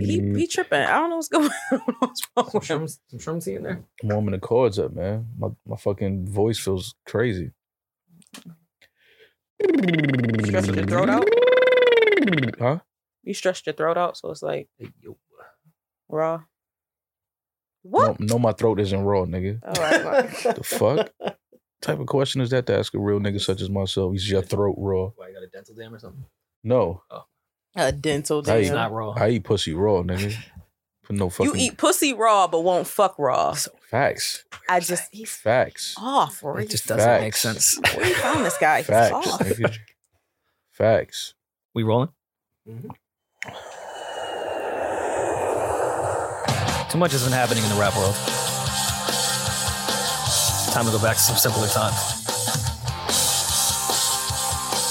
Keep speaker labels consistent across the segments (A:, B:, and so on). A: He he tripping. I don't know what's going on. What's wrong
B: Mm. Some
A: with him?
B: shrooms, some shrooms he in there.
C: I'm warming the cords up, man. My my fucking voice feels crazy.
A: Stretching your throat out.
C: Huh?
A: You stretched your throat out, so it's like
B: Hey, yo.
A: raw. What?
C: No, no, my throat isn't raw, nigga.
A: All right, well,
C: The fuck? type of question is that to ask a real nigga such as myself? Is your throat raw?
B: Why you got a dental dam or something?
C: No,
A: a dental
C: Hey.
B: It's
A: dam.
B: not raw.
C: I eat pussy raw, nigga. For no fucking
A: You eat pussy raw, but won't fuck raw.
C: facts.
A: I just he's
C: Facts.
A: off. Where
D: It
A: you
D: just doesn't make
C: Facts.
D: sense.
A: where you found this guy? He's
C: Facts.
A: off.
C: nigga. Facts.
D: We rolling?
B: Mhm.
D: Too much has been happening in the rap world. Time to go back to some simpler times.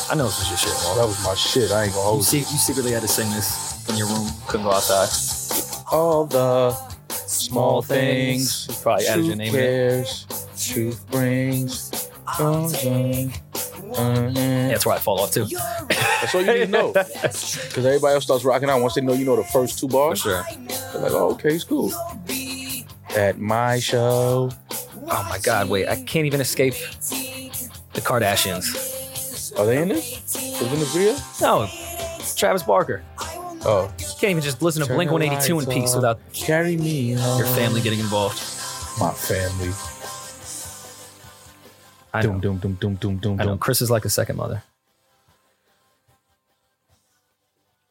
D: I know this was your shit,
C: Oh,
D: Walt.
C: that was my shit. I ain't gonna
D: You,
C: hold
D: se-
C: you.
D: you secretly had to sing this in your room. Couldn't go outside.
C: All the small things.
D: You probably added your
C: Truth
D: name in it.
C: cares. Truth brings.
D: Yeah,
C: That's
D: that's where I fall off too.
C: all you need to know. Because everybody else starts rocking out. Once they know you know the first two
D: For
C: bars,
D: sure.
C: they're like, oh, okay, it's cool. At my show.
D: Oh my God, wait. I can't even escape the Kardashians.
C: Are they in this? Is it in this video?
D: No, it's Travis Barker.
C: Oh.
D: You can't even just listen to
C: Turn
D: Blink
C: the
D: 182 in
C: lights
D: peace
C: off.
D: without
C: Carry me home.
D: your family getting involved.
C: My family.
D: I
C: Doom,
D: know.
C: doom, doom, doom, doom, doom,
D: I know.
C: doom.
D: Chris is like a second mother.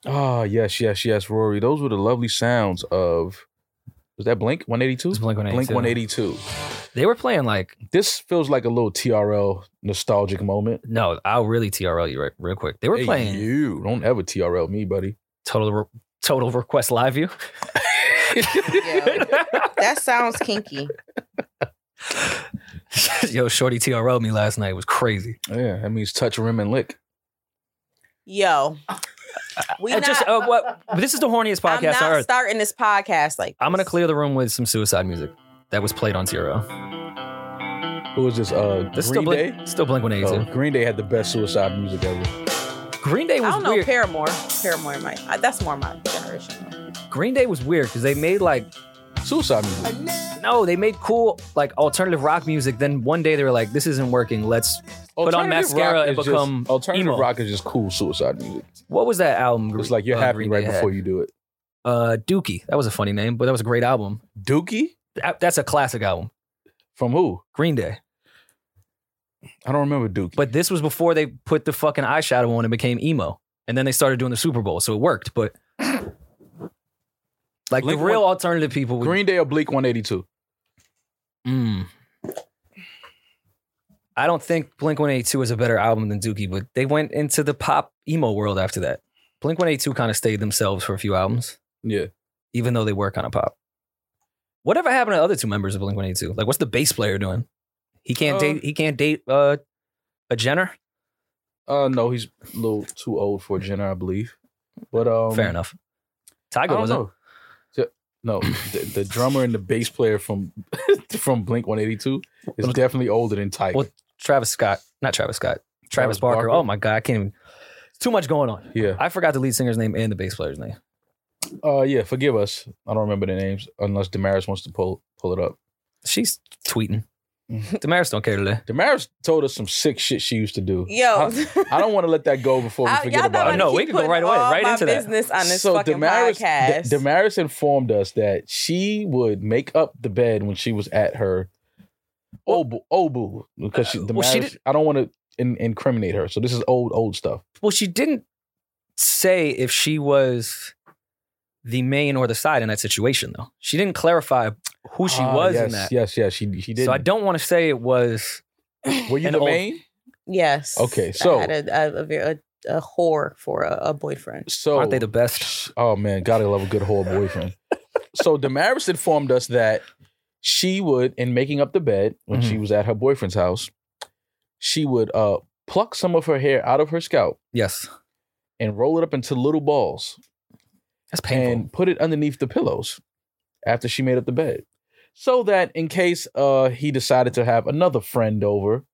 C: Ah, yes, yes, yes, Rory. Those were the lovely sounds of. Was that Blink 182?
D: It's Blink 182.
C: Blink 182.
D: They were playing like
C: This feels like a little TRL nostalgic moment.
D: no. I'll really TRL you right, real quick. They were
C: Hey,
D: playing
C: You don't ever TRL me, buddy.
D: total Re- total request live view.
A: That sounds kinky.
D: Yo, Shorty TRL me last night It was crazy.
C: Yeah, that means touch, rim, and lick.
A: Yo, we
D: Uh,
A: not.
D: just uh, what? but This is the horniest
A: I'm
D: podcast on
A: not
D: earth.
A: starting this podcast like.
D: I'm gonna
A: this.
D: clear the room with some suicide music that was played on TRL.
C: Who was this? Uh,
D: This is still
C: Green Day.
D: Blink, still Blink
C: Oh,
D: 182.
C: Green Day had the best suicide music ever. Oh.
D: Green Day
A: I
D: was
A: don't know.
D: weird.
A: Paramore. Paramore might. uh, That's more my generation.
D: Green Day was weird because they made like
C: Suicide music.
D: no, they made cool like alternative rock music. Then one day they were like, this isn't working. Let's Put
C: Alternative
D: on mascara
C: rock
D: and
C: is just-
D: become
C: alternative
D: emo.
C: rock is just cool suicide music.
D: what was that album?
C: It's like you're
D: uh,
C: happy
D: Green
C: right
D: Day had?
C: before you do it.
D: uh Dookie. That was a funny name, but that was a great album.
C: Dookie
D: That- that's a classic album.
C: from who?
D: Green Day.
C: I don't remember Dookie.
D: But this was before they put the fucking eyeshadow on and became emo. And then they started doing the Super Bowl, so it worked. But like
C: Blink
D: the real
C: one-
D: alternative people would
C: Green Day or Bleak 182.
D: Mm. I don't think Blink 182 is a better album than Dookie, but they went into the pop emo world after that. Blink 182 kind of stayed themselves for a few albums,
C: Yeah.
D: even though they were kind of pop. Whatever happened to the other two members of Blink 182? Like, what's the bass player doing? He can't
C: Uh,
D: date. He can't date uh, a Jenner.
C: Uh, no, he's a little too old for Jenner, I believe. But um,
D: Fair enough.
C: I
D: Tiger
C: don't
D: wasn't.
C: know. Ju- No, the, the drummer and the bass player from from Blink 182 is
D: Well,
C: definitely older than Tyke.
D: well, Travis Scott, not Travis Scott. Travis,
C: Travis
D: Barker.
C: Barker.
D: Oh my god, I can't even. It's too much going on.
C: yeah,
D: I forgot the lead singer's name and the bass player's name.
C: uh, yeah. Forgive us. I don't remember the names unless Damaris wants to pull pull it up.
D: She's tweeting.
C: Mm-hmm.
D: Damaris don't care today.
C: Damaris told us some sick shit she used to do.
A: Yo.
C: I, I don't want to let that go before we
A: I-
C: forget
A: Uh, y'all know
C: about
A: I
C: it.
D: No,
A: keep
D: we can go
A: putting
D: right away,
A: all
D: right
A: my
D: into that.
A: business on this fucking
C: Damaris,
A: podcast.
C: D- Damaris informed us that she would make up the bed when she was at her obu, obu because she,
D: Uh, well, she
C: Damaris, I don't want to in, incriminate her. So this is old, old stuff.
D: Well, she didn't say if she was the main or the side in that situation, though. She didn't clarify who she
C: Ah,
D: was
C: yes,
D: in that.
C: Yes, yes, she she did.
D: so I don't want to say it was.
C: Were you
D: an
C: the
D: old-
C: main?
A: yes.
C: Okay,
A: I
C: so
A: had a a, a, ve- a, a whore for a, a boyfriend.
C: so
D: Aren't they the best?
C: Oh man, gotta love a good whore boyfriend. so Damaris informed us that she would, in making up the bed when
D: Mm-hmm.
C: she was at her boyfriend's house, she would uh pluck some of her hair out of her scalp.
D: Yes,
C: and roll it up into little balls
D: that's painful.
C: and put it underneath the pillows after she made up the bed. So that in case uh, he decided to have another friend over,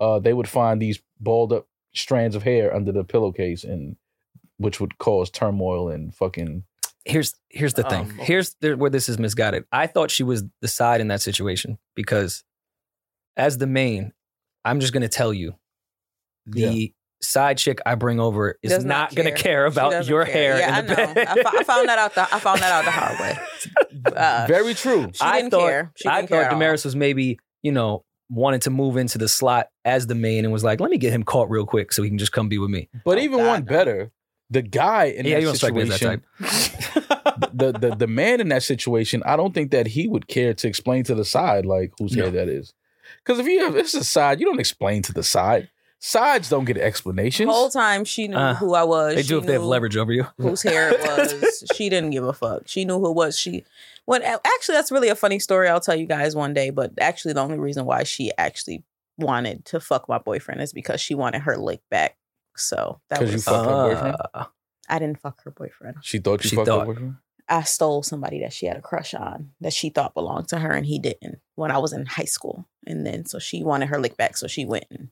C: uh, they would find these balled up strands of hair under the pillowcase and which would cause turmoil and fucking.
D: here's here's the thing.
B: Um, okay.
D: Here's the, where this is misguided. I thought she was the side in that situation because, as the main, I'm just gonna tell you, the side chick I bring over is
A: Does
D: not,
A: not
D: gonna
A: care.
D: care
A: She
D: about
A: doesn't
D: your
A: care.
D: hair
A: Yeah,
D: in the
A: I know.
D: bed.
A: I, fo- I found that out. The, I found that out the hard way. Uh,
C: Very true.
A: She
D: I
A: didn't
D: thought-
A: care. She
D: I
A: didn't care
D: thought
A: at all.
D: Damaris was maybe you know wanted to move into the slot as the main and was like, let me get him caught real quick so he can just come be with me.
C: But
A: Oh,
C: even
A: God,
C: one
A: no.
C: better, the guy in
D: yeah, you
C: that
D: don't strike me as that
C: situation,
D: type.
C: the, the the man in that situation, I don't think that he would care to explain to the side like whose
D: No.
C: hair that is. Because if you have it's a side, you don't explain to the side. Sides don't get explanations.
A: whole time she knew
D: Uh,
A: who I was.
D: They
A: She
D: do if they have
A: knew
D: leverage over you.
A: Whose hair it was. she didn't give a fuck. She knew who it was. She when actually that's really a funny story I'll tell you guys one day, but actually the only reason why she actually wanted to fuck my boyfriend is because she wanted her lick back. So that
C: 'Cause
A: was
C: you fucked her boyfriend?
D: Uh,
A: I didn't fuck her boyfriend.
C: She thought you
D: She
C: fucked
D: thought.
C: her boyfriend.
A: I stole somebody that she had a crush on that she thought belonged to her and he didn't when I was in high school. And then so she wanted her lick back, so she went and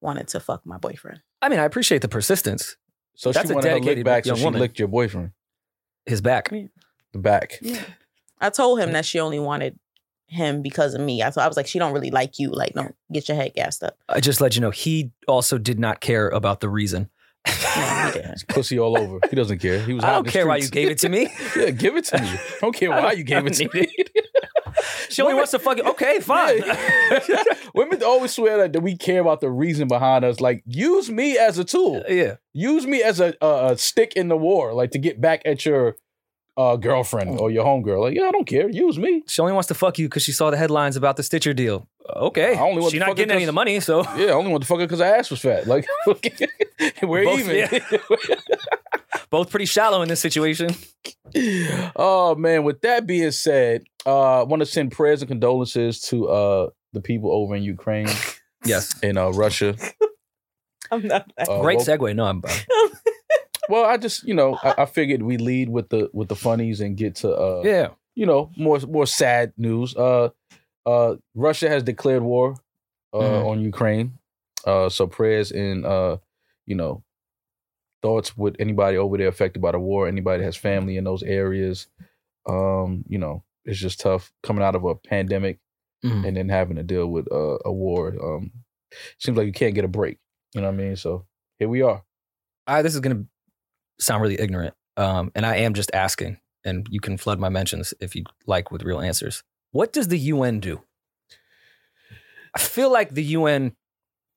A: wanted to fuck my boyfriend.
D: I mean, I appreciate the persistence.
C: So
D: That's
C: she
D: a
C: wanted her lick
D: dedicated
C: back, so
D: young
C: she
D: woman.
C: licked your boyfriend.
D: His back.
C: The back.
A: I told
C: Mm.
A: him that she only wanted him because of me. I thought I was like, she don't really like you. Like, don't get your head gassed up.
D: I just let you know he also did not care about the reason.
A: No, he
D: I
A: didn't.
C: It's pussy all over. He doesn't care. He was out in
D: don't
C: the
D: care why you
C: streets.
D: gave it to me.
C: Yeah, give it to me. I don't care
D: I
C: why
D: don't-
C: you gave it to
D: don't
C: me.
D: She only
C: Women-
D: wants to fucking okay, fine.
C: Yeah. Women always swear that, that we care about the reason behind us. Like, use me as a tool.
D: yeah.
C: Use me as a, a, a stick in the war, like to get back at your uh, girlfriend or your homegirl. Like, yeah, I don't care. Use me.
D: She only wants to fuck you because she saw the headlines about the Stitcher deal. Okay.
C: I only want
D: She's
C: to
D: not
C: fuck her
D: getting any of the money, so
C: Yeah, I only want to fuck her because her ass was fat. Like, we're
D: Both-
C: even.
D: both pretty shallow in this situation.
C: oh man with that being said uh want to send prayers and condolences to uh the people over in ukraine
D: Yes.
C: and uh russia
A: I'm not.
C: Uh,
D: Great
C: well,
D: segue. No, I'm
C: well i just you know I, I figured we lead with the with the funnies and get to uh
D: Yeah.
C: you know more more sad news uh uh russia has declared war uh
D: Mhm.
C: on ukraine uh so prayers and uh you know thoughts with anybody over there affected by the war anybody that has family in those areas um you know it's just tough coming out of a pandemic
D: Mhm.
C: and then having to deal with uh, a war um seems like you can't get a break you know what i mean so here we are
D: I this is gonna sound really ignorant. Um, and I am just asking, and you can flood my mentions if you like with real answers. What does the UN do? I feel like the UN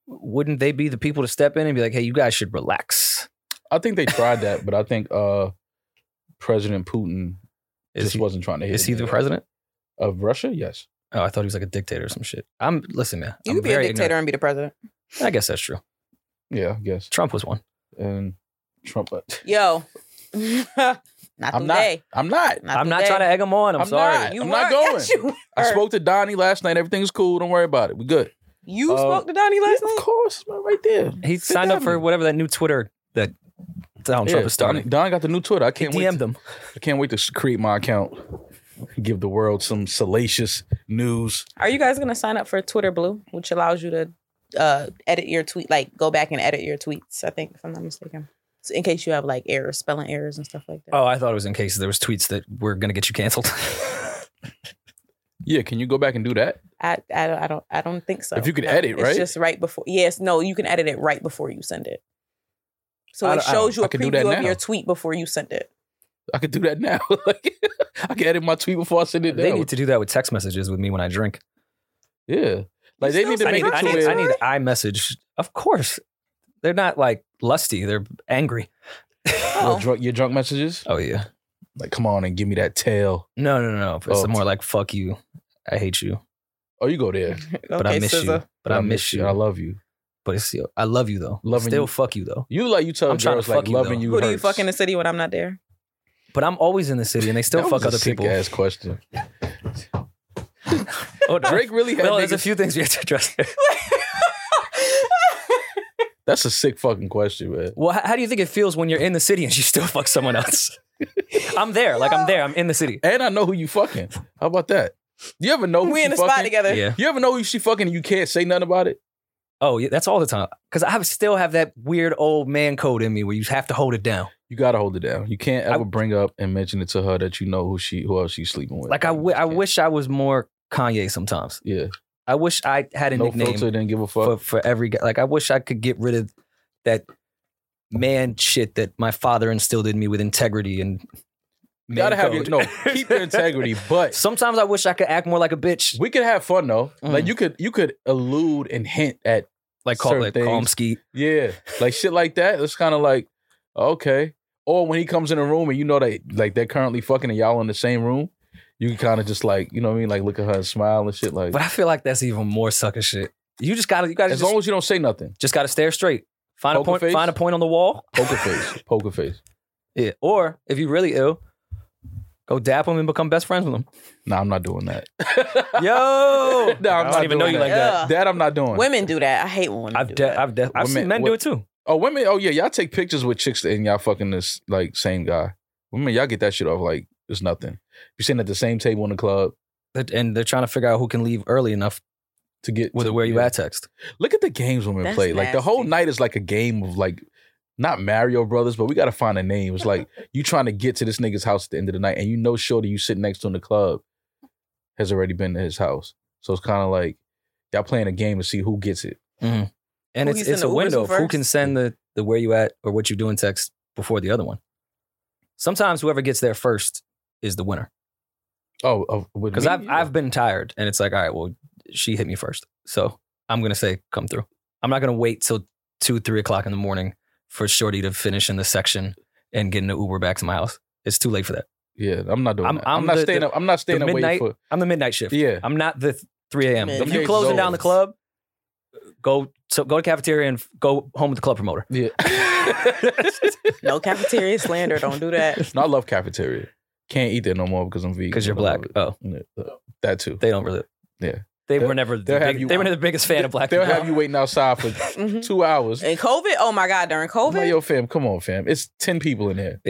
D: wouldn't they be the people to step in and be like, hey, you guys should relax.
C: i think they tried that but i think uh president putin
D: Is
C: just
D: he,
C: wasn't trying to hit
D: is he
C: it.
D: the president?
C: of russia yes
D: Oh, I thought he was like a dictator or some shit. I'm listen, man.
A: You
D: I'm
A: could be a
D: very
A: dictator and be the president.
D: ignorant. I guess that's true.
C: Yeah, I guess.
D: Trump was one.
C: And Trump. uh,
A: Yo. not
C: I'm not.
A: today.
C: I'm not.
D: I'm not trying to egg him on. I'm,
C: I'm
D: sorry.
C: not.
A: You
C: I'm not
A: weren't-
C: going.
A: Yes, you
D: Er.
C: I
A: were.
C: spoke to Donnie last night. Everything's cool. Don't worry about it. We good.
A: You
C: Uh,
A: spoke to Donnie last
C: Yeah,
A: night.
C: of course, man, right there.
D: He
C: Sit
D: signed up
C: down.
D: for whatever that new Twitter that Donald Trump
C: Yeah,
D: is
C: Donnie,
D: starting.
C: Don got the new Twitter. I
D: He
C: can't wait.
D: DM'd
C: To,
D: him.
C: I can't wait to s- create my account. Give the world some salacious news.
A: Are you guys gonna sign up for Twitter Blue, which allows you to uh, edit your tweet, like go back and edit your tweets? I think, if I'm not mistaken, so in case you have like errors, spelling errors, and stuff like that.
D: Oh, I thought it was in case there was tweets that were gonna get you canceled.
C: Yeah, can you go back and do that?
A: I, I don't I don't I don't think so.
C: If you could edit, right?
A: It's just right before. Yes, no, you can edit it right before you send it. So
C: I
A: it
C: don't- I
A: shows
C: don't-
A: you
C: I
A: a
C: can do that
A: preview of
C: now.
A: your tweet before you send it.
C: I could do that now. Like, I can edit my tweet before I send it.
D: they
C: Down.
D: need to do that with text messages with me when I drink.
C: yeah, like they
A: still
C: need to
A: send
C: make
A: it
C: it
D: I
C: to
A: back?
D: need,
C: where
D: I need iMessage. Of course, they're not like lusty. They're angry.
C: your
A: Oh,
C: drunk, your drunk messages.
D: Oh yeah.
C: Like, come on and give me that tail.
D: No, no, no. no. It's
C: Oh.
D: more like fuck you. I hate you,
C: Oh, you go there.
D: but I miss you. But I miss you.
C: I love you.
D: But it's still, I love you though.
C: Loving
D: still
C: you.
D: fuck you though.
C: You like you tell
D: I'm trying to
C: girls like
D: fuck you,
C: loving
D: though.
C: you.
A: Who do you
C: hurts.
A: fuck in the city when I'm not there?
D: But I'm always in the city, and they still
C: That
D: fuck
C: was a
D: other people.
C: Sick ass question.
D: Oh, no.
C: Drake really had.
D: Well, there's
C: niggas-
D: a few things we have to address. There.
C: That's a sick fucking question, man.
D: Well, how, how do you think it feels when you're in the city and you still fuck someone else? I'm there, like I'm there. I'm in the city.
C: And I know who you fucking. How about that? You ever know who
A: we
C: she
A: in the
C: fucking?
A: spot together.
D: Yeah.
C: You ever know who she fucking? and You can't say nothing about it.
D: Oh, yeah, that's all the time. Because I have- still have that weird old man code in me where you have to hold it down.
C: You gotta hold it down. You can't
D: I-
C: ever bring up and mention it to her that you know who she who else she's sleeping with.
D: Like I, w- I
C: Yeah.
D: wish I was more Kanye sometimes.
C: Yeah.
D: I wish I had a
C: No
D: nickname
C: filter, didn't give a fuck.
D: for, for every guy. Like I wish I could get rid of that man shit that my father instilled in me with integrity and
C: You gotta
D: man
C: have your
D: code.
C: no, keep your integrity, but
D: Sometimes I wish I could act more like a bitch.
C: we could have fun though. Like
D: Mm.
C: you could you could allude and hint at
D: Like call
C: Certain
D: it calm
C: things.
D: skeet.
C: Yeah, like shit like that. It's kind of like okay. Or when he comes in a room and you know that like they're currently fucking and y'all in the same room, you can kind of just like you know what I mean, like look at her and smile and shit. Like
D: But I feel like that's even more sucker shit. You just gotta you gotta
C: as
D: just,
C: long as you don't say nothing,
D: just gotta stare straight. Find a
C: Poker
D: point
C: face?
D: find a point on the wall.
C: poker face, poker face.
D: Yeah. Or if you're really ill, go dap him and become best friends with him.
C: Nah, I'm not doing that.
D: Yo.
C: No, I'm
D: I
C: not
D: don't even know
C: doing
D: you
C: that.
D: like that.
A: Ugh.
C: That I'm not doing.
A: Uh, Women do that. I hate when women do
D: I've
A: that.
D: de- I've de- I've
C: Women-
D: seen men do it too.
C: Oh, women. Oh yeah, y'all take pictures with chicks and y'all fucking this like same guy. Women, y'all get that shit off like it's nothing. You sitting at the same table in the club
D: That- And they're trying to figure out who can leave early enough
C: to get
D: with
C: to,
D: a where you
C: yeah.
D: at text.
C: Look at the games women
A: That's
C: play. Like the whole
A: nasty.
C: night is like a game of like not Mario Brothers, but we gotta find a name. It's like you trying to get to this nigga's house at the end of the night, and you know shorty you sitting next to in the club has already been to his house. So it's kind of like y'all playing a game to see who gets it.
D: And
A: Who
D: it's
A: you
D: it's a
A: sending Ubers
D: window
A: to
D: of who
A: first?
D: can send the the where you at or what you doing text before the other one. Sometimes whoever gets there first is the winner.
C: Oh, oh with
D: Because
C: me?
D: I've I've been tired and it's like, all right, well, she hit me first. So I'm gonna say come through. I'm not gonna wait till two, three o'clock in the morning for Shorty to finish in the section and get an Uber back to my house. It's too late for that.
C: yeah, I'm not doing.
D: I'm-
C: I'm, that. I'm,
D: I'm
C: not
D: the-
C: staying
D: the-
C: up. I'm not staying
D: the
C: up waiting
D: midnight-
C: for.
D: I'm the midnight shift.
C: Yeah,
D: I'm not the th- 3 a.m. If
A: Midnight
D: you closing down the
C: zones.
D: club, go so go to cafeteria and f- go home with the club promoter.
C: yeah.
A: No cafeteria slander. Don't do that.
C: no, I love cafeteria. Can't eat there no more because I'm vegan.
D: Because you're
C: I love
D: black. Oh,
C: it. Yeah, That too.
D: they don't really.
C: Yeah.
D: They
C: They'll-
D: were never. The
C: they'll have
D: big,
C: you-
D: they were never the biggest fan of black
C: They'll
D: people.
C: have you waiting outside for
A: Mhm.
C: two hours.
A: And COVID. Oh my God. During
C: I'm like,
A: COVID.
C: yo, fam, come on, fam. It's ten people in here.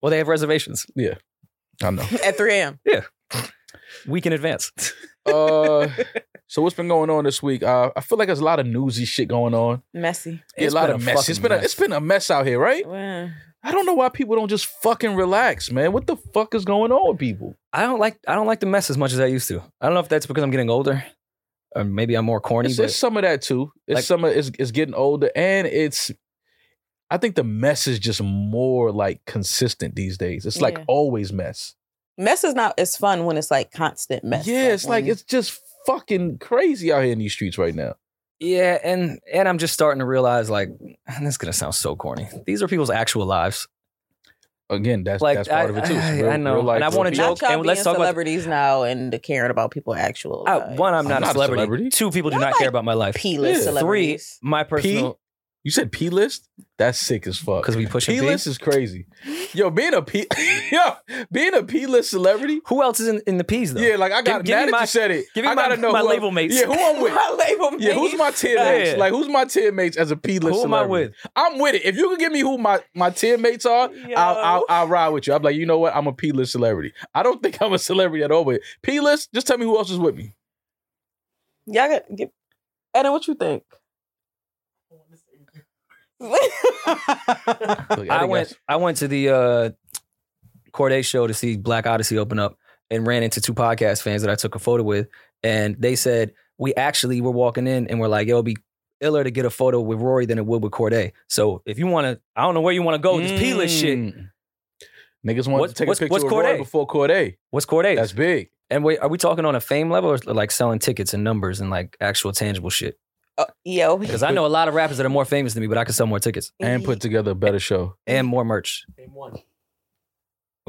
D: well, they have reservations
C: I know.
A: At 3 a.m.
D: week in advance.
C: Uh, so what's been going on this week? Uh, I feel like there's a lot of newsy shit going on.
A: Messy.
C: Yeah,
D: It's
C: a lot
D: been
C: of
D: a
C: mess.
D: fucking
C: It's been a,
D: mess.
C: it's been a mess out here, right?
A: Wow.
C: I don't know why people don't just fucking relax, man. What the fuck is going on with people?
D: I don't like. I don't like the mess as much as I used to. I don't know if that's because I'm getting older, or maybe I'm more corny.
C: It's,
D: but
C: it's some of that too. It's
D: Like-
C: some of it's, it's getting older, and it's. I think the mess is just more like consistent these days. It's like
A: Yeah.
C: always mess.
A: Mess is not as fun when it's like constant mess.
C: Yeah, it's like
A: when-
C: it's just fucking crazy out here in these streets right now.
D: yeah, and and I'm just starting to realize like and this is gonna sound so corny. These are people's actual lives.
C: Again, that's
D: Like
C: that's part
D: I-
C: of it too. It's
D: I-
C: real-
D: I know.
C: real life,
D: And I
C: real
D: wanna
C: people.
A: not
D: joke,
A: y'all
D: and
A: being
D: let's talk about-
A: celebrities now and the caring about people actual.
D: I-
A: lives.
D: one, I'm
C: I'm
D: not, a,
C: not a
D: celebrity.
C: celebrity.
D: Two, people do
A: Y'all
D: not
A: like
D: care about my life.
A: P-list
C: Yeah.
D: Three,
A: celebrities.
D: my personal
C: You said P list? That's sick as fuck.
D: because we push
C: P list is crazy. Yo, being a P yo, being a P list celebrity.
D: Who else is in, in the P's though?
C: Yeah, like I got
D: Give- give
C: now
D: me
C: that
D: my-
C: you said it.
D: give me
C: I
D: my-
C: gotta know
D: my
C: who I-
D: label mates.
C: Yeah, who I'm with.
A: my label
C: Yeah, who's
A: mate.
C: my tier mates?
D: Yeah.
C: Like who's my tier mates as a P list?
D: Who am I with?
C: I'm with it. If you can give me who my my tier mates are,
A: Yo.
C: I'll, I'll I'll ride with you. I'm like, you know what? I'm a P list celebrity. I don't think I'm a celebrity at all. But P list, just tell me who else is with me.
A: Y'all got get Adam, what you think?
C: Look,
D: I
C: think
D: went. I went to the uh, Corday show to see Black Odyssey open up, and ran into two podcast fans that I took a photo with, and they said we actually were walking in, and we're like, "Yo, it'd be iller to get a photo with Rory than it would with Corday." So if you want to, I don't know where you want to go with this P list shit.
C: Mm. Niggas want
D: What's-
C: to take
D: what's-
C: a picture
D: what's
C: of Roy
D: Cordae?
C: before Corday.
D: What's Corday?
C: That's big.
D: and wait, are we talking on a fame level or like selling tickets and numbers and like actual tangible shit?
A: Uh, yo.
D: Because I know a lot of rappers that are more famous than me, but I can sell more tickets
C: and put together a better show.
D: and more merch.
B: Name one.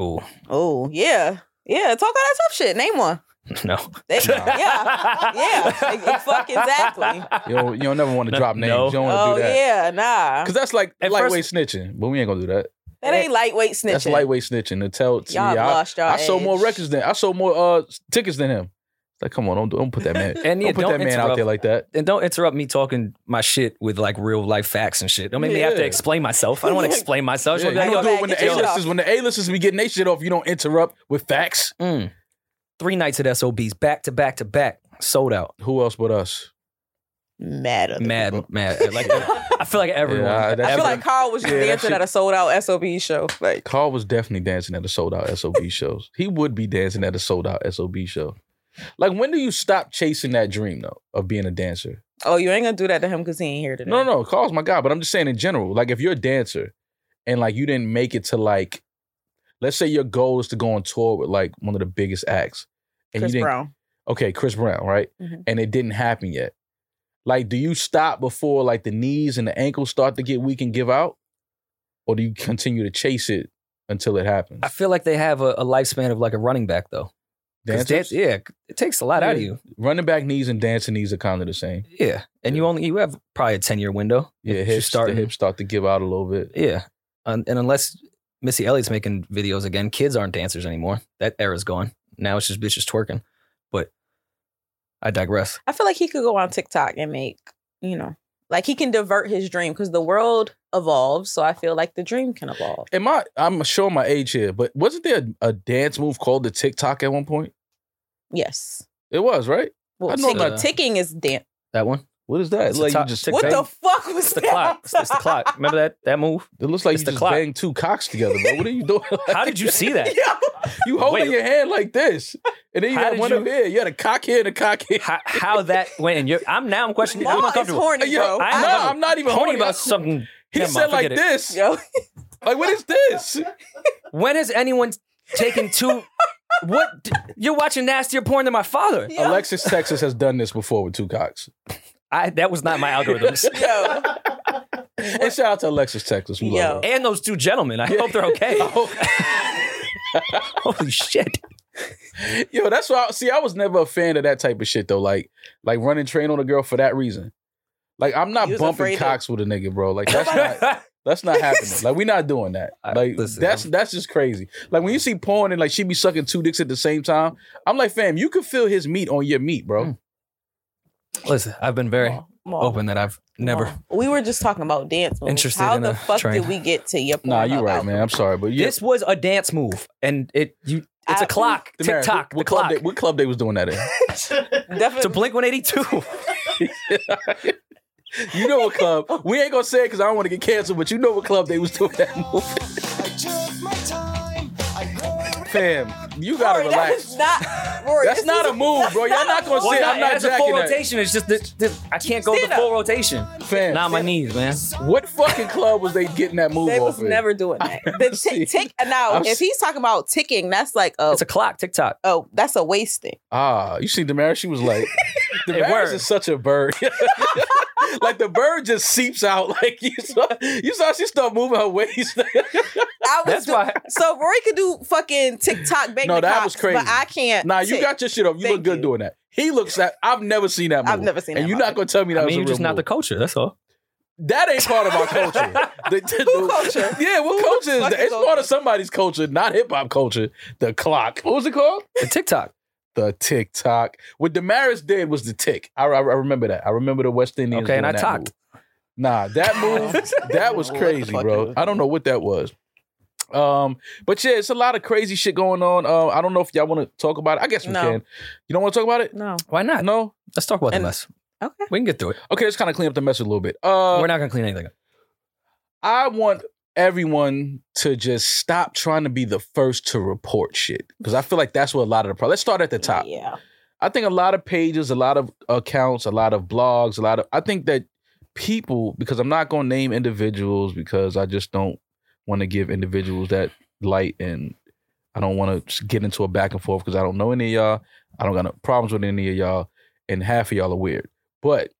D: Ooh,
A: Oh, yeah. Yeah, talk all that tough shit. Name one.
D: no.
A: They- yeah. Yeah, e- e- fuck exactly.
C: You don't, you don't never want to
D: No,
C: drop names.
D: no.
C: You don't want to
A: Oh
C: do that.
A: yeah, nah.
C: Cause that's like
D: At
C: lightweight snitching, but we ain't gonna do that.
A: That ain't lightweight snitching.
C: That's lightweight snitching. To tell, to-
A: Y'all
C: yeah,
A: lost y'all.
C: I, I sold more
A: edge.
C: records than I sold more uh tickets than him. It's like, come on, don't don't put that man,
D: And yeah,
C: don't put that man out
D: interrupt.
C: there like that.
D: and don't interrupt me talking my shit with like real life facts and shit. Don't make me have
C: Yeah.
D: to explain myself. I don't want to explain myself.
C: Yeah,
D: Just
C: you
D: wanna
C: don't
A: back up.
D: be
C: do it when
A: Get
C: the
A: your
C: A
A: shit off.
C: listers when the A listers be getting their shit off. You don't interrupt with facts.
D: like, "Mm, three nights at SOBs, back to back to back, sold out.
C: Who else but us?
A: mad at the
D: Mad,
A: people.
D: mad. Like I feel like everyone.
C: Yeah, that's-
A: I
D: every-
A: feel like Carl was just
C: Yeah, that
A: dancing
C: shit-
A: at a sold out SOB show. Like
C: Carl was definitely dancing at a sold out SOB shows. He would be dancing at a sold out SOB show. Like, when do you stop chasing that dream, though, of being a dancer?
A: Oh, you ain't gonna do that to him because he ain't here today.
C: No, no, no, Carl's my guy, but I'm just saying in general, like, if you're a dancer and, like, you didn't make it to, like, let's say your goal is to go on tour with, like, one of the biggest acts. And
A: Chris
C: you didn't,
A: Brown.
C: okay, Chris Brown, right?
A: Mhm.
C: And it didn't happen yet. Like, do you stop before like the knees and the ankles start to get weak and give out, or do you continue to chase it until it happens?
D: I feel like they have a, a lifespan of like a running back though.
C: Dancers,
D: 'Cause dance- yeah, it takes a lot out of
C: Yeah.
D: you.
C: running back knees and dancing knees are kind of the same.
D: Yeah, and you only you have probably a ten year window.
C: Yeah,
D: If you
C: hips,
D: starting-
C: the hips start to give out a little bit.
D: Yeah, and, and unless Missy Elliott's making videos again, kids aren't dancers anymore. That era's gone. Now it's just bitches twerking. But I digress.
A: I feel like he could go on TikTok and make, you know, like he can divert his dream because the world evolves. So I feel like the dream can evolve.
C: Am I? I'm showing my age here, but wasn't there a, a dance move called the TikTok at one point?
A: Yes.
C: It was right.
A: Well,
C: I know
A: tick-
D: about-
A: ticking is dance.
D: That one.
C: What is that?
D: It's
C: like
D: a
C: you
D: to-
C: just
D: tick-
A: What
D: Tick-
A: the fuck was
D: It's the
A: that?
D: clock. It's, it's the clock. Remember that that move?
C: it looks like
D: it's
C: you
D: the
C: just
D: clock.
C: banged two cocks together, bro. What are you doing?
D: How did you see that?
A: Yo,
C: You holding
D: Wait.
C: your hand like this, and then you
D: How
C: had
D: did
C: one
D: you-
C: up here. You had a cock here and a cock here.
D: How, how that went? And you're, I'm now I'm questioning. I'm
A: Ma is
D: uncomfortable.
A: horny,
C: Yo,
A: bro.
D: I
C: no,
D: am
A: I-
C: I'm not even
D: Horny
C: holding
D: about something.
C: He
D: Never
C: said
D: mind,
C: like
D: forget it.
C: this.
A: Yo,
C: Like, what is this?
D: When has anyone taken two? What d- you're watching nastier porn than my father?
A: yo,
C: Alexis Texas has done this before with two cocks.
D: I that was not my algorithms.
A: yo.
C: And shout out to Alexis Texas. We love
A: Yo.
C: her.
D: and those two gentlemen. I hope they're okay. Holy shit!
C: Yo, that's why. I, see, I was never a fan of that type of shit though. Like, like running train on a girl for that reason. Like, I'm not
A: You was
C: bumping
A: afraid of-
C: cocks with a nigga, bro. Like, that's not. That's not happening. Like we're not doing that.
D: I-
C: Like
D: listen,
C: that's
D: I'm-
C: that's just crazy. Like when you see porn and like she be sucking two dicks at the same time, I'm like, fam, you can feel his meat on your meat, bro.
D: Mm. Listen, I've been very
A: Ma, ma,
D: open that I've never.
A: ma. We were just talking about dance moves.
D: Interested
A: How
D: in
A: the
D: a
A: fuck
D: train.
A: did we get to your?
C: Nah, you
A: Pornhub
C: right,
A: album?
C: man. I'm sorry, but yeah,
D: This was a dance move, and it you. It's a
A: I-
D: clock.
C: the
D: Tick
C: marriage-
D: tock.
C: What, what
D: The
C: club
D: clock.
C: Day, what club day was doing that in?
D: To
A: Definitely.
D: Blink 182.
C: you know what club? We ain't gonna say it because I don't want to get canceled, but you know what club they was doing that move. fam, you gotta
A: Rory, that
C: relax.
A: is not. Rory,
C: That's
A: this
C: not
A: is-
C: a move, bro. Y'all not gonna say I'm not
D: That's a full
C: jacking that.
D: rotation. It's just that that- I can't go with the
A: Stand
D: full rotation.
C: Fam,
D: Not my knees, man.
C: what fucking club was they getting that move
A: They
C: off
A: was
C: of?
A: never doing that. The tick,
C: seen-
A: tick. Now,
C: I've
A: if
C: seen-
A: he's talking about ticking, that's like a,
D: It's a clock. Tick tock.
A: oh, that's a wasting.
C: Ah, you see, Damaris, she was like, Damaris
D: word.
C: is such a bird. like the bird just seeps out. Like you saw, you saw she started moving her waist.
A: I was
D: That's
A: doing,
D: why.
A: so Rory could do fucking TikTok bang
C: No,
A: the
C: that
A: cops,
C: was crazy.
A: But I can't.
C: nah, you
A: tick.
C: got your shit up. You look
A: Thank
C: good
A: you.
C: doing that. He looks at. I've never seen that. Move.
A: I've never seen
C: And
A: that
C: you're
A: move.
C: not gonna tell me that
D: I
C: was
D: mean,
C: a
D: you're
C: real
D: just not the
C: move.
D: culture. That's all.
C: That ain't part of our culture. The, the-
A: Who
C: the-
A: culture?
C: Yeah, what culture is
A: fuck
C: that?
A: is
C: It's
A: culture?
C: part of somebody's culture, not hip hop culture. The clock. What was it called?
D: The tick tock.
C: The tick tock. What Damaris did was the tick. I, I, I remember that. I remember the West Indians.
D: Okay, and
C: doing
D: I
C: that
D: talked.
C: move. Nah, that move that was
A: What the
C: crazy,
A: fuck
C: bro.
A: is-
C: I don't know what that was. Um, but yeah, it's a lot of crazy shit going on. Uh, I don't know if y'all want to talk about it. I guess we
A: No.
C: can. You don't want to talk about it?
A: No.
D: Why not?
C: No.
D: Let's talk about the
A: And-
D: mess.
A: Okay.
D: We can get through it.
C: Okay, let's kind of clean up the mess a little bit. Uh,
D: We're not gonna clean anything up.
C: I want everyone to just stop trying to be the first to report shit because I feel like that's what a lot of the problem. Let's start at the top.
A: Yeah.
C: I think a lot of pages, a lot of accounts, a lot of blogs, a lot of I think that people because I'm not going to name individuals because I just don't want to give individuals that light and I don't want to get into a back and forth because I don't know any of y'all. I don't got no problems with any of y'all, and half of y'all are weird. But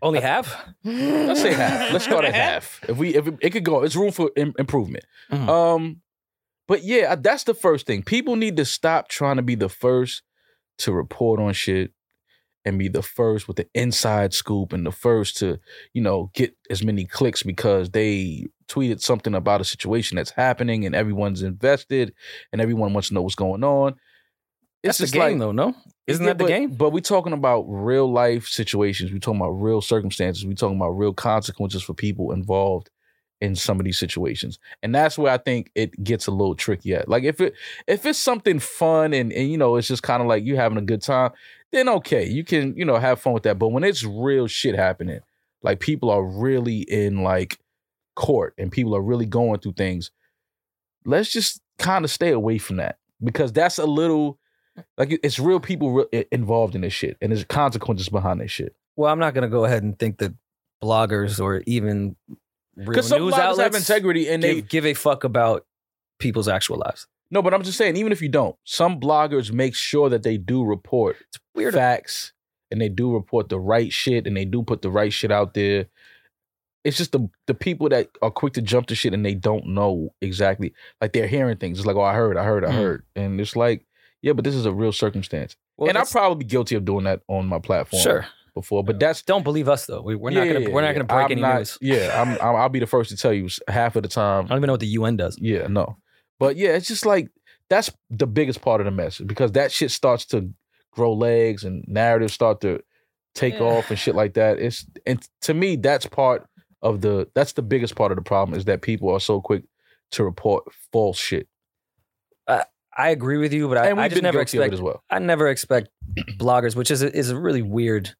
D: Only half.
C: Let's say half. Let's start at half. If we, if it, it could go, it's room for Im- improvement.
D: Mhm.
C: Um, but yeah, that's the first thing. People need to stop trying to be the first to report on shit and be the first with the inside scoop and the first to, you know, get as many clicks because they tweeted something about a situation that's happening and everyone's invested and everyone wants to know what's going on.
D: That's the
C: just
D: game,
C: like-
D: though. No, isn't
C: yeah,
D: that the
C: but-
D: game?
C: But we're talking about real life situations. We're talking about real circumstances. We're talking about real consequences for people involved in some of these situations. And that's where I think it gets a little tricky at. Like if it if it's something fun and, and you know, it's just kind of like you having a good time, then okay, you can, you know, have fun with that. But when it's real shit happening, like people are really in like court and people are really going through things, let's just kind of stay away from that. Because that's a little like it's real people re- involved in this shit and there's consequences behind this shit.
D: Well, I'm not going to go ahead and think that bloggers or even real
C: Because some
D: news
C: bloggers have
D: outlets
C: integrity and
D: give,
C: they
D: give a fuck about people's actual lives.
C: No, but I'm just saying, even if you don't, some bloggers make sure that they do report
D: weird.
C: facts and they do report the right shit and they do put the right shit out there. It's just the the people that are quick to jump to shit and they don't know exactly. Like they're hearing things. It's like, oh, I heard, I heard, I
D: Mm.
C: heard. And it's like, yeah, but this is a real circumstance.
D: Well,
C: and I'm
D: that's-
C: probably guilty of doing that on my platform
D: sure.
C: before. But that's
D: Don't believe us though. We, we're not
C: Yeah,
D: going to we're not
C: yeah,
D: going to break
C: I'm
D: any
C: not-
D: news.
C: Yeah, I'm, I'm I'll be the first to tell you half of the time
D: I don't even know what the UN does.
C: yeah, no. But yeah, it's just like that's the biggest part of the mess because that shit starts to grow legs and narratives start to take
A: Yeah.
C: off and shit like that. It's and to me that's part of the that's the biggest part of the problem is that people are so quick to report false shit.
D: I agree with you, but I,
C: and we've
D: I just
C: been
D: never
C: guilty of
D: expect
C: it as well.
D: I never expect bloggers, which is a, is a really weird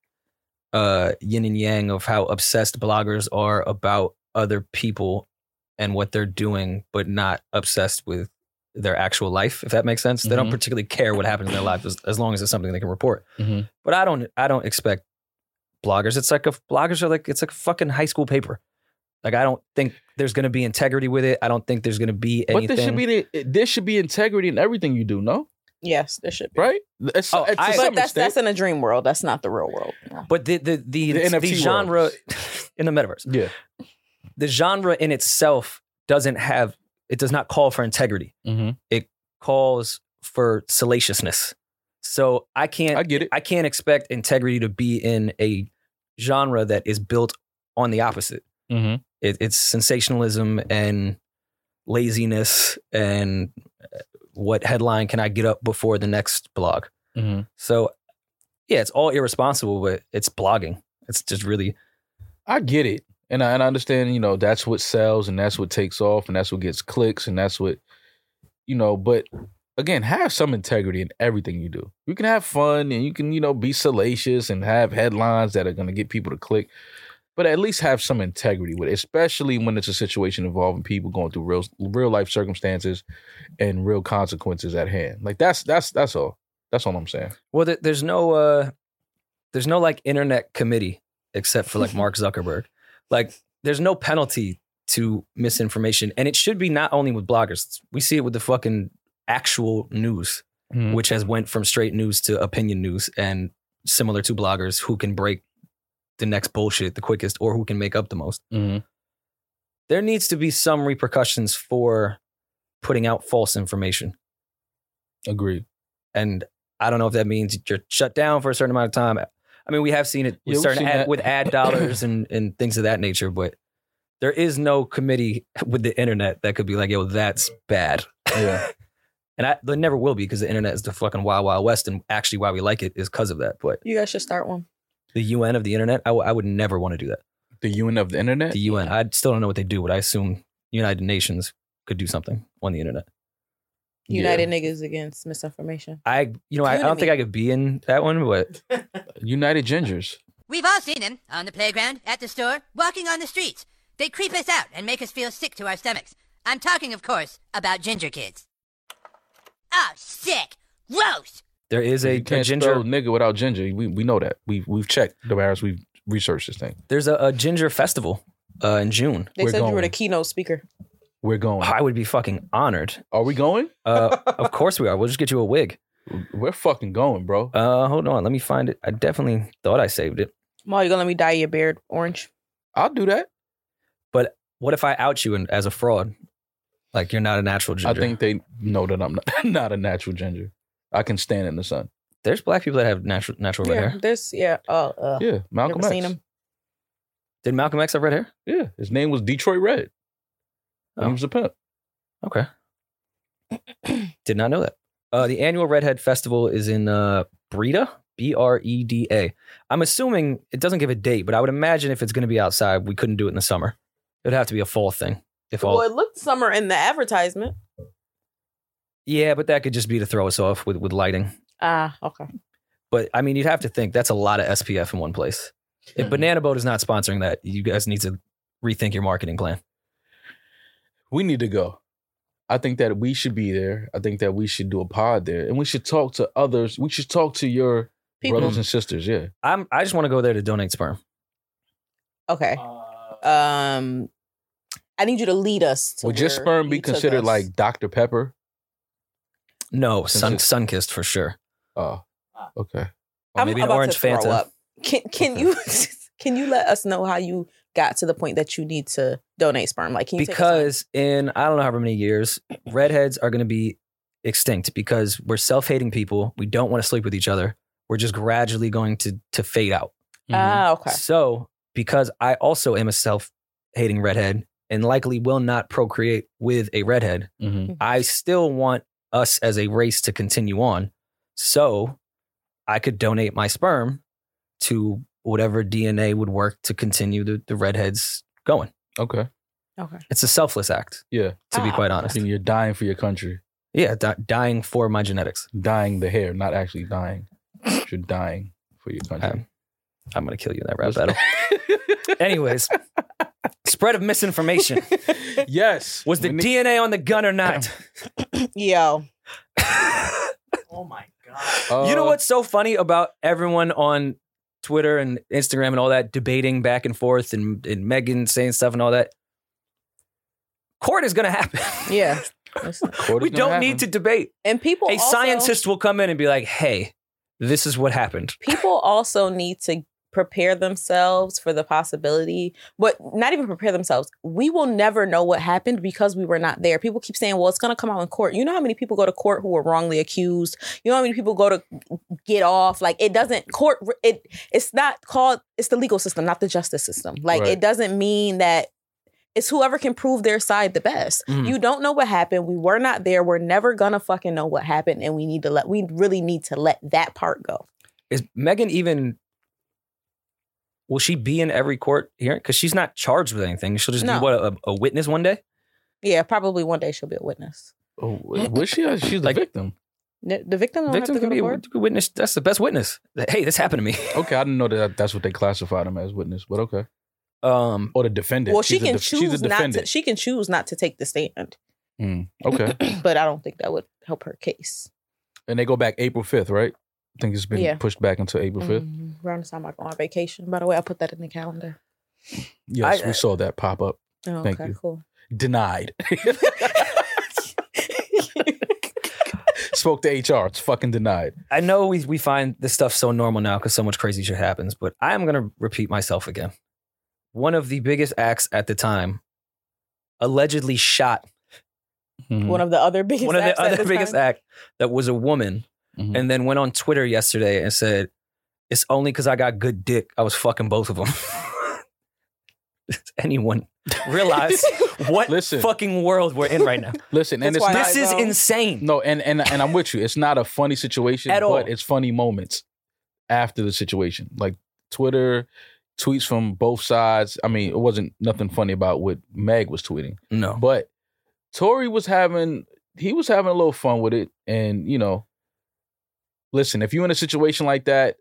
D: uh, yin and yang of how obsessed bloggers are about other people and what they're doing, but not obsessed with their actual life. If that makes sense, they don't
C: Mhm.
D: particularly care what happens in their life as, as long as it's something they can report.
C: Mhm.
D: But I don't I don't expect bloggers. It's like a bloggers are like it's like a fucking high school paper. Like I don't think there's going to be integrity with it. I don't think there's going to be anything.
C: But there should be the, there should be integrity in everything you do, no?
A: Yes, there should be.
C: Right? It's,
D: Oh,
C: it's to
D: I-
A: But
C: some
A: that's
C: extent.
A: that's in a dream world. That's not the real world. No.
D: but the the
C: The
D: the, the,
C: NFT world.
D: genre in the metaverse.
C: yeah.
D: the genre in itself doesn't have it does not call for integrity
C: Mm-hmm.
D: calls for salaciousness so i can't
C: I
D: I,
C: get it.
D: can't expect integrity to be in a genre that is built on the opposite
C: Mm-hmm.
D: it, it's sensationalism and laziness and uh, what headline can i get up before the next blog
C: Mm-hmm.
D: so yeah it's all irresponsible but it's blogging it's just really
C: I get it. And I, and I understand, you know, that's what sells and that's what takes off and that's what gets clicks and that's what, you know, but again, have some integrity in everything you do. You can have fun and you can, you know, be salacious and have headlines that are going to get people to click, but at least have some integrity with it, especially when it's a situation involving people going through real real life circumstances and real consequences at hand. Like that's that's that's all. That's all I'm saying.
D: Well, there, there's no uh, there's no like internet committee except for like Mark Zuckerberg. Like, there's no penalty to misinformation, and it should be not only with bloggers. We see it with the fucking actual news,
C: Mhm.
D: which has went from straight news to opinion news, and similar to bloggers who can break the next bullshit the quickest or who can make up the most.
C: Mhm.
D: There needs to be some repercussions for putting out false information.
C: Agreed.
D: and I don't know if that means you're shut down for a certain amount of time. I mean, we have seen it
C: Yeah,
D: with
C: we've
D: certain
C: seen
D: ad,
C: that.
D: with ad dollars and and things of that nature, but there is no committee with the internet that could be like, yo, that's bad.
C: Yeah.
D: And I, there never will be because the internet is the fucking wild wild west, and actually, why we like it is because of that. But
A: You guys should start one.
D: the UN of the internet, I, w- I would never want to do that.
C: the UN of the internet.
D: The UN, I still don't know what they do, but I assume United Nations could do something on the internet.
A: United niggas against misinformation.
D: I, you know, I, I don't think I could be in that one, but
C: United Gingers.
E: We've all seen them on the playground, at the store, walking on the streets. They creep us out and make us feel sick to our stomachs. I'm talking, of course, about ginger kids. Oh, sick! Gross!
D: there is
C: If
D: a,
C: you
D: a
C: can't
D: ginger
C: spell nigga without ginger. We we know that. We we've checked the virus. We've researched this thing.
D: There's a, a ginger festival uh, in June.
A: They
C: We're
A: said you were
C: going.
A: the keynote speaker.
C: We're going.
D: I would be fucking honored.
C: Are we going?
D: Uh, of course we are. We'll just get you a wig.
C: We're fucking going, bro.
D: Uh, hold on, let me find it. I definitely thought I saved it.
A: Ma, you gonna let me dye your beard orange?
C: I'll do that.
D: What if I out you and, as a fraud? Like you're not a natural ginger.
C: I think they know that I'm not, not a natural ginger. I can stand in the sun.
D: there's black people that have natural natural red
A: Yeah,
D: hair.
A: this yeah. Oh, uh,
C: Yeah, Malcolm X.
A: never seen him.
D: Did Malcolm X have red hair?
C: Yeah, his name was Detroit Red. When
D: Oh.
C: He was a pimp.
D: Okay. Did not know that. Uh, the annual Redhead Festival is in uh, Breda, B R E D A. I'm assuming it doesn't give a date, but I would imagine if it's going to be outside, we couldn't do it in the summer. It'd have to be a fall thing. If all,
A: Well, it looked summer in the advertisement.
D: yeah, but that could just be to throw us off with with lighting.
A: Ah, okay.
D: But I mean, you'd have to think that's a lot of SPF in one place. If
A: Hmm.
D: Banana Boat is not sponsoring that, you guys need to rethink your marketing plan.
C: we need to go. I think that we should be there. I think that we should do a pod there, and we should talk to others. We should talk to your
A: People.
C: brothers and sisters. Yeah,
D: I'm I just want to go there to donate sperm.
A: Okay. Um, I need you to lead us. To
C: would your
A: where
C: sperm be
A: you took
C: considered
A: us.
C: like Dr Pepper?
D: No, sun
C: Since
D: sun kissed for sure.
C: Oh,
D: Ah.
C: okay.
D: Or
A: I'm
D: maybe an
A: about
D: orange
A: to throw
D: Fanta.
A: up. Can can you can you let us know how you got to the point that you need to donate sperm? Like can you take us out?
D: because in I don't know however many years, redheads are going to be extinct because we're self-hating people. We don't want to sleep with each other. We're just gradually going to to fade out.
C: Mm-hmm,
D: Uh,
A: ah okay
D: So, because I also am a self-hating redhead and likely will not procreate with a redhead,
C: Mhm.
D: I still want us as a race to continue on. So, I could donate my sperm to whatever DNA would work to continue the, the redheads going.
C: Okay.
A: okay
D: It's a selfless act,
C: Yeah.
D: to be
A: Ah.
D: quite
C: I
D: honest.
C: mean, you're dying for your country.
D: Yeah, di- dying for my genetics.
C: Dying the hair, not actually dying. You're dying for your country.
D: Um, I'm gonna kill you in that rap battle. Anyways, spread of misinformation.
C: yes.
D: Was the
C: We need-
D: DNA on the gun or not?
A: yo
B: Oh my god.
C: Uh,
D: you know what's so funny about everyone on Twitter and Instagram and all that debating back and forth and, and Megan saying stuff and all that? Court is gonna happen.
A: yeah
C: Court is
D: we
C: gonna
D: don't
C: happen.
D: need to debate.
A: and people
D: A
A: also,
D: scientist will come in and be like, hey, this is what happened.
A: people also need to prepare themselves for the possibility but not even prepare themselves we will never know what happened because we were not there people keep saying well it's going to come out in court you know how many people go to court who were wrongly accused you know how many people go to get off like it doesn't court it it's not called it's the legal system not the justice system like
C: Right.
A: it doesn't mean that it's whoever can prove their side the best.
D: Mhm.
A: You don't know what happened. We were not there. We're never gonna fucking know what happened, and we need to let. We really need to let that part go.
D: Is Megan even will she be in every court hearing? Because she's not charged with anything. She'll just
A: No.
D: be what a, a witness one day.
A: Yeah, probably one day she'll be a witness.
C: Oh, was she? She's the
D: Like-
C: victim.
A: The, the victim don't
D: Victim
A: have to
D: can
A: go
D: be
A: to
D: a
A: court.
D: wit- witness. That's the best witness. That, Hey, this happened to me.
C: Okay, I didn't know that that's what they classified him as witness, but okay.
D: Um,
C: Or the defendant.
A: Well, she
C: She's a
A: can
C: def-
A: choose
C: She's a
A: not to.
C: defendant.
A: She can choose not to take the stand,
C: Mm, okay.
A: but I don't think that would help her case.
C: and they go back April 5th, right? I think it's been
A: Yeah.
C: pushed back until April 5th.
A: Mm, around the time I go on vacation. By the way, I put that in the calendar.
C: Yes,
D: Mm-hmm. I- uh,
C: we saw that pop up.
A: Oh,
C: Thank
A: okay,
C: you.
A: cool.
C: Denied. Spoke to HR. It's fucking denied.
D: I know we we find this stuff so normal now because so much crazy shit happens. But I am gonna repeat myself again. One of the biggest acts at the time allegedly shot
C: Mhm.
A: one of the other biggest.
D: one of the
A: acts at
D: other
A: this
D: biggest
A: time.
D: act that was a woman,
C: Mhm.
D: and then went on Twitter yesterday and said, "It's only because I got good dick. I was fucking both of them." Does anyone realize what
C: Listen.
D: fucking world we're in right now?
C: Listen, and
A: That's
C: it's
A: why
C: not
A: I-
D: This is
A: know.
D: insane.
C: No, and and and I'm with you. It's not a funny situation
D: At
C: but
D: all.
C: It's funny moments after the situation, like Twitter tweets from both sides. I mean, it wasn't nothing funny about what Meg was tweeting,
D: No.
C: but Tory was having he was having a little fun with it, and you know, listen, if you're in a situation like that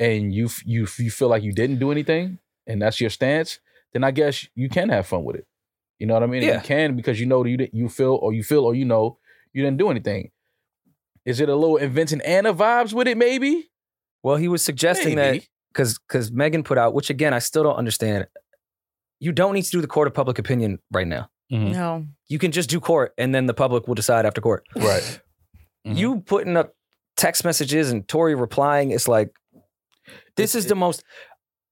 C: and you f- you f- you feel like you didn't do anything, and that's your stance, then I guess you can have fun with it. You know what I mean?
D: Yeah.
C: You can because you know that you didn't- you feel or you feel or you know you didn't do anything. Is it a little inventing Anna vibes with it? Maybe.
D: Well, he was suggesting that
C: Maybe.
D: because because Megan put out, which again I still don't understand. You don't need to do the court of public opinion right now.
A: No,
D: You can just do court, and then the public will decide after court.
C: Right. Mhm.
D: You putting up text messages and Tori replying, it's like this
C: It-
D: is the most.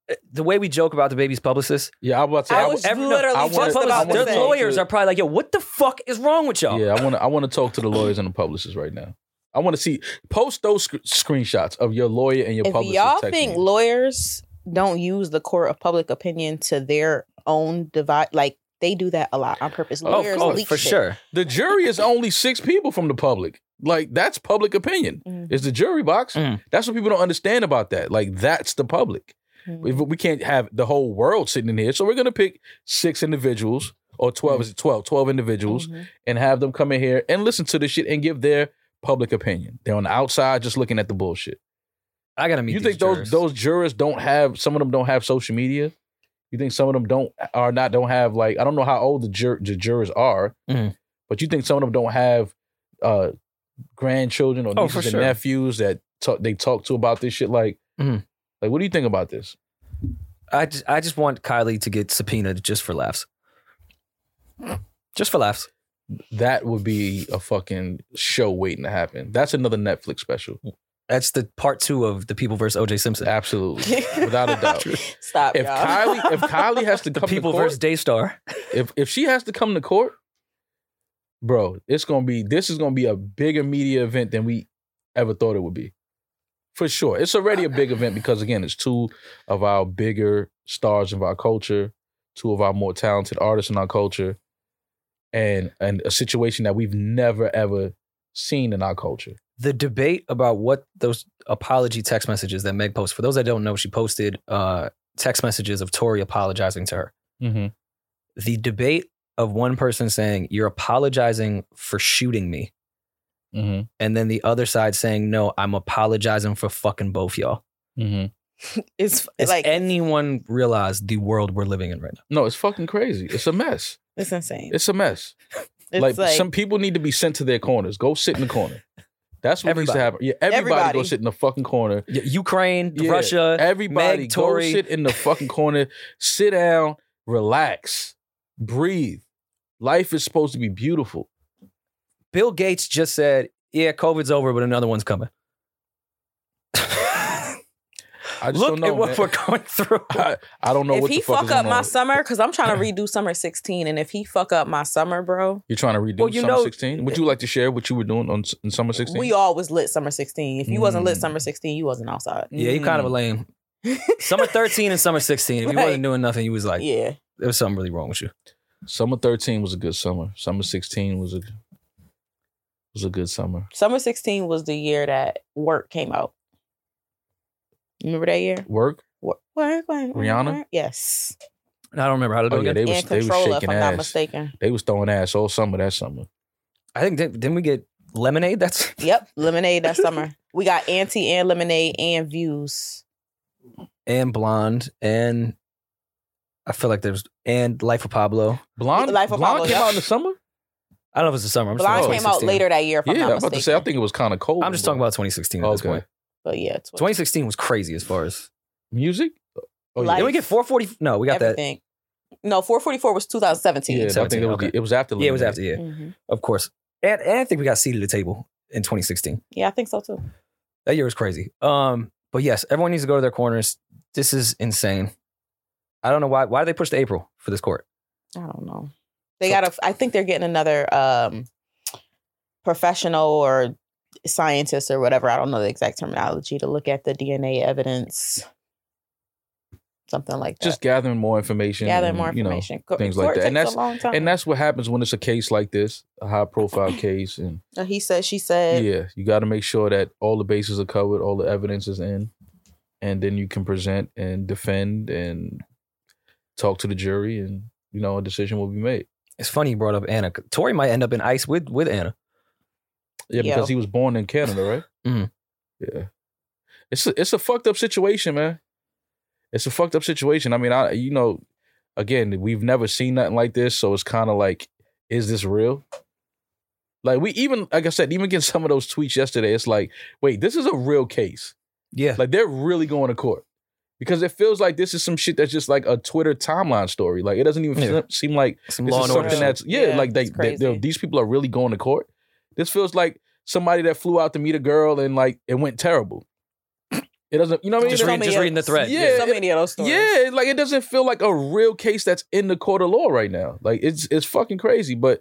D: eh, The way we joke about the baby's publicist,
C: Yeah, I was about to say.
A: I
C: I
A: was
C: wa-
D: every- no,
A: literally
C: I
A: just
C: wanna-
A: about
D: public-
A: to
D: their
A: say.
D: lawyers are probably like, "Yo, what the fuck is wrong with y'all?"
C: yeah, I want to. I want to talk to the lawyers and the publicists right now. I want to see post those sc- screenshots of your lawyer and your
A: if
C: publicist.
A: y'all
C: texting
A: think
C: you.
A: lawyers don't use the court of public opinion to their own divide, like they do that a lot on purpose.
C: Oh,
A: Lawyers
D: oh,
A: leak
D: for
A: shit.
D: sure.
C: The jury is only six people from the public. Like that's public opinion.
A: Mm.
C: It's the jury box.
D: Mm.
C: That's what people don't understand about that. Like that's the public.
A: Mm.
C: We, we can't have the whole world sitting in here. So we're going to pick six individuals or 12,
A: Mm.
C: is it 12? 12 individuals
A: Mhm.
C: and have them come in here and listen to this shit and give their public opinion. They're on the outside just looking at the bullshit.
D: I gotta meet.
C: you
D: these
C: think
D: jurors.
C: those those jurors don't have some of them don't have social media? You think some of them don't are not don't have like I don't know how old the, jur- the jurors are,
D: Mhm.
C: but you think some of them don't have uh grandchildren or
D: Oh,
C: nieces
D: for
C: and
D: sure.
C: nephews that talk, they talk to about this shit? Like,
D: Mhm.
C: like what do you think about this?
D: I just, I just want Kylie to get subpoenaed just for laughs. Just for laughs.
C: That would be a fucking show waiting to happen. That's another Netflix special.
D: That's the part two of the People versus O.J. Simpson.
C: Absolutely,
A: Mm-hmm.
C: without a doubt.
A: Stop,
C: If
A: y'all.
C: Kylie, if Kylie has to
D: The
C: come
D: People
C: to court,
D: versus Daystar.
C: if if she has to come to court, bro, it's gonna be this is gonna be a bigger media event than we ever thought it would be. For sure. It's already a big event because again, it's two of our bigger stars of our culture, two of our more talented artists in our culture, and and a situation that we've never ever seen in our culture.
D: The debate about what those apology text messages that Meg posted. For those that don't know, she posted uh, text messages of Tori apologizing to her.
C: Mm-hmm.
D: The debate of one person saying, You're apologizing for shooting me.
C: Mm-hmm.
D: And then the other side saying, No, I'm apologizing for fucking both y'all.
C: Mm-hmm.
A: it's
D: Does
A: like
D: anyone realize the world we're living in right now?
C: No, it's fucking crazy. It's a mess.
A: it's insane.
C: It's
A: It's,
C: a mess.
A: like,
C: like, some people need to be sent to their corners. Go sit in the corner. That's what needs to
D: Everybody.
C: happen. Yeah, everybody, go
A: Everybody.
C: sit in the fucking corner.
D: Y- Ukraine,
C: Yeah,
D: Russia,
C: Everybody
D: Meg,
C: go
D: Tory.
C: sit in the fucking corner. Sit down, relax, breathe. Life is supposed to be beautiful.
D: Bill Gates just said, "Yeah, COVID's over, but another one's coming."
C: I just
D: Look
C: don't know.
D: at what
C: man.
D: we're going through.
C: I, I don't know
A: if
C: what
A: he
C: the fuck
A: fuck
C: is
A: up
C: going
A: my
C: on.
A: summer, because I'm trying to redo summer 16, and if he fuck up my summer, bro,
C: You're trying to redo
D: Well, you
C: summer
D: know-
C: 16. Would you like to share what you were doing on s- in summer 16?
A: we all was lit summer 16. If you wasn't lit
C: Mm.
A: summer 16, you wasn't outside.
D: yeah, you kind of a lame. Summer thirteen and summer sixteen. If you
A: Right.
D: wasn't doing nothing, you was like,
A: yeah.
D: "There was something really wrong with you."
C: summer 13 was a good summer. Summer 16 was a was a good summer.
A: Summer 16 was the year that work came out. Remember that year?
C: Work?
A: Work, work, work, work,
C: Rihanna?
A: work. Yes.
D: And I don't remember how to do
C: Oh
D: it
C: yeah,
D: again.
C: they was
A: and
C: they was
A: controller, if
C: shaking
A: I'm not
C: ass.
A: mistaken.
C: They was throwing ass all summer that summer.
D: I think didn't, didn't we get lemonade? That's
A: Yep. Lemonade that summer. We got Auntie and Lemonade and Views.
D: and blonde and I feel like there's and Life of Pablo.
C: Blonde,
A: Life of
C: Blonde
A: Pablo,
C: came
A: yeah.
C: out in the summer.
D: I don't know if it's the summer. I'm just
A: Blonde
D: talking about
A: came out
D: 2016.
A: later that year, if I'm
C: yeah,
A: not
C: I
A: mistaken.
C: was about to say. I think it was kind of cold.
D: I'm just talking about 2016 at this
C: Okay.
D: point.
A: But yeah, it's
D: 2016 was crazy as far as.
C: music. Oh yeah,
A: Life-
D: Did we get 440? No, we got
A: everything. No, 444 was 2017.
C: yeah I think
D: 17,
C: it was.
D: okay.
C: It was after.
D: that. Yeah, it was
C: Lemonade.
D: after. Yeah,
A: Mhm.
D: of course. And, and I think we got seated at the table in 2016.
A: Yeah, I think so too.
D: That year was crazy. Um, but yes, everyone needs to go to their corners. This is insane. I don't know why. Why did they push to April for this court?
A: I don't know. They got to I think they're getting another um professional or scientist or whatever. I don't know the exact terminology to look at the DNA evidence. Something like that.
C: Just gathering more information.
A: gather
C: and,
A: more
C: you know,
A: information. Co-
C: things like
A: court
C: that. And that's-
A: takes a long time.
C: and that's what happens when it's a case like this, a high profile case, and
A: Uh, he said she said
C: yeah, you got to make sure that all the bases are covered, all the evidence is in, and then you can present and defend and talk to the jury, and you know a decision will be made.
D: It's funny you brought up Anna. Tori might end up in ICE with with Anna.
C: Yeah,
A: Yo.
C: because he was born in Canada, right?
D: Mhm.
C: Yeah, it's a, it's a fucked up situation, man. It's a fucked up situation. I mean, I you know, again, we've never seen nothing like this, so it's kind of like, is this real? Like we even, like I said, even getting some of those tweets yesterday, it's like, wait, this is a real case.
D: Yeah,
C: Like they're really going to court because it feels like this is some shit that's just like a Twitter timeline story. Like it doesn't even
D: Yeah.
C: se- seem like
D: some
C: this
D: law
C: is
D: and
C: something
D: order.
A: shit.
C: that's yeah,
A: Yeah,
C: like they,
A: it's
C: they they're-
A: crazy.
C: these people are really going to court. This feels like somebody that flew out to meet a girl and like it went terrible. It doesn't, you know what I mean?
D: just,
A: So
D: read,
A: many
D: just
A: of-
D: reading the thread.
C: Yeah.
A: so
C: it-
A: many of those stories.
C: yeah, like it doesn't feel like a real case that's in the court of law right now. Like it's it's fucking crazy. But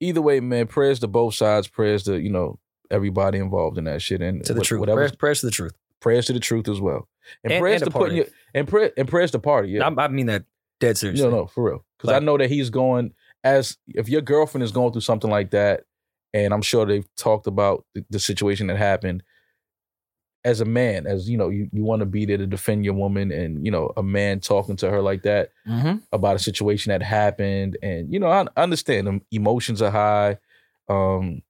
C: either way, man, prayers to both sides, prayers to you know everybody involved in that shit and
D: to the
C: what-
D: truth.
C: whatever-
D: Prayers, prayers to the truth.
C: prayers to the truth as well, and,
D: And-
C: prayers
D: and
C: to
D: the
C: putting
D: party.
C: your and prayer and prayers to party. Yeah,
D: I, I mean that dead seriously.
C: No, no, for real. Because I
D: Like-
C: know that he's going as if your girlfriend is going through something like that, and I'm sure they've talked about the, the situation that happened. as a man, as you know, you, you want to be there to defend your woman, and you know, a man talking to her like that
D: Mm-hmm.
C: about a situation that happened, and you know, I, I understand um, emotions are high, um,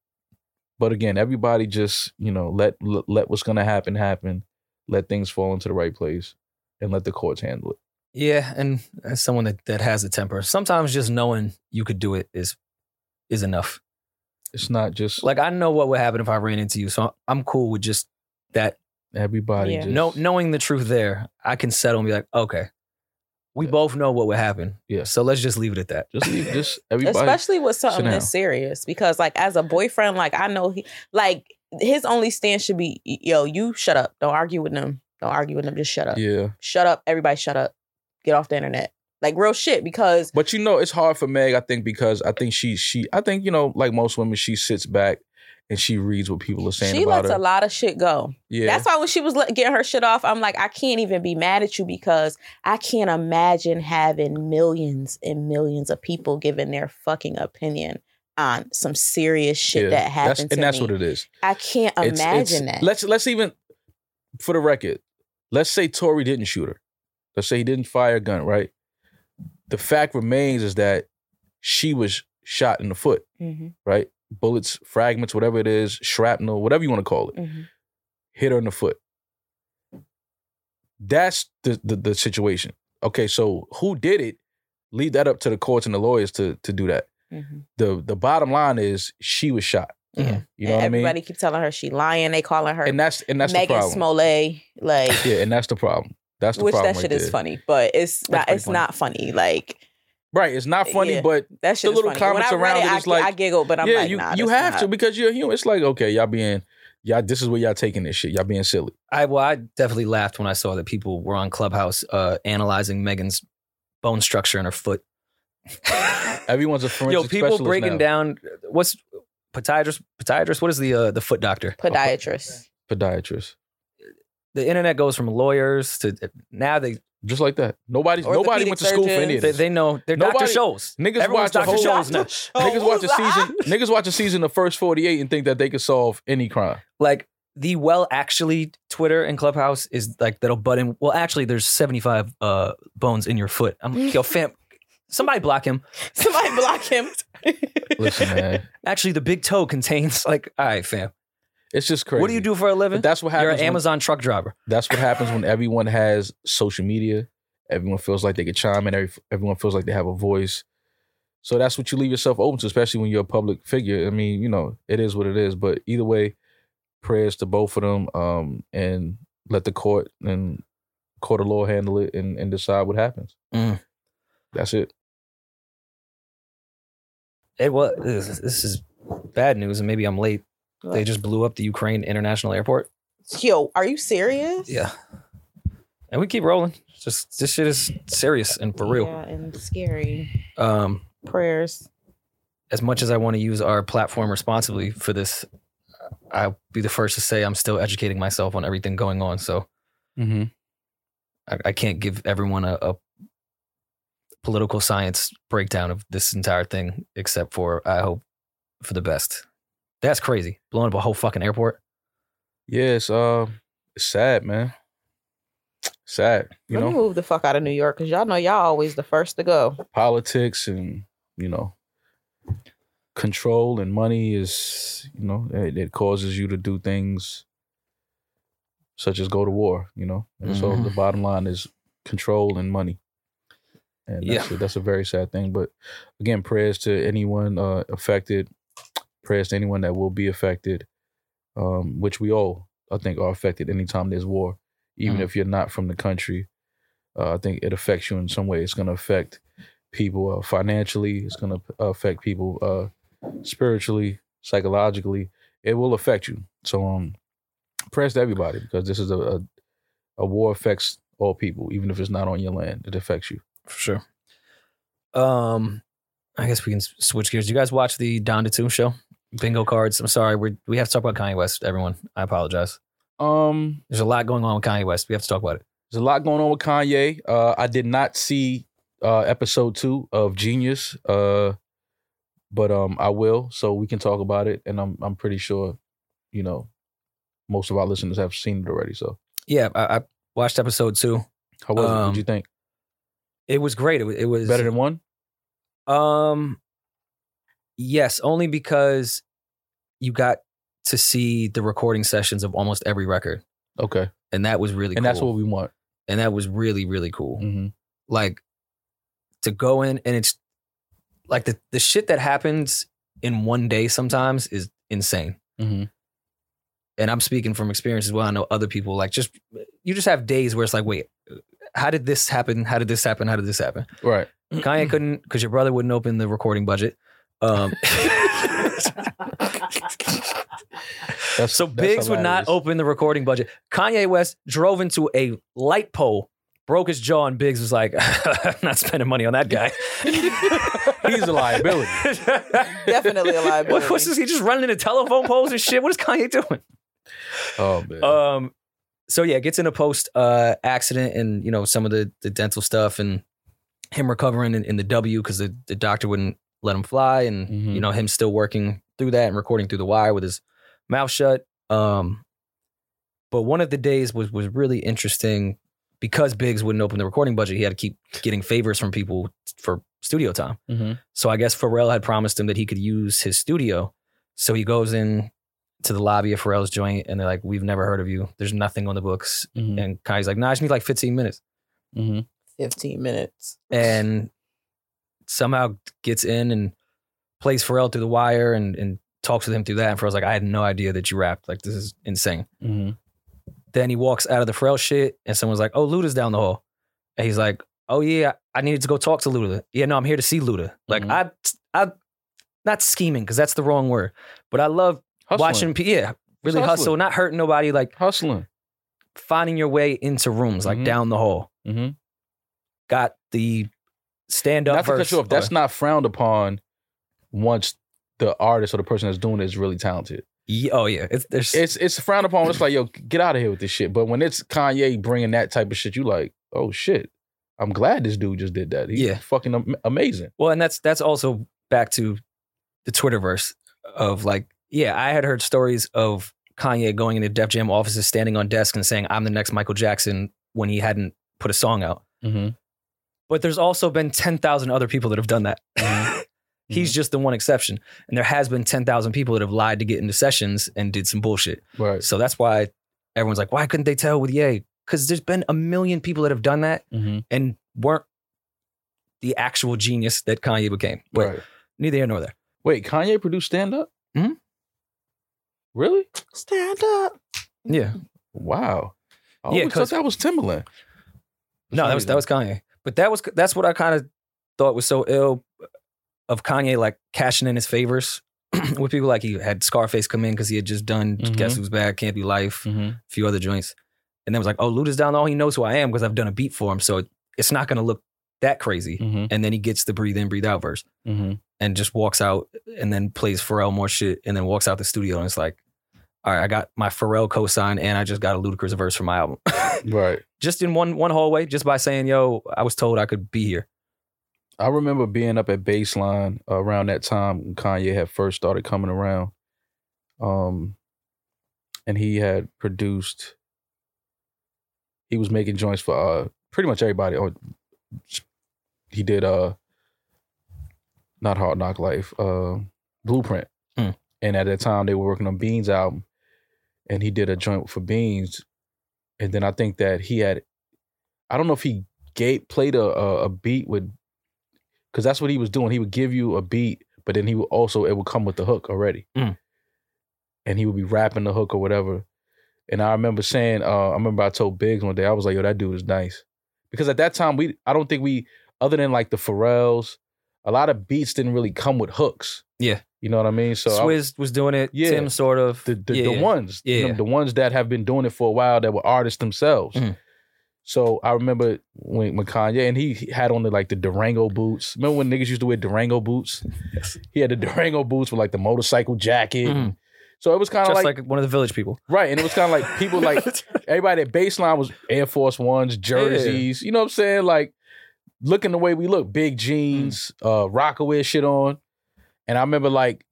C: but again, everybody just you know let let let what's gonna happen happen, let things fall into the right place, and let the courts handle it.
D: Yeah, and as someone that, that has a temper, sometimes just knowing you could do it is is enough.
C: It's not just
D: Like I know what would happen if I ran into you, so I'm cool with just that.
C: everybody.
A: Yeah.
C: Just,
D: No, knowing the truth there, I can settle and be like, okay, we
C: Yeah.
D: both know what would happen.
C: Yeah.
D: So let's just leave it at that.
C: just leave, just everybody.
A: especially with something
C: Chanel.
A: that's serious because like as a boyfriend like i know he like his only stance should be yo you shut up don't argue with them don't argue with them just shut up
C: yeah.
A: shut up everybody shut up get off the internet like real shit because
C: But you know, it's hard for Meg, I think, because I think she she I think, you know, like most women, she sits back and she reads what people are saying
A: she
C: about
A: lets
C: her.
A: a lot of shit go
C: yeah.
A: that's why when she was let- getting her shit off i'm like i can't even be mad at you because i can't imagine having millions and millions of people giving their fucking opinion on some serious shit
C: yeah.
A: that
C: That's-
A: happened
C: and
A: to
C: that's
A: me.
C: what it is.
A: I can't
C: It's-
A: imagine
C: it's-
A: that.
C: Let's let's even for the record, let's say Tory didn't shoot her. Let's say he didn't fire a gun, right? The fact remains is that she was shot in the foot,
A: Mhm,
C: right? Bullets, fragments, whatever it is, shrapnel, whatever you want to call it.
A: mhm.
C: hit her in the foot. That's the, the the situation. Okay, so who did it? Leave that up to the courts and the lawyers to to do that.
A: Mhm.
C: The the bottom line is she was shot.
D: Yeah.
C: You know
A: Mm-hmm. And
C: what I
A: everybody
C: mean?
A: keep telling her she lying. They calling her
C: And that's and that's the
A: Megan
C: problem.
A: Smollett, like
C: Yeah, and that's the problem. That's the
A: which
C: problem.
A: that
C: right
A: shit is
C: there.
A: funny, but it's not
D: pretty
A: it's
D: funny.
A: not funny. Like
C: Right, it's not funny,
A: Yeah.
C: but
A: that shit.
C: The little
A: is funny.
C: comments
A: when I read
C: around
A: it,
C: it
A: I,
C: is like-
A: I giggle, but I'm
C: yeah,
A: like,
C: you
A: nah,
C: you
A: that's
C: have to
A: not-
C: because you're a human. It's like okay, y'all being y'all. This is where y'all taking this shit. Y'all being silly.
D: I well, I definitely laughed when I saw that people were on Clubhouse uh, analyzing Megan's bone structure in her foot.
C: Everyone's a forensic
D: Yo, people
C: specialist
D: breaking
C: now.
D: down uh, what's podiatrist? Podiatrist? What is the uh, the foot doctor?
A: podiatrist.
C: podiatrist
D: The internet goes from lawyers to uh, now they
C: just like that. Nobody's nobody
A: Orthopedic
C: went to school for any of
D: they,
C: this.
D: they know they're Doctor
C: Nobody-
D: Shows.
C: Niggas
D: Everyone's
C: watch a
D: Doctor
C: whole-
D: Shows now.
C: niggas watch a
A: who's
C: season. niggas watch a season of first forty eight and think that they could solve any crime.
D: Like the well actually Twitter and Clubhouse is like that'll butt in. Well, actually, there's 75 uh, bones in your foot. I'm like, yo, fam, somebody block him.
A: Somebody block him.
C: Listen, man,
D: Actually, the big toe contains like, all right, fam.
C: it's just crazy.
D: What do you do for a living?
C: But that's what
D: You're
C: happens.
D: an
C: when,
D: Amazon truck driver.
C: that's what happens when everyone has social media. Everyone feels like they can chime in. Every, everyone feels like they have a voice. So that's what you leave yourself open to, especially when you're a public figure. I mean, you know, it is what it is. But either way, prayers to both of them, um, and let the court and court of law handle it and, and decide what happens.
D: Mm.
C: That's it.
D: It was. This, this is bad news, and maybe I'm late. They just blew up the Ukraine International Airport.
A: Yo, are you serious?
D: Yeah, and we keep rolling. It's Just this shit is serious and for real.
A: Yeah, and scary
D: Um,
A: prayers.
D: as much as I want to use our platform responsibly for this, I'll be the first to say I'm still educating myself on everything going on. So
C: Mm-hmm.
D: I, I can't give everyone a, a political science breakdown of this entire thing, except for I hope for the best. That's crazy. Blowing up a whole fucking airport.
C: Yeah, it's uh, it's sad, man. Sad, you
A: Let me
C: know,
A: move the fuck out of New York because y'all know y'all always the first to go.
C: politics and you know, control and money is you know it, it causes you to do things such as go to war, you know. And so
D: Mhm.
C: the bottom line is control and money, and that's a, that's a very sad thing. But again, prayers to anyone uh, affected. Prayers to anyone that will be affected, um, which we all I think are affected anytime there's war, even
D: Mhm.
C: if you're not from the country. Uh, I think it affects you in some way. It's going to affect people uh, financially. It's going to affect people uh, spiritually, psychologically. It will affect you. So, um, prayers to everybody because this is a, a a war affects all people, even if it's not on your land. It affects you.
D: For sure. Um, I guess we can s- switch gears. You guys watch the Don DeToon show? Bingo cards. I'm sorry. We we have to talk about Kanye West. Everyone, I apologize.
C: Um,
D: There's a lot going on with Kanye West. We have to talk about it.
C: There's a lot going on with Kanye. Uh, I did not see uh, episode two of Genius, uh, but um, I will, so we can talk about it. And I'm I'm pretty sure, you know, most of our listeners have seen it already. So
D: Yeah, I, I watched episode two.
C: how was it? What
D: Um,
C: would you think?
D: It was great. It was, it was
C: Better than one?
D: Um, yes, only because you got to see the recording sessions of almost every record,
C: Okay,
D: and that was really
C: and
D: cool.
C: that's what we want.
D: and that was really really cool.
C: hmm
D: Like to go in and it's like the the shit that happens in one day sometimes is insane.
C: hmm
D: And I'm speaking from experience as well. I know other people like just you just have days where it's like, wait, how did this happen? How did this happen? How did this happen?
C: Right.
D: Kanye couldn't because your brother wouldn't open the recording budget. Um,
C: That's
D: so
C: that's
D: Biggs would not
C: hilarious.
D: open the recording budget. Kanye West drove into a light pole, broke his jaw, and Biggs was like, "I'm not spending money on that guy."
C: He's a liability.
A: Definitely a liability.
D: What, what's this? He just running into telephone poles and shit. What is Kanye doing?
C: Oh man.
D: Um, so yeah, gets in a post uh accident and you know some of the the dental stuff and him recovering in, in the W because the, the doctor wouldn't let him fly and
C: Mhm.
D: you know him still working through that and recording through the wire with his mouth shut. Um, but one of the days was was really interesting because Biggs wouldn't open the recording budget. He had to keep getting favors from people for studio time.
C: Mhm.
D: So I guess Pharrell had promised him that he could use his studio. So he goes in to the lobby of Pharrell's joint and they're like, We've never heard of you. There's nothing on the books.
C: Mhm.
D: And Kanye's like, Nah, I just need like 15 minutes.
C: Mhm.
A: 15 minutes.
D: And somehow gets in and plays Pharrell through the wire and, and talks with him through that. And Pharrell's like, I had no idea that you rapped. Like, this is insane.
C: Mhm.
D: Then he walks out of the Pharrell shit and someone's like, Oh, Luda's down the hall. And he's like, Oh, yeah, I needed to go talk to Luda. Yeah, no, I'm here to see Luda. Like,
C: Mhm.
D: I, I, not scheming because that's the wrong word, but I love
C: Hustling.
D: watching pe- yeah really
C: Hustling.
D: hustle not hurting nobody like
C: hustling.
D: finding your way into rooms like
C: Mhm.
D: down the hall
C: Mm-hmm.
D: got the stand up
C: Not to
D: verse
C: cut you off. That's not frowned upon once the artist or the person that's doing it is really talented.
D: Ye- oh yeah it's there's
C: It's it's frowned upon. It's like yo, get out of here with this shit. But when it's Kanye bringing that type of shit, you like, oh shit. I'm glad this dude just did that. He's
D: Yeah.
C: fucking am- amazing.
D: well and that's that's also back to the twitterverse of like yeah i had heard stories of kanye going into def jam offices standing on desk and saying i'm the next michael jackson when he hadn't put a song out
C: Mm-hmm.
D: but there's also been 10,000 other people that have done that.
C: Mhm.
D: He's just the one exception. And there has been 10,000 people that have lied to get into sessions and did some bullshit.
C: Right.
D: So that's why everyone's like, why couldn't they tell with Ye? Because there's been a million people that have done that
C: Mm-hmm.
D: and weren't the actual genius that Kanye became. But
C: right.
D: neither here nor there.
C: Wait, Kanye produced stand up?
D: Mhm.
C: Really?
A: Stand up.
D: Yeah.
C: Wow. I
D: Yeah,
C: always thought
D: 'cause-
C: that was Timberland.
D: No, that was that was Kanye. But that was that's what I kind of thought was so ill of Kanye, like cashing in his favors with people. Like he had Scarface come in because he had just done
C: Mhm.
D: Guess Who's Back, Can't Be Life,
C: Mm-hmm.
D: a few other joints, and then was like, oh, Luda's down. All he knows who I am because I've done a beat for him, so it, it's not going to look that crazy.
C: Mm-hmm.
D: And then he gets the breathe in, breathe out verse,
C: Mm-hmm.
D: and just walks out, and then plays Pharrell more shit, and then walks out the studio, and it's like. All right, I got my Pharrell cosign, and I just got a ludicrous verse for my album.
C: Right.
D: just in one one hallway, just by saying, "Yo, I was told I could be here."
C: I remember being up at Baseline around that time when Kanye had first started coming around. Um, and he had produced, he was making joints for uh pretty much everybody. Or he did uh not Hard Knock Life, uh Blueprint.
D: Hmm.
C: And at that time they were working on Beans album, and he did a joint for Beans. And then I think that he had I don't know if he gave played a a, a beat with because that's what he was doing. He would give you a beat, but then he would also it would come with the hook already,
D: Mm.
C: and he would be rapping the hook or whatever. And I remember saying, uh, I remember I told Biggs one day, I was like, "Yo, that dude is nice," because at that time we, I don't think we, other than like the Pharrells, a lot of beats didn't really come with hooks.
D: Yeah.
C: you know what I mean. So I-
D: Swizz was doing it.
C: Yeah.
D: Tim sort of.
C: the the,
D: Yeah,
C: the
D: yeah.
C: ones, you know,
D: Yeah.
C: the ones that have been doing it for a while that were artists themselves.
D: Mhm.
C: So I remember when, when Kanye and he he had on the like the Durango boots. Remember when niggas used to wear Durango boots? He had the Durango boots with like the motorcycle jacket.
D: Mhm.
C: So it was kind of
D: Just
C: like,
D: like, one of the village people.
C: right, and it was kind of like people like everybody at baseline was Air Force Ones, jerseys. You know what I'm saying? Like looking the way we look, big jeans, uh, rockaway shit on. And I remember like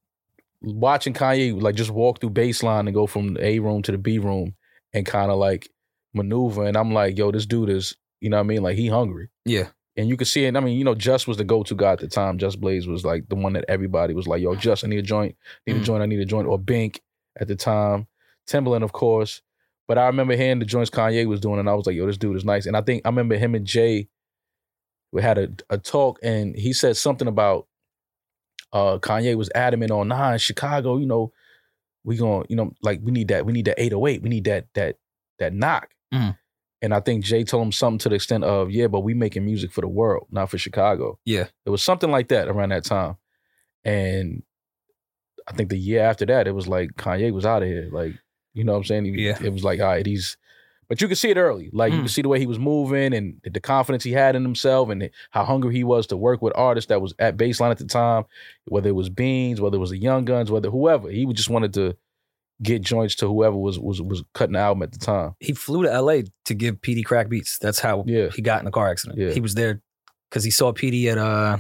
C: watching Kanye like just walk through baseline and go from the A room to the B room and kind of like maneuver. And I'm like, yo, this dude is, you know what I mean? Like he hungry.
D: Yeah.
C: And you could see it. I mean, you know, Just was the go-to guy at the time. Just Blaze was like the one that everybody was like, yo, Just, I need a joint, need a
D: Mhm.
C: joint, I need a joint. Or Bink at the time. Timbaland, of course. But I remember hearing the joints Kanye was doing, and I was like, yo, this dude is nice. And I think I remember him and Jay we had a, a talk and he said something about uh Kanye was adamant on nah in Chicago, you know, we going you know, like we need that, we need that 808, we need that that that knock.
D: Mhm.
C: And I think Jay told him something to the extent of, yeah, but we making music for the world, not for Chicago.
D: Yeah.
C: It was something like that around that time. And I think the year after that, it was like Kanye was out of here. Like, you know what I'm saying? He-
D: Yeah.
C: It was like, all right, he's but you could see it early. Like you
D: Mm.
C: could see the way he was moving and the confidence he had in himself and how hungry he was to work with artists that was at baseline at the time, whether it was Beans, whether it was the Young Guns, whether whoever. He just wanted to get joints to whoever was was was cutting the album at the time.
D: He flew to LA to give PD crack beats. That's how
C: Yeah.
D: he got in a car accident.
C: Yeah.
D: He was there because he saw PD at uh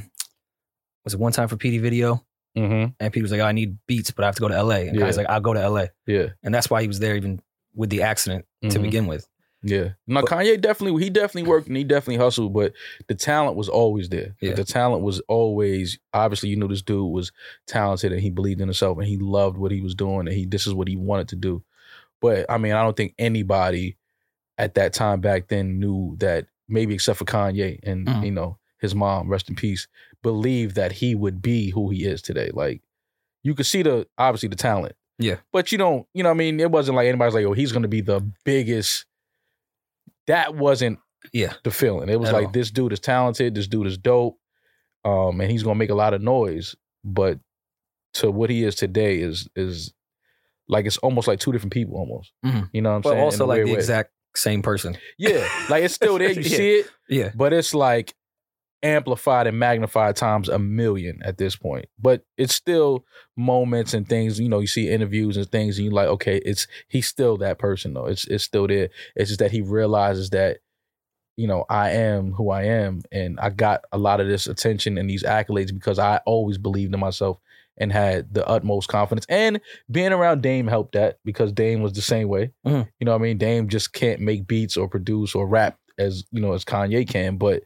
D: was it one time for PD video?
C: Mm-hmm.
D: And PD was like, "Oh, I need beats, but I have to go to LA. And
C: Yeah.
D: Kanye's like, I'll go to LA.
C: Yeah.
D: And that's why he was there even with the accident to
C: Mhm.
D: begin with.
C: Yeah. Now
D: Mm-hmm. But-
C: Kanye definitely he definitely worked and he definitely hustled, but the talent was always there.
D: Yeah.
C: The talent was always obviously you knew this dude was talented and he believed in himself and he loved what he was doing and he this is what he wanted to do. But I mean, I don't think anybody at that time back then knew that maybe except for Kanye and
D: Mhm.
C: you know, his mom, rest in peace, believed that he would be who he is today. Like you could see the obviously the talent.
D: Yeah.
C: But you don't, you know what I mean? It wasn't like anybody's like, oh, he's gonna be the biggest. That wasn't
D: Yeah.
C: the feeling. It was
D: At
C: like
D: all.
C: this dude is talented, this dude is dope, um, and he's gonna make a lot of noise. But to what he is today is is like it's almost like two different people almost.
D: Mhm.
C: You know what I'm
D: But
C: saying? In
D: also
C: a
D: like
C: weird
D: the
C: way.
D: exact same person.
C: Yeah. Like it's still there, you
D: Yeah.
C: see it,
D: Yeah.
C: but it's like amplified and magnified times a million at this point. But it's still moments and things, you know, you see interviews and things and you're like, okay, it's he's still that person though. It's it's still there. It's just that he realizes that, you know, I am who I am and I got a lot of this attention and these accolades because I always believed in myself and had the utmost confidence. And being around Dame helped that because Dame was the same way.
D: Mhm.
C: You know what I mean? Dame just can't make beats or produce or rap as you know as Kanye can, but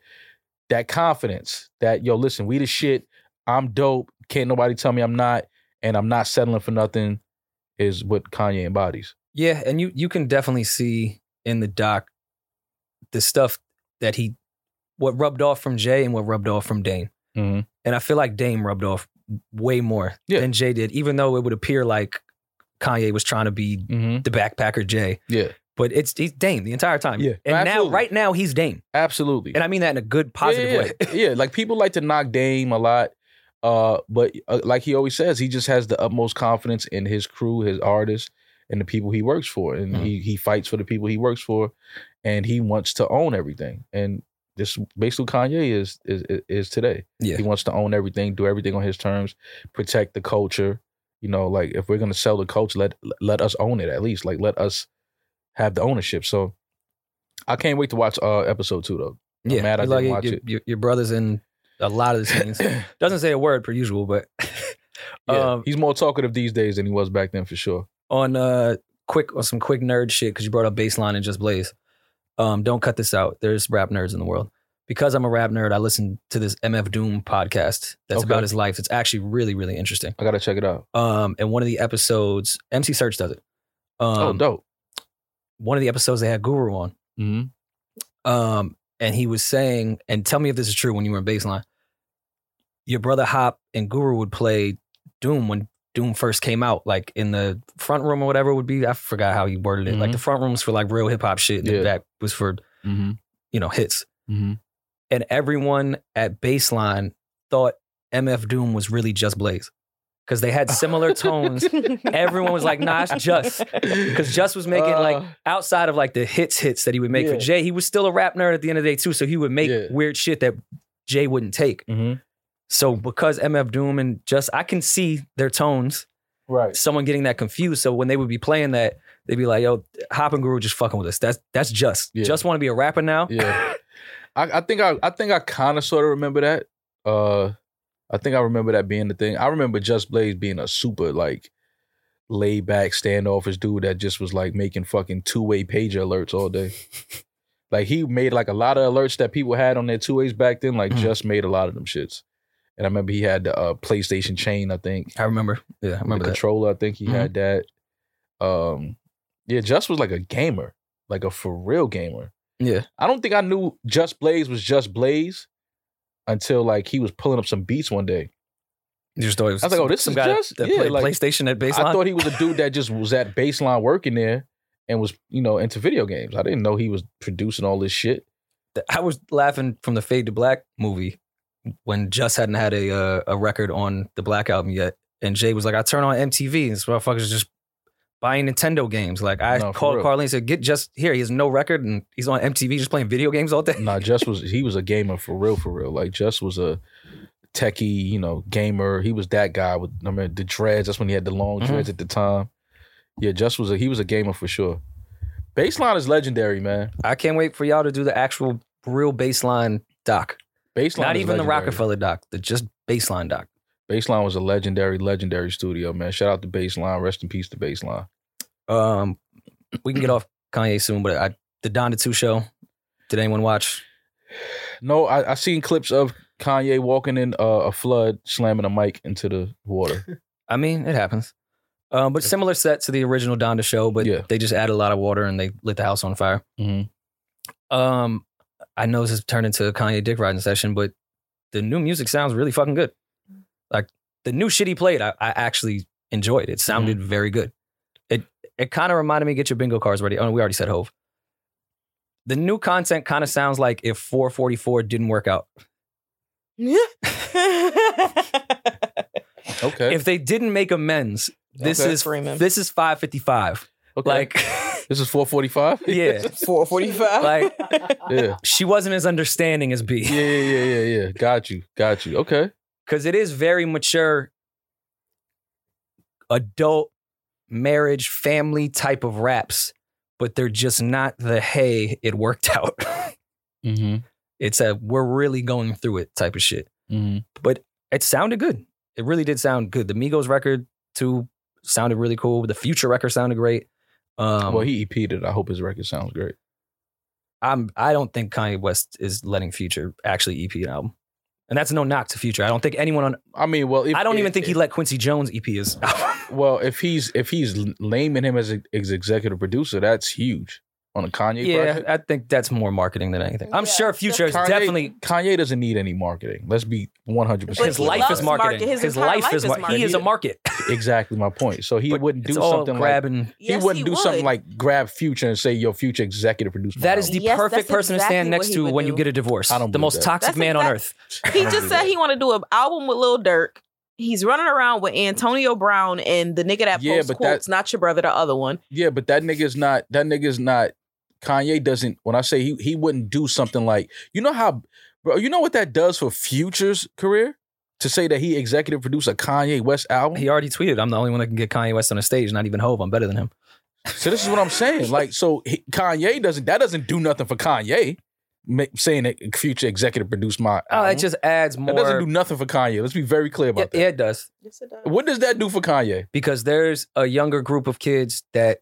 C: that confidence that yo, listen, we the shit. I'm dope. Can't nobody tell me I'm not, and I'm not settling for nothing. Is what Kanye embodies.
D: Yeah, and you you can definitely see in the doc the stuff that he what rubbed off from Jay and what rubbed off from Dane.
C: Mm-hmm.
D: And I feel like Dame rubbed off way more
C: Yeah.
D: than Jay did, even though it would appear like Kanye was trying to be
C: Mm-hmm.
D: the backpacker Jay.
C: Yeah,
D: But it's he's Dame the entire time.
C: Yeah.
D: And
C: Absolutely.
D: now right now he's Dame.
C: absolutely.
D: And I mean that in a good positive
C: yeah,
D: way.
C: yeah, yeah. like people like to knock Dame a lot, uh, but uh, like he always says, he just has the utmost confidence in his crew, his artists, and the people he works for, and
D: Mhm.
C: he he fights for the people he works for, and he wants to own everything. And this basically Kanye is is is today.
D: Yeah.
C: He wants to own everything, do everything on his terms, protect the culture. You know, like if we're gonna sell the culture, let let us own it at least. Like let us have the ownership. So. I can't wait to watch uh episode two though. I'm
D: yeah.
C: mad I
D: Like,
C: didn't watch
D: your,
C: it.
D: Your, your brother's in a lot of the scenes. Doesn't say a word per usual, but
C: Yeah,
D: um,
C: uh, he's more talkative these days than he was back then for sure.
D: on uh quick on some quick nerd shit because you brought up baseline and just blaze. Um, don't cut this out. There's rap nerds in the world. Because I'm a rap nerd, I listen to this MF Doom podcast that's
C: Okay.
D: about his life. It's actually really, really interesting.
C: I gotta check it out.
D: Um, and one of the episodes, MC Search does it.
C: oh,
D: Um,
C: dope.
D: one of the episodes they had Guru on.
C: Mm-hmm.
D: Um, and he was saying, and tell me if this is true when you were in baseline, your brother Hop and Guru would play Doom when Doom first came out, like in the front room or whatever it would be. I forgot how he worded it. Like
C: Mhm.
D: the front rooms for like real hip hop shit. and
C: Yeah.
D: The back was for,
C: Mm-hmm.
D: you know, hits.
C: Mm-hmm.
D: And everyone at baseline thought MF Doom was really just Blaze. Because they had similar tones. Everyone was like, nah, it's Just. Because Just was making like
C: Uh,
D: outside of like the hits hits that he would make
C: Yeah.
D: for Jay, he was still a rap nerd at the end of the day too. So he would make
C: Yeah.
D: weird shit that Jay wouldn't take.
C: mm-hmm.
D: So because MF Doom and just I can see their tones,
C: right.
D: someone getting that confused. So when they would be playing that, they'd be like, "Yo, Hop and Guru just fucking with us. That's that's just
C: Yeah.
D: just want to be a rapper now."
C: Yeah, I, I think I I think I kind of sort of remember that. Uh, I think I remember that being the thing. I remember Just Blaze being a super like laid back standoffish dude that just was like making fucking two way pager alerts all day. like he made like a lot of alerts that people had on their two ways back then. Like
D: Mhm.
C: just made a lot of them shits. And I remember he had the uh, PlayStation chain. I think
D: I remember. Yeah, I remember
C: the
D: that.
C: controller. I think he
D: Mhm.
C: had that. Um, yeah, Just was like a gamer, like a for real gamer.
D: Yeah.
C: I don't think I knew Just Blaze was Just Blaze until like he was pulling up some beats one day.
D: You just thought it was,
C: I was like, oh, this
D: some
C: is
D: guy
C: just-
D: that
C: yeah,
D: played
C: like,
D: PlayStation at baseline.
C: I thought he was a dude that just was at baseline working there and was you know into video games. I didn't know he was producing all this shit.
D: I was laughing from the Fade to Black movie when Just hadn't had a uh, a record on the Black album yet, and Jay was like, "I turn on MTV, and this motherfucker's just buying Nintendo games." Like I
C: No, for
D: called
C: real.
D: Carly and said, "Get Just here. He has no record, and he's on MTV just playing video games all day."
C: Nah, Just was he was a gamer for real, for real. Like Just was a techie, you know, gamer. He was that guy with I mean the dreads. That's when he had the long
D: Mhm.
C: dreads at the time. Yeah, Just was a he was a gamer for sure. Baseline is legendary, man.
D: I can't wait for y'all to do the actual real baseline doc,
C: Baseline,
D: not
C: is
D: even the
C: legendary.
D: Rockefeller doc, the just baseline doc.
C: Baseline was a legendary, legendary studio, man. Shout out to Baseline. Rest in peace to Baseline.
D: Um, we can get off Kanye soon, but I, the Donda Two show. Did anyone watch?
C: No, I, I seen clips of Kanye walking in uh, a flood, slamming a mic into the water.
D: I mean, it happens. Um, but similar set to the original Donda show, but
C: Yeah.
D: they just added a lot of water and they lit the house on fire.
C: Mhm.
D: Um, I know this has turned into a Kanye dick riding session, but the new music sounds really fucking good. Like the new shit he played, I, I actually enjoyed. It sounded
C: Mm-hmm.
D: very good. It it kind of reminded me get your bingo cards ready. Oh, we already said Hove. The new content kind of sounds like if 444 didn't work out.
C: Okay,
D: If they didn't make amends, this
C: Okay.
D: is
A: Freeman.
D: this is 555.
C: okay.
D: Like
C: this is four forty five.
D: Yeah.
A: Four forty five.
D: Like-
C: yeah,
D: she wasn't as understanding as
C: yeah,
D: B.
C: yeah, yeah, yeah, yeah. Got you, got you. Okay,
D: Because it is very mature adult marriage family type of raps, but they're just not the hey, it worked out.
C: mm-hmm.
D: it's a we're really going through it type of shit.
C: Mm-hmm.
D: It sounded good. It really did sound good. The Migos record too sounded really cool. The future record sounded great. Um
C: well, he EP'd it. I hope his record sounds great.
D: I'm I don't think Kanye West is letting Future actually EP an album. And that's no knock to Future. I don't think anyone on
C: I mean, well, if,
D: I don't
C: if-
D: even think he let Quincy Jones EP his album.
C: Well, if he's if he's laming him as a, as executive producer, that's huge on a Kanye
D: yeah,
C: project.
D: I think that's more marketing than anything. I'm
A: Yeah.
D: sure Future is
C: Kanye-
D: definitely
C: Kanye doesn't need any marketing. Let's be one hundred
A: But
C: percent.
D: his
A: he
D: life
A: loves
D: is marketing.
A: market. His
D: His,
A: entire
D: life,
A: life
D: is
A: is
D: mar- he is a
A: marketing.
D: market.
C: exactly my point. So he
D: But
C: wouldn't do
D: it's all
C: something like
D: grabbing.
C: he wouldn't do something like grab future and say your future executive producer.
D: that is the
A: Yes,
D: perfect
A: that's
D: person to stand
A: exactly what
D: next
A: he
D: to
A: would
D: when you
A: do.
D: get a divorce.
C: I don't
D: the
C: believe
D: most
C: that.
D: toxic
A: That's
D: man on
A: exact-
D: earth.
A: He
C: I don't
A: just
C: do
A: said
C: that.
A: he want to do an album with Lil Durk. He's running around with Antonio Brown and the nigga that
C: Yeah,
A: posts
C: but
A: quotes, not your brother, the other one.
C: yeah, but that nigga's not. That nigga's not. Kanye doesn't. When I say he, he wouldn't do something like you know how, bro. You know what that does for Future's career to say that he executive produced a Kanye West album.
D: He already tweeted, "I'm the only one that can get Kanye West on a stage. Not even Hove. I'm better than him."
C: So this is what I'm saying. Like, so he, Kanye doesn't. That doesn't do nothing for Kanye. ma- saying that Future executive produced my.
D: Oh,
C: album.
D: that just adds more.
C: That doesn't do nothing for Kanye. Let's be very clear
D: yeah,
C: about
D: yeah, it does
A: Yes, it does.
C: that. What does that do for Kanye?
D: because there's a younger group of kids that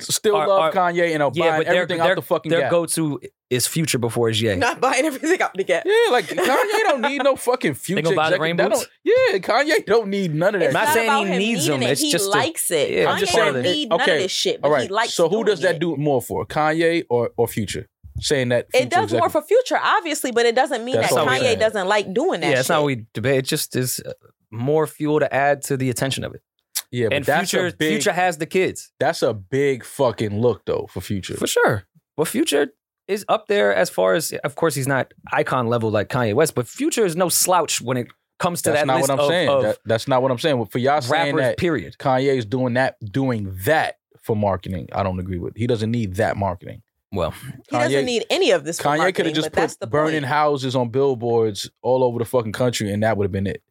C: Still
D: Are-
C: love
D: are-
C: Kanye and are
D: Yeah,
C: buying
D: but they're-
C: everything
D: they're-
C: out the fucking
D: their
C: gap.
D: go-to is Future before is Ye.
A: Not buying everything out the gap.
C: Yeah, like Kanye don't need no fucking future.
D: gonna buy the
C: executive-
D: rain
C: that
D: boots?
C: don't- Yeah, Kanye don't need none of that.
A: It's
C: shit.
D: Not
A: not
D: saying
A: about
D: he
A: him
D: needs
A: needing
D: them,
A: It.
D: it's
A: he
D: just a-
A: likes it.
D: yeah, it's
A: Kanye
D: just part of
A: don't
D: it.
A: need none
C: Okay,
A: of this shit, but
C: All
A: he
C: right.
A: likes
C: so who does
A: doing
C: that
A: it.
C: do more for, Kanye or or Future? Saying that
A: It does
C: Future
A: more
C: executive-
A: for future, obviously, but it doesn't mean
C: That's
A: that
D: what I'm
A: Kanye
C: saying.
A: doesn't like doing that.
D: Yeah, that's not
A: shit.
D: what we debate. It just is uh, more fuel to add to the attention of it.
C: yeah, but
D: and
C: that's
D: Future,
C: a big
D: Future has the kids
C: that's a big fucking look though for Future.
D: for sure. But Future is up there as far as, of course, he's not icon level like Kanye West, but Future is no slouch when it comes to
C: that's
D: that
C: not
D: list
C: what I'm
D: of,
C: saying.
D: of
C: That- that's not what I'm saying. For y'all saying
D: rappers.
C: that
D: Period.
C: Kanye is doing that, doing that for marketing, I don't agree with. He doesn't need that marketing.
D: Well,
A: He doesn't
C: Kanye-
A: need any of this. for
C: Kanye could
A: marketing,
C: have just
A: but that's
C: put
A: the
C: burning
A: point.
C: houses on billboards all over the fucking country, and that would have been it.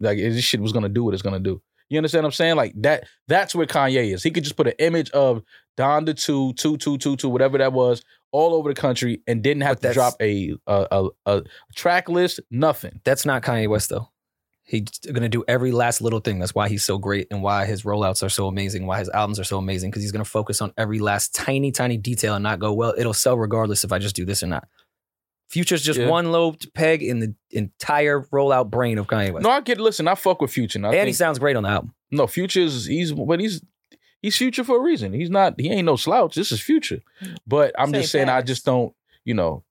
C: Like it- this shit was gonna do what it's gonna do. You understand what I'm saying? Like that. That's where Kanye is. He could just put an image of Donda two two two two two whatever that was all over the country, and didn't have
D: But
C: to drop a a, a a track list. Nothing.
D: that's not Kanye West though. He's going to do every last little thing. That's why he's so great and why his rollouts are so amazing, why his albums are so amazing, because he's going to focus on every last tiny, tiny detail and not go, well, it'll sell regardless if I just do this or not. Future's just
C: Yeah.
D: one lobed peg in the entire rollout brain of Kanye West.
C: No, I get. Listen, I fuck with Future. And I
D: and he
C: think,
D: sounds great on the album.
C: no, Future's he's but he's he's Future for a reason. He's not. He ain't no slouch. This is Future. But I'm
A: Say
C: just saying, I
A: facts.
C: just don't. You know,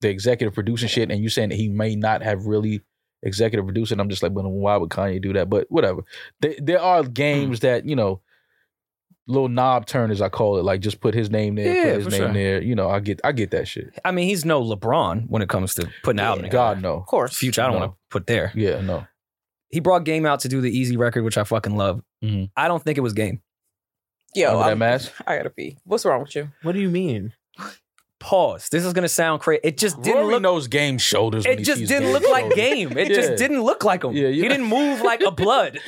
C: the executive producing shit, and you saying that he may not have really executive produced it. I'm just like, but why would Kanye do that? But whatever. There, there are games that you know. Little knob turn, as I call it, like just put his name there,
D: Yeah,
C: put his
D: for
C: name
D: sure.
C: there. You know, I get, I get that shit.
D: I mean, he's no LeBron when it comes to putting an album together.
C: God no,
A: Of course.
D: Future, I don't
C: No.
D: want to put there.
C: yeah, no.
D: He brought Game out to do the easy record, which I fucking love.
C: Mhm.
D: I don't think it was Game.
A: Yo,
C: Remember that
A: I'm,
C: mask?
A: I gotta pee. What's wrong with you?
B: What do you mean?
D: Pause. This is gonna sound crazy. It just didn't
C: Rory
D: look.
C: knows game shoulders. when
D: It
C: he
D: just
C: sees
D: didn't
C: game
D: look like
C: shoulders.
D: Game. It
C: Yeah.
D: just didn't look like him.
C: Yeah, you-
D: He didn't move like a blood.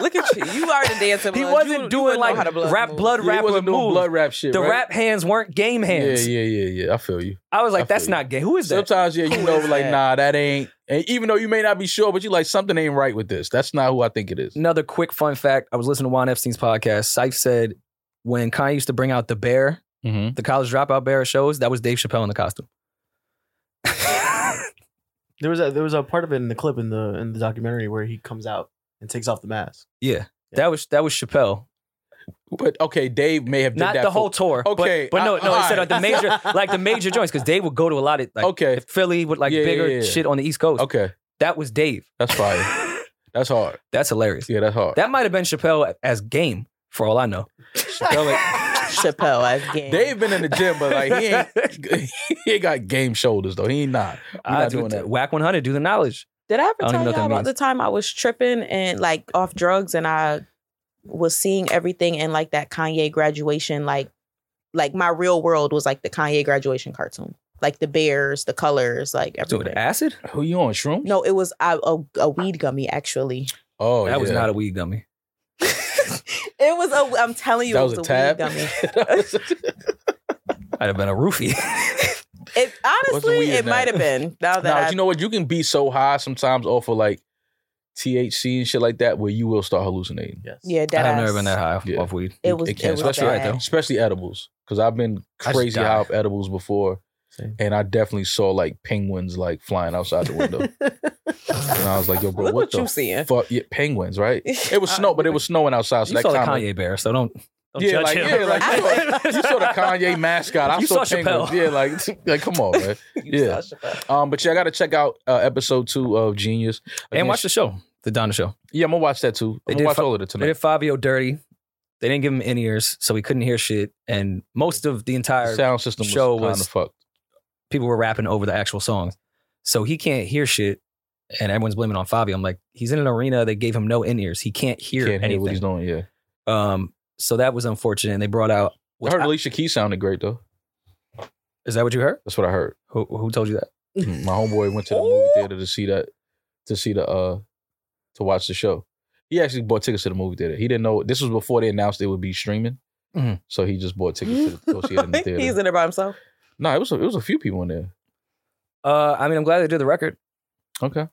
A: Look at you. You already dancing.
D: he
A: blood.
D: wasn't
A: You- you
D: doing
A: wouldn't know
D: like
A: how to blood
D: rap
A: move.
D: blood
C: Yeah, he
D: rap or
C: wasn't doing
D: move.
C: blood rap shit.
D: the
C: right?
D: rap hands weren't game hands.
C: Yeah, yeah, yeah, yeah. I feel you.
D: I was like,
C: I
D: that's
C: feel
D: not game. Who is that?
C: Sometimes, yeah, you
A: Who
C: know,
A: is
C: like,
A: that?
C: nah, that ain't. And even though you may not be sure, but you like something ain't right with this. That's not who I think it is.
D: Another quick fun fact. I was listening to Juan Epstein's podcast. Syfe said when Kanye used to bring out the bear,
C: Mm-hmm.
D: the college dropout bear at shows, that was Dave Chappelle in the costume.
B: There was a there was a part of it in the clip in the in the documentary where he comes out and takes off the mask.
D: Yeah. That was that was Chappelle.
C: But okay, Dave may have did
D: Not
C: that
D: the
C: for-
D: whole tour. but-
C: Okay,
D: But, no,
C: I-
D: no, he
C: alright.
D: said like the major like the major joints, because Dave would go to a lot of like
C: okay,
D: Philly with like
C: Yeah, yeah,
D: bigger
C: yeah.
D: shit on the East Coast.
C: okay,
D: That was Dave.
C: that's fire. that's hard.
D: That's hilarious.
C: Yeah, that's hard.
D: That might have been Chappelle as game, for all I know.
A: Chappelle as game.
C: Dave been in the gym, but like he ain't. he ain't got game shoulders though. He ain't not. We're
D: I
C: not
D: do
C: doing
D: it.
C: that.
D: Whack 100, do the knowledge.
A: Did I
D: I
A: ever
D: don't
A: tell
D: even know what
A: y'all
D: that
A: about the time I was tripping and like off drugs and I was seeing everything in like that Kanye graduation, like like my real world was like the Kanye graduation cartoon. Like the bears, the colors, like
D: Dude,
A: everything.
D: acid?
C: Who you on shroom?
A: No, it was a, a, a weed gummy actually.
C: Oh,
D: that was
C: yeah.
D: not a weed gummy.
A: It was a I'm telling you
C: That
A: it
C: was
A: was,
C: a
A: weed
C: tab.
A: gummy.
D: I'd have been a roofie.
A: It honestly
C: weed
A: it
C: in
A: might
C: that?
A: have been. Now that
C: Now,
A: I,
C: you know what? You can be so high sometimes off of like THC and shit like that where you will start hallucinating.
B: Yes.
A: yeah,
D: I've
A: dead
D: never
A: ass.
D: been that high off,
C: Yeah.
D: off weed.
A: It was
C: it
A: it,
C: can,
A: was
D: especially right
A: bad.
D: though.
C: Especially edibles. Because I've been
D: I should
C: crazy
D: die.
C: high off edibles before.
B: Same.
C: And I definitely saw like penguins like flying outside the window. and I was like, yo, bro,
A: Look
C: what,
A: what
C: the
A: you seeing.
C: fuck? Yeah, penguins, right? It was snow, but it was snowing outside. So
D: Uh,
C: that
D: you saw the
C: kinda-
D: Kanye bear, so don't, don't
C: Yeah,
D: judge
C: like,
D: him.
C: yeah, like, you saw- you saw the Kanye mascot. I
D: You
C: saw,
D: saw
C: penguins.
D: Chappelle.
C: Yeah, like, like come on, man. yeah. Um, but yeah, I gotta check out uh, episode two of Genius.
D: And
C: Again,
D: watch the show, the Donna show.
C: Yeah, I'm gonna watch that too.
D: They
C: I'm
D: did
C: gonna watch
D: fu-
C: all of it
D: They
C: tonight.
D: did Fabio dirty. They didn't give him in ears, so he couldn't hear shit. And most of the
C: The
D: entire
C: sound system was
D: show
C: kind
D: was-
C: of fucked.
D: people were rapping over the actual songs, so he can't hear shit. And everyone's blaming on Fabio. I'm like, he's in an arena. They gave him no in ears. He can't hear
C: Can't hear what
D: anything.
C: he's doing. Yeah,
D: um, so that was unfortunate. And they brought out.
C: I heard Alicia Keys sounded great though.
D: is that what you heard?
C: That's what I heard.
D: Who, who told you that?
C: Mm, My homeboy went to the movie theater to see that, to see the uh, to watch the show. He actually bought tickets to the movie theater. He didn't know this was before they announced it would be streaming,
D: Mhm.
C: so he just bought tickets to the, go see it in the
A: He's
C: theater.
A: in there by himself.
C: no, it was a, it was a few people in there.
D: Uh, I mean, I'm glad they did the record.
C: Okay,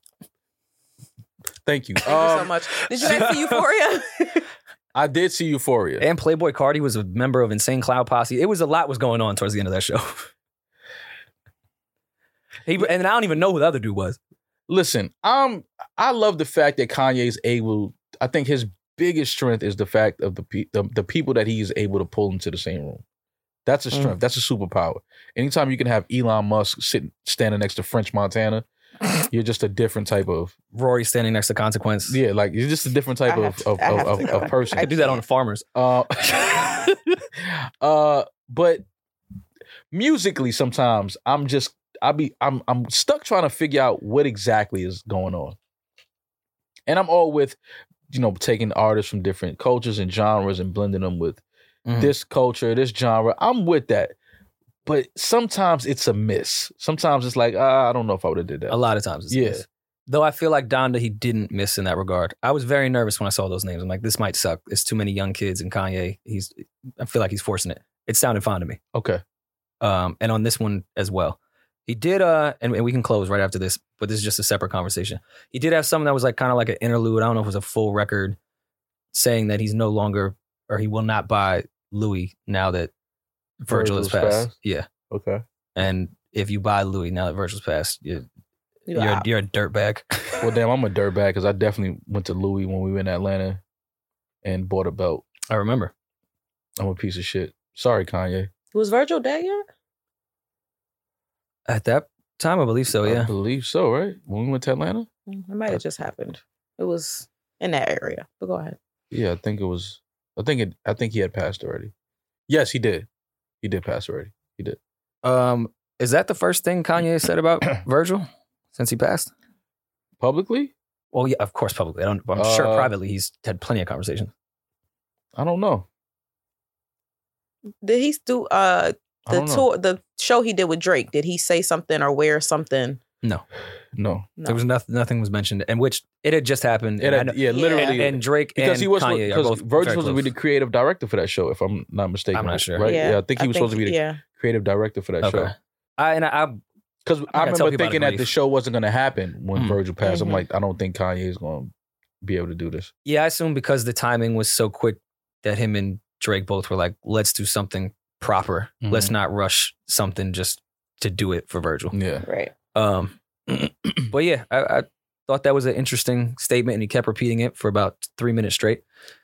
C: thank you.
A: Thank you so
C: Um,
A: much. Did you guys see Euphoria?
C: I did see Euphoria.
D: And Playboy Cardi was a member of Insane Cloud Posse. It was a lot was going on towards the end of that show. he and I don't even know who the other dude was.
C: listen, um, I love the fact that Kanye's able. I think his biggest strength is the fact of the pe- the, the people that he is able to pull into the same room. That's a
A: Mm.
C: strength. That's a superpower. Anytime you can have Elon Musk sitting standing next to French Montana, you're just a different type of
D: Rory standing next to Consequence.
C: yeah. Like you're just a different type
A: I
C: of
A: have to-
C: of,
A: I have
C: of,
A: to
C: of,
A: go.
C: of
D: I
C: person.
D: could do that on the farmers.
C: Uh, uh, but musically, sometimes I'm just I be I'm I'm stuck trying to figure out what exactly is going on, and I'm all with you know taking artists from different cultures and genres and blending them with
D: Mhm.
C: this culture, this genre. I'm with that, but sometimes it's a miss. Sometimes it's like ah, I don't know if I would have did that.
D: A lot of times. it's
C: Yeah.
D: this. Though I feel like Donda, he didn't miss in that regard. I was very nervous when I saw those names. I'm like, this might suck. It's too many young kids and Kanye. He's I feel like he's forcing it. It sounded fine to me.
C: Okay,
D: Um, and on this one as well. He did, uh, and, and we can close right after this, but this is just a separate conversation. He did have something that was like kind of like an interlude. I don't know if it was a full record saying that he's no longer or he will not buy Louis now that Virgil has
C: Virgil's
D: passed.
C: passed?
D: Yeah.
C: Okay.
D: And if you buy Louis now that Virgil's passed, you're,
A: You're
D: you're,
A: out.
D: you're a dirtbag.
C: Well, damn, I'm a dirtbag because I definitely went to Louis when we were in Atlanta and bought a belt.
D: I remember.
C: I'm a piece of shit. Sorry, Kanye.
A: Was Virgil dead yet?
D: At that time, I believe so,
C: I
D: Oh, yeah.
C: believe so, right? When we went to Atlanta?
A: Mm, It might have just happened. It was in that area. But go ahead.
C: Yeah, I think it was. I think it. I think he had passed already. Yes, he did. He did pass already.
D: Um, is that the first thing Kanye said about Virgil since he passed?
C: Publicly,
D: Well, yeah, of course, publicly. I don't, but I'm sure
C: Uh,
D: privately he's had plenty of conversations.
C: I don't know.
A: Did he do uh
C: I
A: the
C: don't know.
A: tour the show he did with Drake? Did he say something or wear something?
D: No,
C: No,
D: there was nothing. Nothing was mentioned, and which it had just happened.
C: it
D: and I
C: had,
D: know-
C: yeah, literally
D: and, and Drake
C: because
D: and
C: he was
D: Kanye are
C: because
D: both
C: Virgil
D: very
C: was
D: close.
C: to be the creative director for that show. If I'm not mistaken,
D: I'm not sure.
C: Right? Yeah, I think he was supposed to be the
A: Yeah.
C: creative director for that show.
D: Okay. I and I, I
C: Because
D: gonna
C: I
D: tell
C: remember
D: people out of
C: thinking that
D: grief.
C: the show wasn't going to happen when
D: Mhm.
C: Virgil passed.
A: Mhm.
C: I'm like, I don't think Kanye is going to be able to do this.
D: yeah, I assume because the timing was so quick that him and Drake both were like, "Let's do something proper. Let's
C: Mhm.
D: not rush something just to do it for Virgil."
C: Yeah,
A: Right.
D: Um, but yeah, I, I thought that was an interesting statement, and he kept repeating it for about three minutes straight.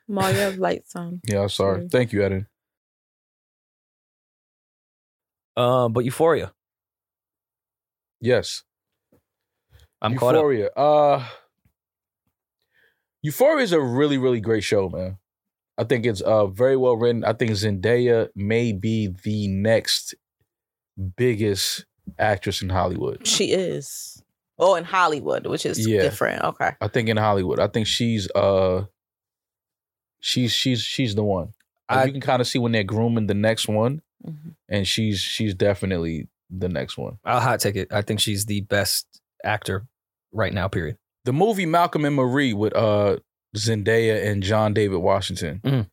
A: Mario lights on.
C: yeah. I'm sorry.
A: Mhm.
C: Thank you, Eden.
D: Um, but Euphoria,
C: Yes,
D: I'm caught up.
C: Euphoria. Uh, Euphoria is a really, really great show, man. I think it's uh very well written. I think Zendaya may be the next biggest actress in Hollywood.
A: She is. Oh, in Hollywood, which is
C: Yeah.
A: different. Okay.
C: I think in Hollywood. I think she's uh she's she's she's the one. Like,
D: I-
C: you can kind of see when they're grooming the next one,
A: Mhm.
C: and she's she's definitely the next one.
D: I'll hot take it. I think she's the best actor right now. Period.
C: The movie Malcolm and Marie with uh Zendaya and John David Washington.
A: Mm.
D: Mhm.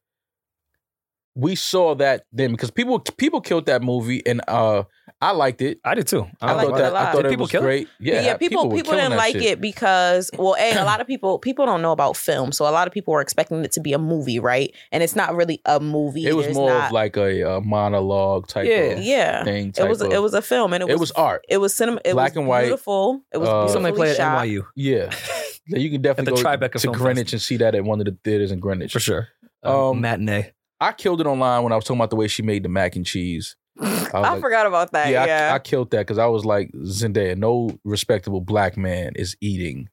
C: We saw that then because people people killed that movie and uh I liked it.
D: I did too. Um,
A: I liked
C: thought
A: it
C: that
A: a lot.
C: I thought
D: Did
C: it
D: people
C: was
D: kill it?
C: great. Yeah,
A: yeah, people
C: were
A: people,
C: killing
A: didn't
C: that
A: like
C: shit.
A: it because well, a a lot of people people don't know about film, so a lot of people were expecting it to be a movie, right? And it's not really a movie.
C: It was
A: There's
C: more
A: not,
C: of like a, uh monologue type
D: Yeah.
C: of
A: yeah,
C: thing.
A: it
C: type
A: was
C: of-
A: it was a film, and it was
C: it was art.
A: it was cinema. It
C: black
A: was
C: and white,
A: beautiful. It was
C: uh,
A: beautifully
D: Somebody play at
A: shot.
D: NYU
C: Yeah. Yeah, you can definitely
D: the
C: go
D: Tribeca
C: to
D: Film
C: Greenwich and see that at one of the theaters in Greenwich.
D: for sure. Uh,
C: Um,
D: matinee.
C: I killed it online when I was talking about the way she made the mac and cheese.
A: I,
C: like-
A: forgot about that. Yeah,
C: I- I, killed that because I was like Zendaya. No respectable black man is eating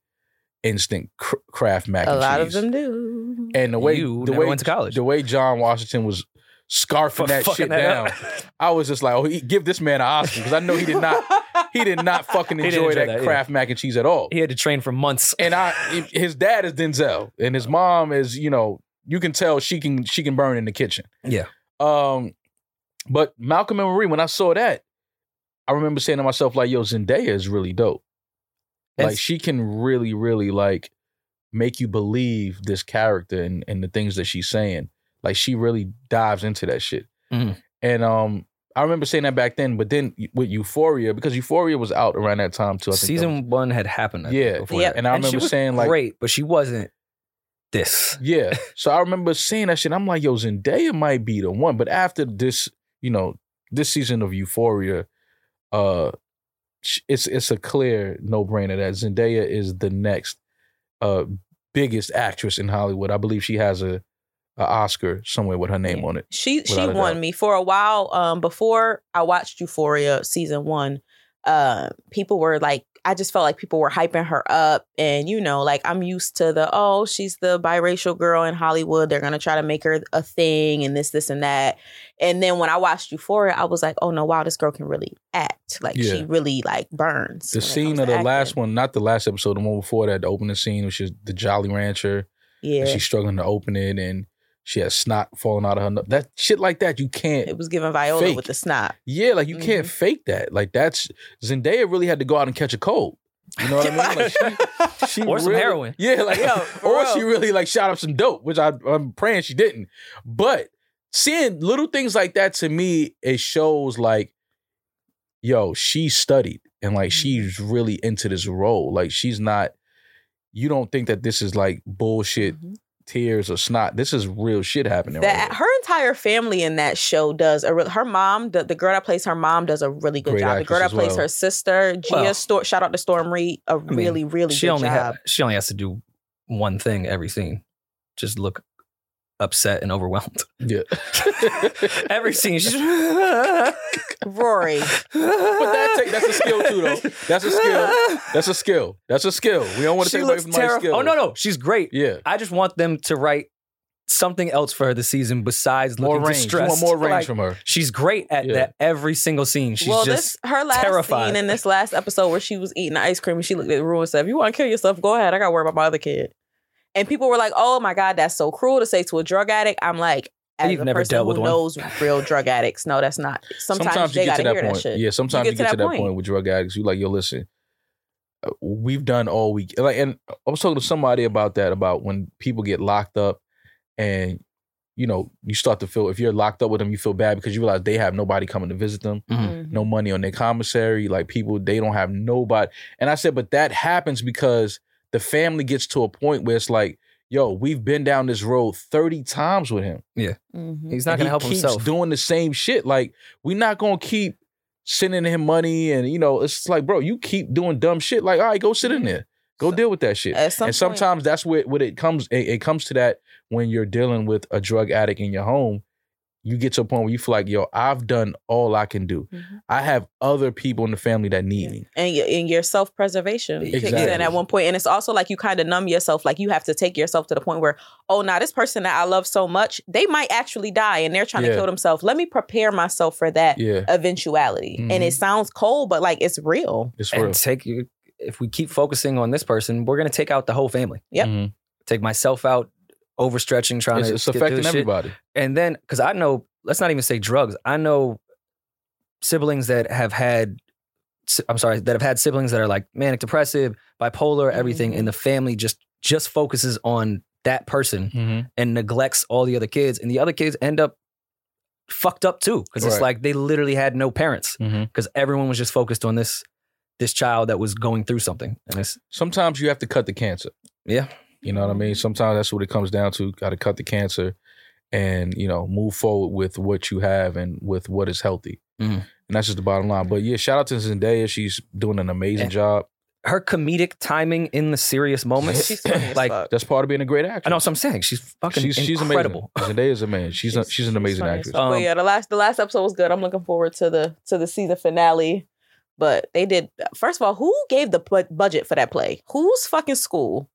C: instant cr- craft mac
A: a
C: and
A: lot
C: cheese.
A: of them do.
C: And the way
D: You
C: the
D: never
C: way
D: went to college.
C: the way John Washington was scarfing that
D: fucking
C: shit
D: that
C: down,
D: up.
C: I was just like, oh, he, give this man an Oscar because I know he did not he did not fucking
D: He didn't
C: enjoy,
D: enjoy
C: that,
D: that, yeah.
C: craft mac and cheese at all.
D: he had to train for months.
C: and I his dad is Denzel, and his mom is you know you can tell she can she can burn in the kitchen.
D: Yeah.
C: Um, but Malcolm and Marie, when I saw that, I remember saying to myself like, "Yo, Zendaya is really dope.
D: And-
C: like she can really really like make you believe this character and and the things that she's saying. Like she really dives into that shit.
D: Mhm.
C: And um, I remember saying that back then, but then with Euphoria because Euphoria was out around that time too. I think that
D: Season
C: was-
D: one had happened. I think,
C: Yeah.
D: before
A: Yeah.
D: that.
C: and I
D: And she
C: remember
D: was
C: saying like.
D: great, but she wasn't this.
C: Yeah. So I remember seeing that shit. I'm like, yo, Zendaya might be the one. But after this, you know, this season of Euphoria, uh, sh- it's it's a clear no brainer that Zendaya is the next uh biggest actress in Hollywood. I believe she has a, a Oscar somewhere with her name on it.
A: She she
C: Without a
A: won
C: doubt.
A: me for a while. Um, before I watched Euphoria season one, uh, people were like, I just felt like people were hyping her up, and you know, like I'm used to the oh, she's the biracial girl in Hollywood. They're gonna try to make her a thing, and this, this, and that. And then when I watched Euphoria, I was like, oh no, wow, this girl can really act. Like she
C: Yeah.
A: really like burns.
C: The
A: when it
C: scene
A: comes
C: of
A: to
C: the last
A: acting.
C: one, not the last episode, the one before that, the opening scene, which is the Jolly Rancher.
A: yeah,
C: And she's struggling to open it and she has snot falling out of her. no- That shit like that, you can't
A: it was giving Viola
C: Fake.
A: with the snot.
C: Yeah, like you can't fake that. Like that's Zendaya really had to go out and catch a cold. You know what I mean? Like she, she
D: Or some
C: really-
D: heroin.
C: Yeah, like
A: Yo, for
C: or
A: real.
C: she really like shot up some dope, which I, I'm praying she didn't. But seeing little things like that to me, it shows like, yo, she studied. and like she's really into this role. Like she's not. You don't think that this is like bullshit
A: Mhm.
C: tears or snot. This is real shit happening.
A: That
C: right
A: her entire family in that show does a re- her mom the, the girl that plays her mom does a really good
C: Great
A: job. The
C: actress
A: girl that
C: as
A: plays
C: well.
A: her sister Gia
D: Well-
A: Stor- shout out to Storm Reed a
D: mean,
A: really really
D: she
A: good
D: only
A: job.
D: ha- she only has to do one thing every scene. Just look upset and overwhelmed.
C: here. yeah.
D: every scene she's
A: Rory,
D: But
C: that take- that's a skill too, though. That's a skill. That's a skill. That's a skill. We don't want to
D: she
C: take away
D: looks
C: from my
D: terrible.
C: skill.
D: Oh no, no, she's great.
C: Yeah.
D: I just want them to write something else for her this season besides
C: More
D: looking
C: range. You
D: distressed.
C: want more range
D: Like,
C: from her.
D: She's great at
C: Yeah.
D: that every single scene. She's
A: well,
D: just
A: this her last
D: terrified.
A: scene in this last episode where she was eating ice cream and she looked at the room and said, "If you want to kill yourself, go ahead. I got to worry about my other kid." And people were like, "Oh my god, that's so cruel to say to a drug addict." I'm like, as
D: You've
A: a
D: never
A: person
D: dealt
A: who
D: with one.
A: knows real drug addicts, no, that's not. Sometimes, they got to hear that
C: point.
A: shit.
C: Yeah, sometimes you get, to that, point. with drug addicts. You like, yo, listen, uh, we've done all we like. And I was talking to somebody about that about when people get locked up, and you know, you start to feel if you're locked up with them, you feel bad because you realize they have nobody coming to visit them,
A: Mhm.
C: no money on their commissary, like people they don't have nobody. And I said, but that happens because the family gets to a point where it's like, yo, we've been down this road thirty times with him.
A: Mhm.
D: he's not
C: And
D: gonna
C: he
D: help
C: keeps
D: himself.
C: Doing the same shit. Like we're not gonna keep sending him money, and you know, it's just like, bro, you keep doing dumb shit. Like, all right, go sit in there, go deal with that shit.
A: At some
C: and
A: point-
C: sometimes that's where what it comes. It, it comes to that when you're dealing with a drug addict in your home. You get to a point where you feel like, yo, I've done all I can do.
A: Mhm.
C: I have other people in the family that need me.
A: and your, and your self preservation kicks in
C: Exactly.
A: at one point, and it's also like you kind of numb yourself. Like you have to take yourself to the point where, oh, now this person that I love so much, they might actually die, and they're trying to
C: Yeah.
A: kill themselves. Let me prepare myself for that
C: Yeah, Mm-hmm.
A: eventuality. And it sounds cold, but like it's real.
C: it's real.
D: and take you if we keep focusing on this person, we're gonna take out the whole family.
A: Yep.
C: Mhm.
D: Take myself out, overstretching, trying
C: It's,
D: to
C: it's
D: get through
C: affecting
D: this shit.
C: everybody.
D: and then because I know, let's not even say drugs. I know siblings that have had, si- I'm sorry, that have had siblings that are like manic depressive, bipolar,
C: Mm-hmm.
D: everything, and the family just just focuses on that person and neglects all the other kids, and the other kids end up fucked up too because it's
C: Right.
D: like they literally had no parents
C: Mhm.
D: because everyone was just focused on this this child that was going through something, and it's
C: Sometimes you have to cut the cancer.
D: yeah,
C: You know what I mean? Sometimes that's what it comes down to. Got to cut the cancer and, you know, move forward with what you have and with what is healthy.
D: Mm.
C: And that's just the bottom line. But yeah, shout out to Zendaya. She's doing an amazing job.
D: her comedic timing in the serious moments,
A: She's funny as
D: like.
A: fuck.
C: That's part of being a great actress.
D: I know what I'm saying. She's fucking
C: She's, she's
D: incredible.
C: amazing. Zendaya's a man. She's, a, she's an amazing
A: funny as
C: actress.
A: fuck. But
D: Um,
A: yeah, the last the last episode was good. I'm looking forward to the to the season finale. But they did. First of all, who gave the bu- budget for that play? Whose fucking school?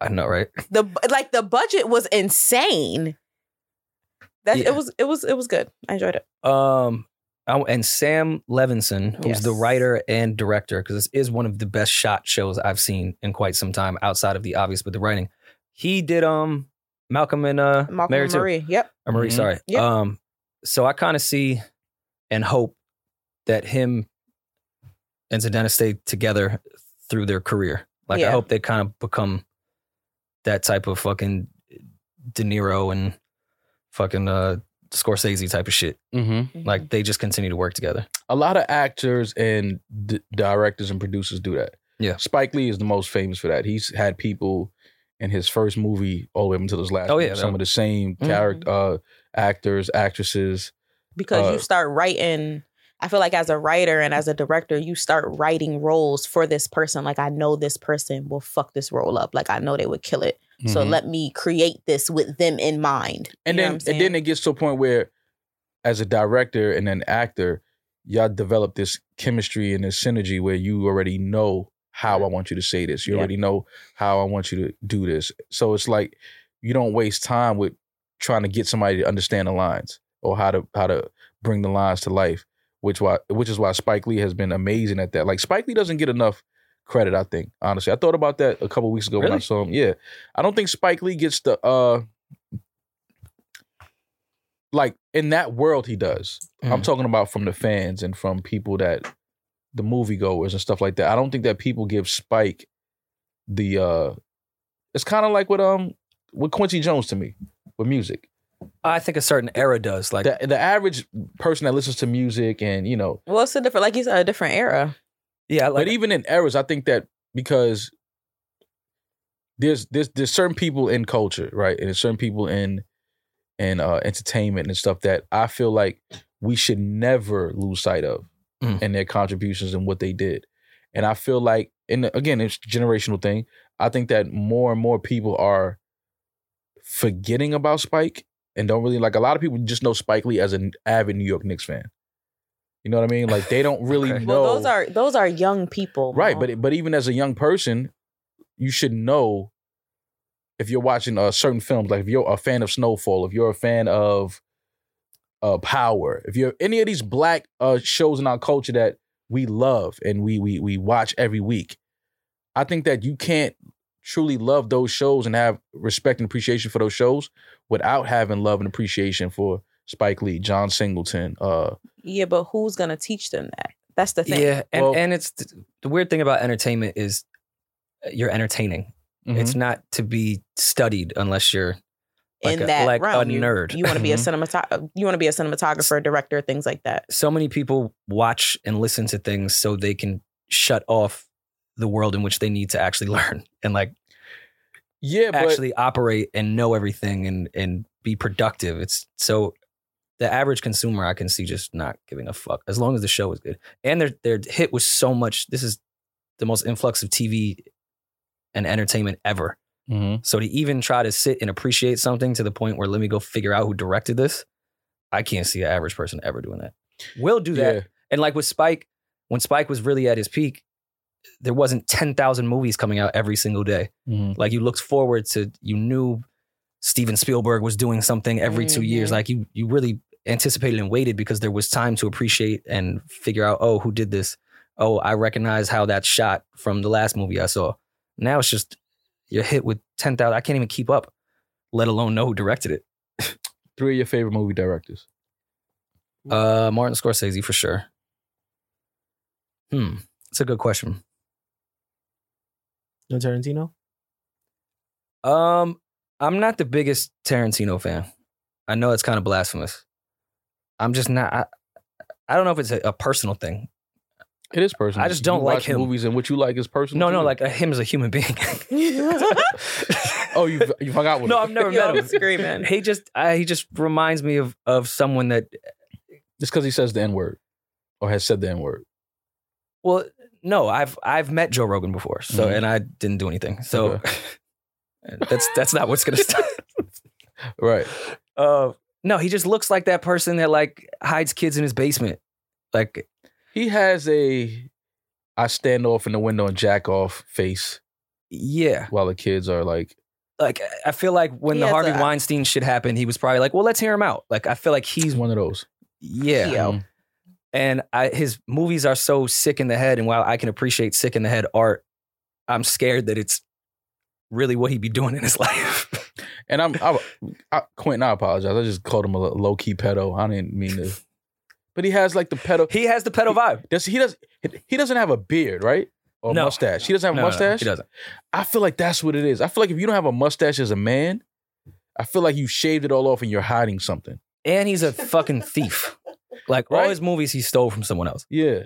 D: I know, right?
A: the like the budget was insane. That
D: Yeah.
A: it was it was it was good. I enjoyed it.
D: Um, oh, and Sam Levinson, who's the
A: Yes.
D: writer and director, because this is one of the best shot shows I've seen in quite some time, outside of the obvious, but the writing. He did um Malcolm and uh
A: Malcolm
D: Mary
A: and
D: too.
A: Marie. Mm-hmm. Yep.
D: Or Marie,
C: Mhm.
D: sorry.
A: Yeah.
D: Um, so I kind of see and hope that him and Zendaya stay together through their career. Like I
A: Yeah.
D: hope they kind of become that type of fucking De Niro and fucking uh Scorsese type of shit.
C: Mm-hmm.
D: Like they just continue to work together.
C: A lot of actors and d- directors and producers do that.
D: Yeah.
C: Spike Lee is the most famous for that. He's had people in his first movie all the way up until his last.
D: Oh,
C: one,
D: yeah.
C: Some of the same
D: Mhm.
C: character uh, actors, actresses.
A: because
C: uh,
A: you start writing. I feel like as a writer and as a director, you start writing roles for this person. Like I know this person will fuck this role up. Like I know they would kill it. So
C: Mhm.
A: let me create this with them in mind.
C: And
A: You know
C: then
A: what I'm
C: and then
A: saying?
C: it gets to a point where as a director and an actor, y'all develop this chemistry and this synergy where you already know how I want you to say this. You
A: Yeah.
C: already know how I want you to do this. So it's like you don't waste time with trying to get somebody to understand the lines or how to how to bring the lines to life, which why which is why Spike Lee has been amazing at that. Like Spike Lee doesn't get enough credit, I think, honestly. I thought about that a couple weeks ago when I
D: Really?
C: saw him. Yeah. I don't think Spike Lee gets the uh like in that world he does. I'm
D: Mhm.
C: talking about from the fans and from people that the moviegoers and stuff like that. I don't think that people give Spike the uh it's kind of like with um with Quincy Jones to me with music.
D: I think a certain era does. Like
C: the the average person that listens to music and you know
A: well, it's a different, like you said, a different era.
D: Yeah, I like
C: but even in errors, I think that because there's there's there's certain people in culture, right, and there's certain people in in uh, entertainment and stuff that I feel like we should never lose sight of,
D: Mm.
C: and their contributions and what they did. And I feel like, and again, it's a generational thing. I think that more and more people are forgetting about Spike and don't really like. A lot of people just know Spike Lee as an avid New York Knicks fan. You know what I mean? Like they don't really
D: Okay.
C: know.
A: Well, those are those are young people,
C: Right,
A: Mo.
C: but but even as a young person, you should know if you're watching uh, certain films, like if you're a fan of Snowfall, if you're a fan of uh, Power, if you're any of these black uh, shows in our culture that we love and we we we watch every week, I think that you can't truly love those shows and have respect and appreciation for those shows without having love and appreciation for Spike Lee, John Singleton, uh,
A: yeah, but who's gonna teach them that? That's the thing.
D: yeah, and
C: Well-
D: and it's the weird thing about entertainment is uh, you're entertaining. It's
A: Mm-hmm.
D: not to be studied unless you're like
A: in
D: a-
A: that
D: like a
A: realm, you-
D: nerd.
A: You, want to be a
C: Mm-hmm.
A: cinematographer. You want to be a cinematographer, director, things like that.
D: so many people watch and listen to things so they can shut off the world in which they need to actually learn and like
C: yeah, but
D: actually operate and know everything and and be productive. It's so the average consumer I can see just not giving a fuck as long as the show is good. And their their hit was so much. This is the most influx of TV and entertainment ever. So to even try to sit and appreciate something to the point where let me go figure out who directed this, I can't see an average person ever doing that. Will do that.
C: yeah,
D: And like with Spike, when Spike was really at his peak, there wasn't 10,000 movies coming out every single day. Like you looked forward to, you knew Steven Spielberg was doing something every two years.
A: Mhm.
D: Like you, you really anticipated and waited because there was time to appreciate and figure out, oh, who did this? Oh, I recognize how that's shot from the last movie I saw. Now it's just you're hit with 10,000. I can't even keep up, let alone know who directed it.
C: three of your favorite movie directors.
D: Uh, Martin Scorsese for sure. Hmm, it's a good question.
B: No Tarantino.
D: Um, I'm not the biggest Tarantino fan. I know it's kind of blasphemous. I'm just not. I, I don't know if it's a, a personal thing.
C: It is personal.
D: I just
C: You
D: don't like
C: watch
D: him.
C: Movies and what you like is personal.
D: No,
C: to
D: no,
C: you.
D: like uh, him as a human being.
C: oh, you you hung out with.
D: no,
C: him.
D: I've never
A: Yo,
D: met
A: I'm
D: him.
A: screaming.
D: He just, I, he just reminds me of of someone that.
C: Just because he says the n word, or has said the n word.
D: Well, no, I've I've met Joe Rogan before, so
C: Mhm.
D: and I didn't do anything. So that's that's not what's gonna stop.
C: Right.
D: Uh, no, he just looks like that person that like hides kids in his basement. Like
C: He has a I stand off in the window and jack off face
D: Yeah.
C: while the kids are like.
D: Like I feel like when
A: Yeah,
D: the
A: it's
D: Harvey
A: a-
D: Weinstein shit happened, he was probably like, "Well, let's hear him out." Like I feel like
C: He's
D: he's
C: one of those.
D: yeah.
A: Yeah.
C: Mhm.
D: And I his movies are so sick in the head and while I can appreciate sick in the head art, I'm scared that it's really what he'd be doing in his life.
C: And I'm I, I, Quentin. I apologize. I just called him a low key pedo. I didn't mean to. But he has like the pedo.
D: he has the pedo vibe.
C: Does he does he doesn't have a beard, right? Or
D: No.
C: mustache. He doesn't have
D: No,
C: a
D: no, no,
C: mustache.
D: he doesn't.
C: I feel like that's what it is. I feel like if you don't have a mustache as a man, I feel like you shaved it all off and you're hiding something.
D: And he's a fucking thief. Like all
C: Right?
D: his movies he stole from someone else.
C: Yeah.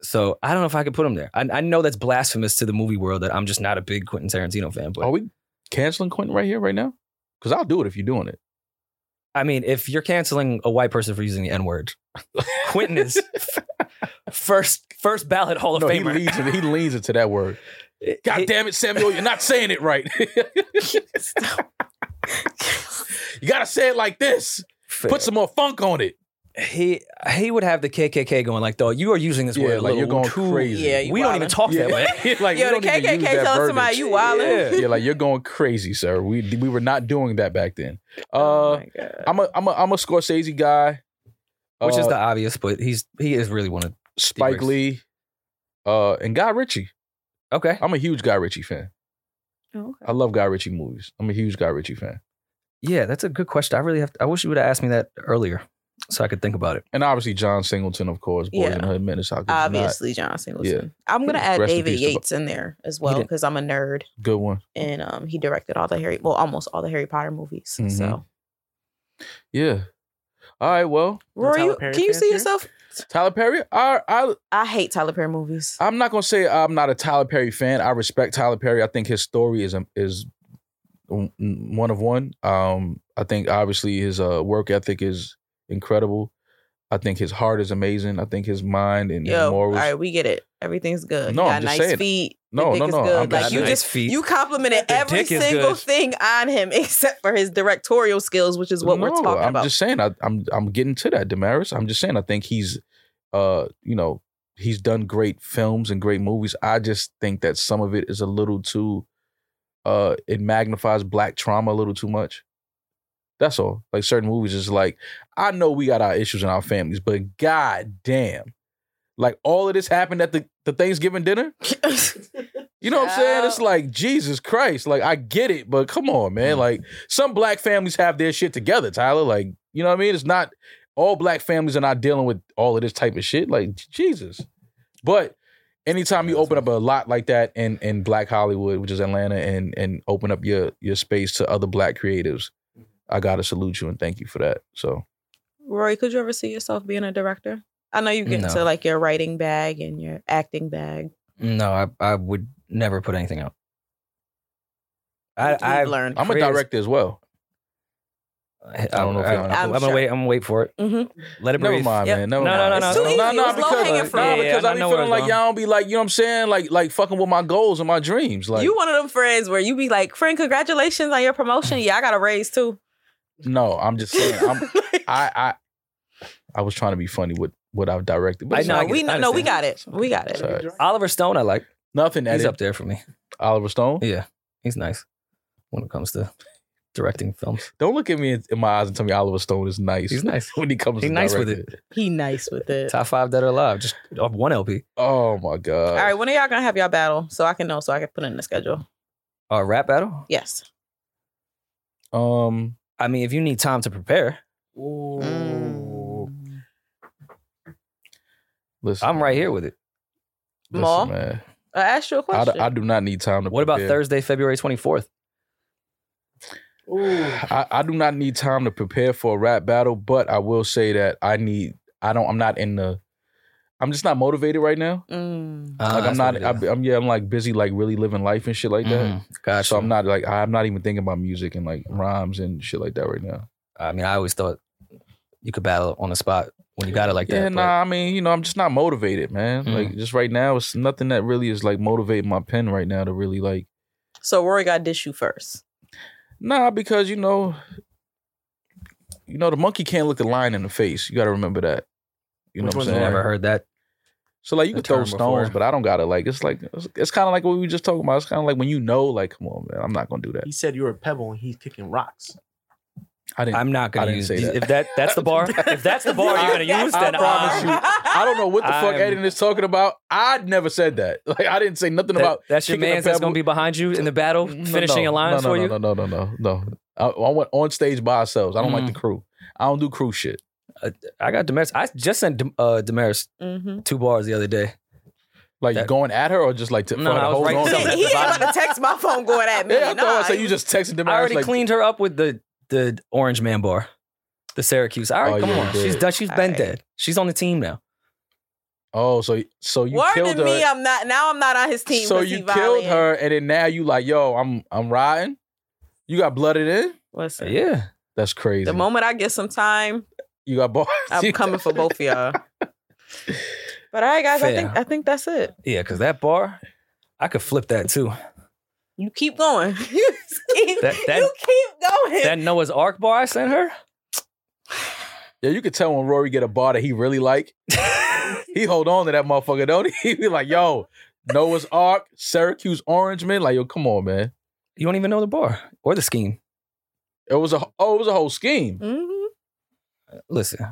D: So I don't know if I could put him there. I, I know that's blasphemous to the movie world that I'm just not a big Quentin Tarantino fan, but
C: Are we canceling Quentin right here, right now? Because I'll do it if you're doing it.
D: I mean, if you're canceling a white person for using the N word, Quentin is f- first first ballot Hall of
C: no, he
D: Famer.
C: leans, it, he leans into that word. God damn it, Samuel, you're not saying it right. you gotta say it like this.
D: Fair.
C: Put some more funk on it.
D: he he would have the KKK going like, dog, you are using this
C: Yeah, like
D: word like
C: you're going
D: too-
C: crazy.
A: Yeah, you
D: We don't even
A: wildin'.
D: talk that way.
C: like, we
A: Yo, the
C: don't even use
A: KKK
C: that
A: telling somebody
C: verbiage.
A: you wildin'.
C: Yeah, like you're going crazy, sir. We we were not doing that back then. Uh,
A: oh my God.
C: I'm a I'm a I'm a Scorsese guy,
D: Which is
C: Uh,
D: the obvious, but he's he is really one of
C: Spike
D: Steve's.
C: Lee, uh, and Guy Ritchie.
D: Okay.
C: I'm a huge Guy Ritchie fan.
A: Oh, okay.
C: I love Guy Ritchie movies. I'm a huge Guy Ritchie fan,
D: Yeah, that's a good question. I really have to, I wish you would have asked me that earlier so I could think about it.
C: and obviously John Singleton, of course. Boys
A: Yeah.
C: and Hood Menace. How could you not?
A: Obviously, John Singleton. I'm gonna add
C: Rest in
A: David
C: peace to Bo-
A: Yates in there as well
D: didn't-
A: because I'm a nerd
C: Good one.
A: and um, he directed all the Harry, well, almost all the Harry Potter movies.
C: Mhm.
A: So,
C: Yeah. All right. Well,
A: Rory,
B: Tyler
A: you,
B: Perry
A: can you
B: fan
A: see
B: here?
A: yourself best.
C: Tyler Perry. I, I
A: I hate Tyler Perry movies.
C: I'm not gonna say I'm not a Tyler Perry fan. I respect Tyler Perry. I think his story is is one of one. Um, I think obviously his uh, work ethic is incredible. I think his heart is amazing. I think his mind and his
A: Yo, all
C: morals.
A: right, we get it. Everything's good.
C: No,
A: you
C: I'm
A: got
C: just
A: nice
C: saying.
A: feet.
C: No,
A: Your
C: no,
A: dick
C: no,
A: Is good.
C: I'm
A: like
C: just
A: you
C: saying.
A: just
D: feet.
A: you complimented
D: The
A: every
D: dick is
A: single
D: good.
A: thing on him except for his directorial skills, which is what we're
C: No,
A: talking
C: I'm
A: about.
C: just saying. I, I'm I'm getting to that, Damaris. I'm just saying. I think he's, uh, you know, he's done great films and great movies. I just think that some of it is a little too, uh, it magnifies black trauma a little too much. That's all. Like certain movies is like, I know we got our issues in our families, but god damn, like all of this happened at the the Thanksgiving dinner. You know what I'm saying? It's
A: Child.
C: like Jesus Christ. Like I get it, but come on, man. Like some black families have their shit together, Tyler. Like you know what I mean? It's not all black families are not dealing with all of this type of shit. Like j- Jesus. But anytime you open up a lot like that in in Black Hollywood, which is Atlanta, and and open up your your space to other black creatives, I gotta salute you and thank you for that. So
A: Rory, could you ever see yourself being a director? I know you get
D: No.
A: into like your writing bag and your acting bag.
D: No, I, I would never put anything out. I
A: You've
D: I've,
A: learned.
C: I'm a
D: Creatives-
C: director as well.
D: I
C: don't know if y'all know.
D: I'm,
A: I'm
D: gonna
A: sure.
D: wait. I'm gonna wait for it.
A: hmm
D: Let it
C: Never
D: breathe.
C: mind,
A: Yep.
C: man. Never
D: No, no,
C: mind.
D: no, no,
A: It's too
C: no,
A: easy.
C: no,
A: It's
C: because,
A: low-hanging fruit.
C: Nah,
D: Yeah,
C: because
D: I
C: I be
D: know where
C: feeling
D: it's
C: like
D: going.
C: y'all be like, you know what I'm saying? Like, like fucking with my goals and my dreams. Like,
A: you one of them friends where you be like, friend, congratulations on your promotion. Yeah, I got a raise too.
C: no, I'm just saying. I'm, I, I, I was trying to be funny with what I've directed, but
D: I
C: it's
D: know,
A: no,
C: not-
D: get
A: we
D: it.
A: no,
D: I
A: no, we got
D: understand.
A: it. We got it.
C: Sorry.
D: Oliver Stone, I like.
C: nothing at
D: He's
C: it.
D: up there for me.
C: Oliver Stone.
D: Yeah, he's nice when it comes to directing films.
C: Don't look at me in, in my eyes and tell me Oliver Stone is nice.
D: He's nice.
C: when he comes.
D: He's
C: to
D: nice with
C: directing.
A: He nice with it.
D: Top five that are alive, just off one LP.
C: Oh my god.
A: All right, when are y'all gonna have y'all battle so I can know so I can put it in the schedule?
D: Uh, rap battle.
A: Yes.
C: Um.
D: I mean, if you need time to prepare,
A: Mm.
C: Listen,
D: I'm right here
C: man.
D: with it.
C: Listen,
A: Ma?
C: man.
A: I asked you a
C: I,
A: question.
C: d- I do not need time to.
D: What about
C: prepare.
D: Thursday, February 24th?
C: I, I do not need time to prepare for a rap battle, but I will say that I need. I don't. I'm not in the. I'm just not motivated right now.
A: Mm.
D: Uh,
C: Like I'm
D: that's what
C: not.
D: it
C: I'm,
D: is.
C: I'm yeah. I'm like busy, like really living life and shit like that.
D: Mhm, gotcha.
C: So I'm not like I'm not even thinking about music and like rhymes and shit like that right now.
D: I mean, I always thought you could battle on the spot when you got it like
C: yeah,
D: that. but-
C: nah. I mean, you know, I'm just not motivated, man.
D: Mhm.
C: Like just right now, it's nothing that really is like motivating my pen right now to really like.
A: So Rory got dish you first.
C: Nah, because you know, you know, the monkey can't look the lion in the face. You got to remember that. You know
B: Which
C: what
B: one's
C: I'm
B: the
C: saying?
D: Never heard that.
C: So like you
D: the
C: can throw
D: term
C: stones,
D: before.
C: but I don't gotta like it's like it's, kind of like what we were just talking about. It's kind of like when you know, like come on, man, I'm not gonna do that.
B: He said you were a pebble and he's kicking rocks.
C: I didn't. I'm,
D: I'm not
C: I
D: gonna
C: didn't
D: use
C: say that.
D: if that that's the bar. If that's the bar you're gonna use, then uh-huh.
C: I promise you,
D: I'm-
C: I don't know what the fuck
D: I'm-
C: Eden is talking about. I never said that. Like I didn't say nothing
D: that-
C: about
D: that's your
C: kicking a
D: man's that's
C: pebble.
D: gonna be behind you in the battle,
C: No,
D: finishing
C: no,
D: a line
C: no, no,
D: for
C: no,
D: you.
C: No, no, no, no, no. I, I went on stage by ourselves. I don't like
D: Mm.
C: the crew. I don't do crew shit.
D: I got Damaris. I just sent Dem- uh, Damaris
A: Mm-hmm.
D: two bars the other day.
C: Like
D: That-
C: going at her or just like to
D: No,
C: for her
D: I
C: to
D: was
C: hold
D: writing
C: on.
D: something.
A: He, he ain't about to text my phone going at me.
C: Yeah, I
A: nah,
C: thought so. You just texted them.
D: I already
C: like,
D: cleaned her up with the the Orange Man bar, the Syracuse. All right,
C: Oh,
D: come
C: yeah,
D: on,
C: you did.
D: she's done. She's
A: All
D: been
A: right.
D: dead. She's on the team now.
C: Oh, so so you
A: Word
C: killed
A: to
C: her.
A: me, I'm not now I'm not on his team.
C: So
A: 'cause
C: you
A: he
C: killed
A: violent.
C: her, and then now you like, yo, I'm I'm riding. You got blooded in.
A: Listen,
D: Yeah,
C: That's crazy.
A: the moment I get some time,
C: you got bars.
A: I'm coming for both of y'all. But all right, guys, I think
D: Fair.
A: I think that's it.
D: yeah, because that bar, I could flip that too.
A: You keep going. you, just keep,
D: That- that-
A: you keep going.
D: That Noah's Ark bar I sent her.
C: Yeah, you could tell when Rory get a bar that he really like. he hold on to that motherfucker, don't he? He be like, yo, Noah's Ark, Syracuse Orange Man. Like, yo, come on, man.
D: You don't even know the bar or the scheme.
C: It was a oh, it was a whole scheme.
A: Mhm.
D: Listen,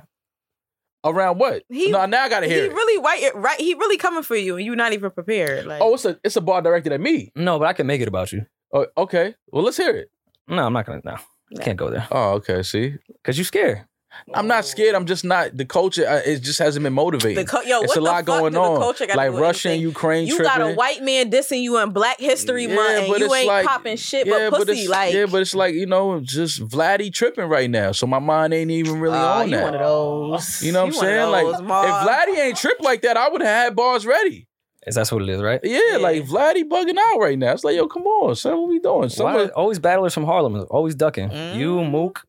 C: Around what?
A: He-
C: no, now I gotta
A: He
C: hear it.
A: really white right he really coming for you and you're not even prepared. Like
C: oh, it's a it's a bar directed at me.
D: no, but I can make it about you.
C: Oh, okay. Well, let's hear it.
D: No, I'm not gonna. No,
A: No.
D: can't go there
C: Oh, okay. See?
D: because you scared.
C: I'm not scared. I'm just not the culture. uh, It just hasn't been motivating.
A: The co- yo,
C: it's
A: what
C: a lot
A: the fuck
C: going
A: do the
C: on,
A: culture gotta
C: like
A: do with
C: Russia and
A: anything?
C: Ukraine.
A: You
C: tripping.
A: got a white man dissing you in Black History Month, and you
C: it's
A: ain't
C: like-
A: popping shit
C: yeah,
A: but pussy.
C: it's,
A: like,
C: yeah, but it's like you know, just Vladdy tripping right now. So my mind ain't even really on
A: Aw, Ah, you one
C: that.
A: of those.
C: You know what I'm
A: one of
C: saying? Like
A: those, Ma.
C: if Vladdy ain't tripped like that, I would have had bars ready.
D: Is that's what it is, right?
C: Yeah,
A: Yeah.
C: like Vladdy bugging out right now. It's like, yo, come on, son, what we doing?
D: Why
C: Someone,
D: always battlers from Harlem, always ducking.
A: Mm.
D: You Mook,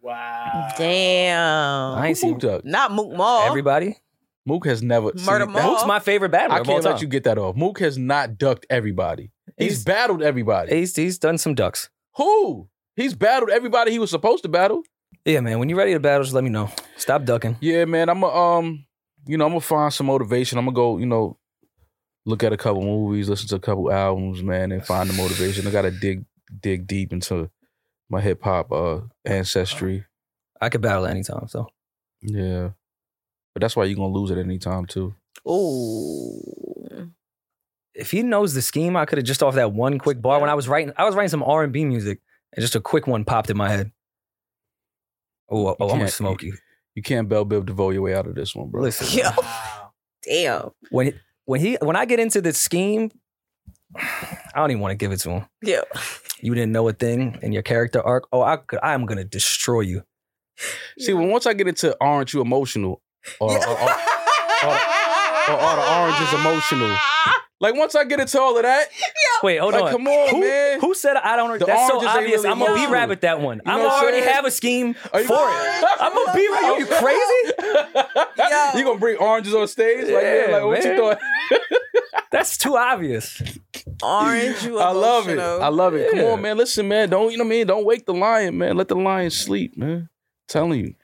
B: Wow.
A: damn,
D: I ain't
C: Who
D: seen
C: Mook, duck?
A: not Mook Maul.
D: everybody.
C: Mook has never
A: Murder
C: seen
A: Maul.
D: Mook's my favorite battler
C: I
D: of all
C: can't
D: time.
C: let you get that off. Mook has not ducked everybody. He's,
D: He's-
C: battled everybody.
D: He's he's done some ducks.
C: Who? He's battled everybody he was supposed to battle.
D: Yeah, man. When you're ready to battle, just let me know. Stop ducking.
C: Yeah, man. I'm a, um, you know, I'm gonna find some motivation. I'm gonna go, you know, look at a couple movies, listen to a couple albums, man, and find the motivation. I gotta dig dig deep into my hip hop uh ancestry.
D: I could battle at any time. So
C: Yeah. But that's why you're gonna lose at any time too.
A: Ooh,
D: if he knows the scheme, I could have just off that one quick bar when I was writing. I was writing some R and B music, and just a quick one popped in my head. Oh, oh, I'm gonna
C: can't-
D: smoke you.
C: You can't Bell Bib DeVoe your way out of this one, bro.
D: Listen,
A: yo, damn,
D: when he, when he when I get into the scheme, I don't even want to give it to him.
A: yo,
D: You didn't know a thing in your character arc. Oh, I could. I'm gonna destroy you.
C: See, when once I get into Aren't You Emotional or, or- or- oh. or all the orange is emotional. like once I get into all of that, oh,
D: Wait, hold
C: like
D: on.
C: come on,
D: who,
C: man.
D: who said I don't?
C: The
D: that's so
C: oranges ain't
D: obvious.
C: really
D: I'm gonna be
C: yellow.
D: rabbit that one.
C: You
D: I'm
C: know what I'm
D: already
C: saying?
D: have a scheme
C: Are
D: for
C: you-
D: it. I'm gonna be right. Are you crazy?
A: Yo.
C: you gonna bring oranges on stage? Like, yeah,
D: Yeah,
C: like what
D: man.
C: you thought?
D: That's too obvious.
A: orange. You
C: I love it.
A: emotional.
C: I love it. Come
D: Yeah.
C: on, man. Listen, man. Don't you know what I mean? Don't wake the lion, man. Let the lion sleep, man. telling you.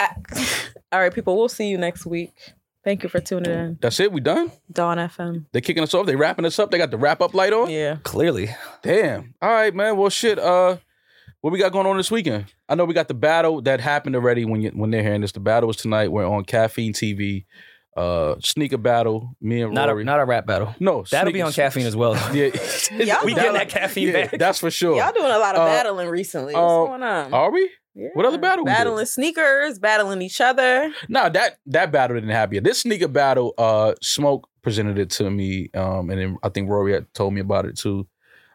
A: All right, people. We'll see you next week. Thank you for tuning in,
C: That's it. We done.
A: Dawn FM.
C: They kicking us off. They wrapping us up. They got the wrap up light on.
A: Yeah.
D: Clearly,
C: Damn. All right, man. Well, shit. Uh, what we got going on this weekend? I know we got the battle that happened already. When you, when they're hearing this, the battle is tonight. We're on caffeine TV. Uh, sneaker battle. Me and
D: not
C: Rory.
D: a not a rap battle.
C: no,
D: That'll be on
C: sneakers.
D: caffeine as well.
C: Yeah,
A: Y'all doing
D: we getting
A: a-
D: that caffeine
C: yeah,
D: back.
C: That's for sure.
A: Y'all doing a lot of
C: Uh,
A: battling recently.
C: uh,
A: What's going on?
C: Are we? what other
A: Yeah.
C: battle we did?
A: Battling sneakers, battling each other.
C: No, that that battle didn't happen yet. This sneaker battle, uh, Smoke presented it to me, um, and then I think Rory had told me about it too.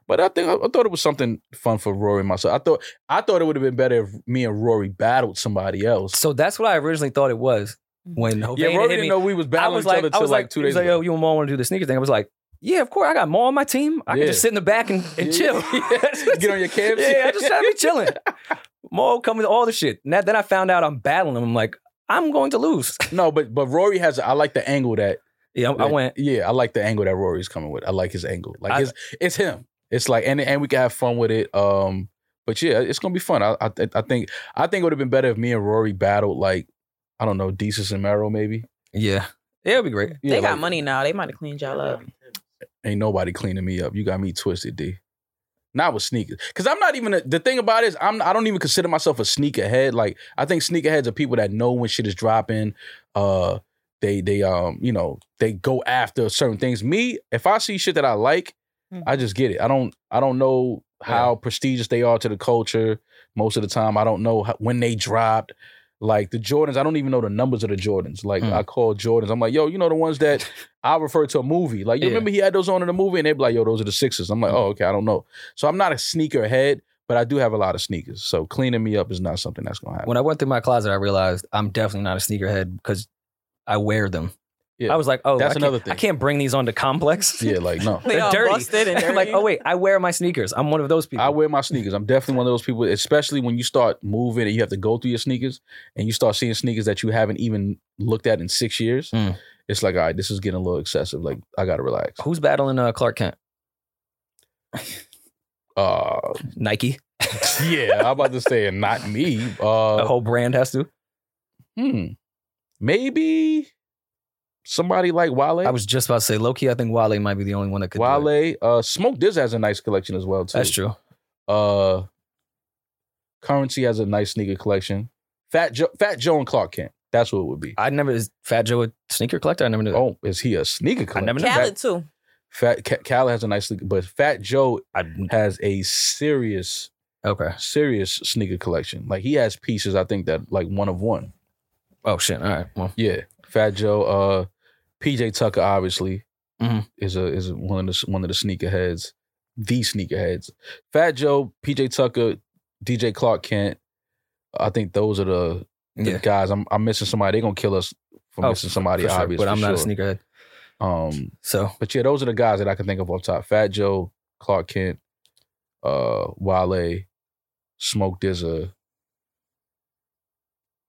C: But I think I, I thought it was something fun for Rory and myself. I thought I thought it would have been better if me and Rory battled somebody else.
D: So that's what I originally thought it was when
C: Yeah,
D: Hovain
C: Rory
D: hit
C: didn't
D: me.
C: know we was
D: I
C: battling
D: was
C: each
D: like,
C: other
D: I
C: till
D: was
C: like,
D: like,
C: two
D: he was
C: days
D: like,
C: ago.
D: yo, you and Maul want to do the sneaker thing? I was like, yeah, of course. I got Maul on my team. I
C: Yeah.
D: can just sit in the back and, and
C: Yeah,
D: chill.
C: yeah. Get on your cams.
D: Yeah, I just try to be chilling. Maul coming to all the shit. Now, then I found out I'm battling him. I'm like, I'm going to lose.
C: No, but but Rory has. I like the angle that
D: Yeah, I, I
C: like,
D: went.
C: Yeah, I like the angle that Rory's coming with. I like his angle. Like
D: I-
C: his, it's him. It's like and and we can have fun with it. Um, but yeah, it's gonna be fun. I I, th- I think I think it would have been better if me and Rory battled like I don't know, Desus and Marrow maybe.
D: Yeah. Yeah, it'd be great.
C: Yeah,
A: they got
C: like,
A: money now. They might have cleaned y'all up.
C: Ain't nobody cleaning me up. You got me twisted, D. Not with sneakers, because I'm not even a, the thing about it is I'm I don't even consider myself a sneakerhead. Like I think sneakerheads are people that know when shit is dropping. Uh, they they um you know they go after certain things. Me, if I see shit that I like, I just get it. I don't I don't know how prestigious they are to the culture most of the time. I don't know how, when they dropped. Like the Jordans, I don't even know the numbers of the Jordans. Like
D: Mm.
C: I call Jordans, I'm like, yo, you know the ones that I refer to a movie. Like you
D: Yeah.
C: remember he had those on in the movie, and they'd be like, yo, those are the Sixers. I'm like, oh, okay, I don't know. So I'm not a sneaker head, but I do have a lot of sneakers. So cleaning me up is not something that's gonna happen.
D: When I went through my closet, I realized I'm definitely not a sneakerhead because I wear them.
C: Yeah.
D: I was like, oh,
C: That's
D: I can't-
C: another thing.
D: I can't bring these onto complex.
C: yeah, like no.
A: They
D: They're
A: all
D: dirty.
A: busted and
D: I'm like,
A: dirty.
D: oh wait, I wear my sneakers. I'm one of those people.
C: I wear my sneakers. I'm definitely one of those people, especially when you start moving and you have to go through your sneakers and you start seeing sneakers that you haven't even looked at in six years.
D: Mm.
C: It's like, all right, this is getting a little excessive. Like, I gotta relax.
D: Who's battling uh, Clark Kent?
C: Uh,
D: Nike.
C: yeah, I'm about to say, not me.
D: The
C: Uh,
D: whole brand has to.
C: hmm, maybe somebody like Wale.
D: I was just about to say Loki. I think Wale might be the only one that could. do it.
C: Wale. Uh, Smoke Diz has a nice collection as well too.
D: That's true.
C: Uh, Currency has a nice sneaker collection. Fat Joe, Fat Joe and Clark Kent. That's what it would be.
D: I never is Fat Joe a sneaker collector. I never knew. That.
C: Oh, is he a sneaker
D: I
C: collector?
D: never knew.
C: Fat-
A: Khaled too.
C: Fat Ca- Cal has a nice, look, but Fat Joe
D: I,
C: has a serious
D: Okay.
C: serious sneaker collection. Like he has pieces, I think that like one of one.
D: Oh shit. All right. Well.
C: Yeah, Fat Joe, uh, PJ Tucker obviously
D: Mhm.
C: is a is one of the one of the sneakerheads, the sneakerheads. Fat Joe, PJ Tucker, DJ Clark Kent. I think those are the, the
D: Yeah.
C: guys. I'm I'm missing somebody. They're gonna kill us for
D: Oh,
C: missing somebody.
D: for sure,
C: obviously,
D: but I'm not a sneakerhead.
C: Um,
D: So
C: but yeah, those are the guys that I can think of off top. Fat Joe, Clark Kent, uh, Wale, Smoke Dizza,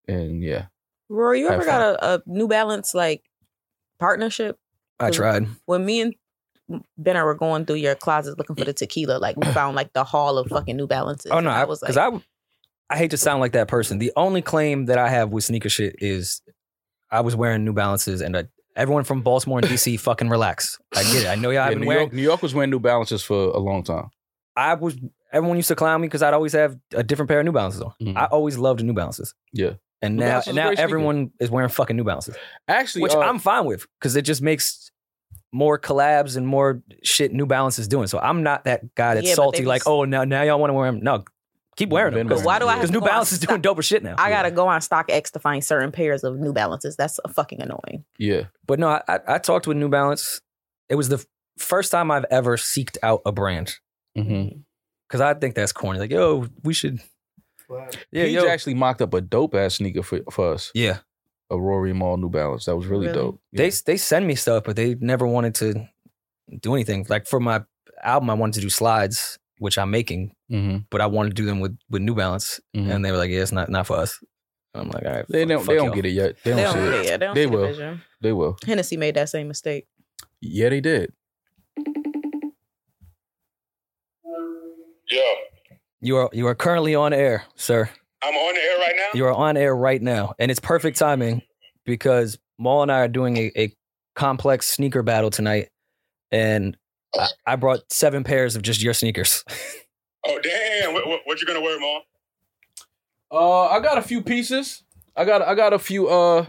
C: and yeah.
A: Rory, you
C: Have
A: ever got a, a New Balance like partnership?
D: I tried.
A: When me and Benner were going through your closet looking for the tequila, like we found like the hall of fucking New Balances.
D: Oh no,
A: And
D: I
A: was
D: was
A: like,
D: because I, I hate to sound like that person. The only claim that I have with sneaker shit is I was wearing New Balances, and I, everyone from Baltimore and DC fucking relax. I get it. I know y'all
C: yeah
D: have
C: New,
D: been wearing.
C: York, New York was wearing New Balances for a long time.
D: I was. Everyone used to clown me because I'd always have a different pair of New Balances on.
C: Mhm.
D: I always loved New Balances.
C: Yeah.
D: And
C: New
D: now,
C: Balances is a
D: now
C: great sneaker.
D: everyone is wearing fucking New Balances,
C: Actually,
D: which
C: uh,
D: I'm fine with because it just makes more collabs and more shit New Balance is doing. So I'm not that guy that's
A: Yeah, but
D: salty,
A: they
D: like,
A: was-
D: oh, now now y'all want to wear them. No, keep wearing them.
C: Been
A: But why do I
C: yeah.
A: have
D: Because
A: to
D: New
A: go on
D: Balance is doing doper shit now.
A: I gotta go on StockX to find certain pairs of New Balances. That's fucking annoying.
C: Yeah,
D: But no, I, I, I talked with New Balance. It was the f- first time I've ever seeked out a brand
C: hmm
D: Mm-hmm. because I think that's corny. Like, yo, we should. Yeah,
C: yeah. He
D: yo.
C: actually mocked up a dope ass sneaker for, for us,
D: yeah.
C: a Rory Mall New Balance. That was really,
A: Really?
C: dope.
D: They they send me stuff, but they never wanted to do anything. Like for my album, I wanted to do slides, which I'm making,
C: hmm
D: but I wanted to do them with with New Balance,
C: Mhm.
D: and they were like, yeah, it's not not for us. I'm like, all right,
C: they
D: fuck-
C: don't.
D: fuck
C: They don't
D: y'all."
C: get it yet. They don't,
A: They
C: see
A: don't,
C: it.
A: yeah, they don't
C: They
A: see the
C: will.
A: vision.
C: They will.
A: Hennessy made that same mistake.
C: Yeah, they did.
F: Yo,
D: You are you are currently on air, sir.
F: I'm on the air right now.
D: You are on air right now, and it's perfect timing because Maul and I are doing a, a complex sneaker battle tonight, and I, I brought seven pairs of just your sneakers.
F: oh damn! What, what, what you gonna wear, Mom?
C: Uh, I got a few pieces. I got I got a few uh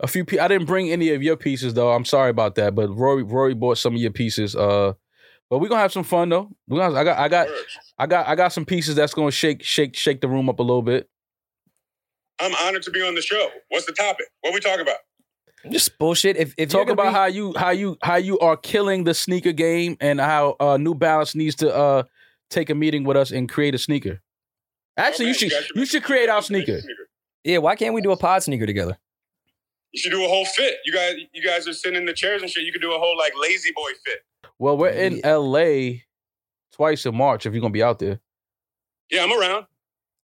C: a few. Pe- I didn't bring any of your pieces though. I'm sorry about that. But Rory Rory bought some of your pieces. Uh, but we're gonna have some fun though. We gonna, I got I got I got I got some pieces that's gonna shake shake shake the room up a little bit.
F: I'm honored to be on the show. What's the topic? What we talking about?
D: just bullshit. If if
C: Talk
D: you're
C: about
D: gonna
C: how you how you how you are killing the sneaker game and how uh, New Balance needs to uh take a meeting with us and create a sneaker. Actually, you
F: Okay,
C: should
F: got your-
C: you should create our sneaker.
D: be, yeah, why can't we do a pod sneaker together?
F: You should do a whole fit. You guys, you guys are sitting in the chairs and shit. You could do a whole like lazy boy fit.
C: Well, we're in L.A. twice in March if you're gonna be out there.
F: Yeah, I'm around.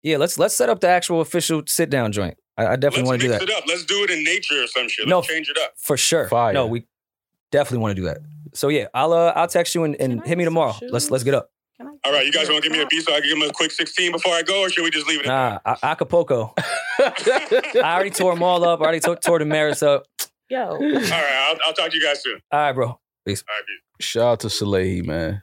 D: Yeah, let's let's set up the actual official sit down joint. I, I definitely want
F: Let's
D: to do
F: mix
D: that
F: it up. Let's do it in nature or some shit.
D: No.
F: Let's change it up.
D: for sure.
C: Fire.
D: No, we definitely want to do that. So yeah, I'll uh, I'll text you and, and
A: Can I
D: hit me
A: get some
D: tomorrow.
A: shoes?
D: Let's let's get up.
A: Can I
F: All right, you guys want to give me a beat so I can give him a quick 16 before I go, or should we just leave it? at
D: Nah, A- Acapulco. I already tore them all up. I already tore tore the merits up.
A: Yo,
F: that? All right, I'll, I'll talk to you guys soon.
D: All right, bro.
F: All right, peace.
C: Shout out to Salehi, man.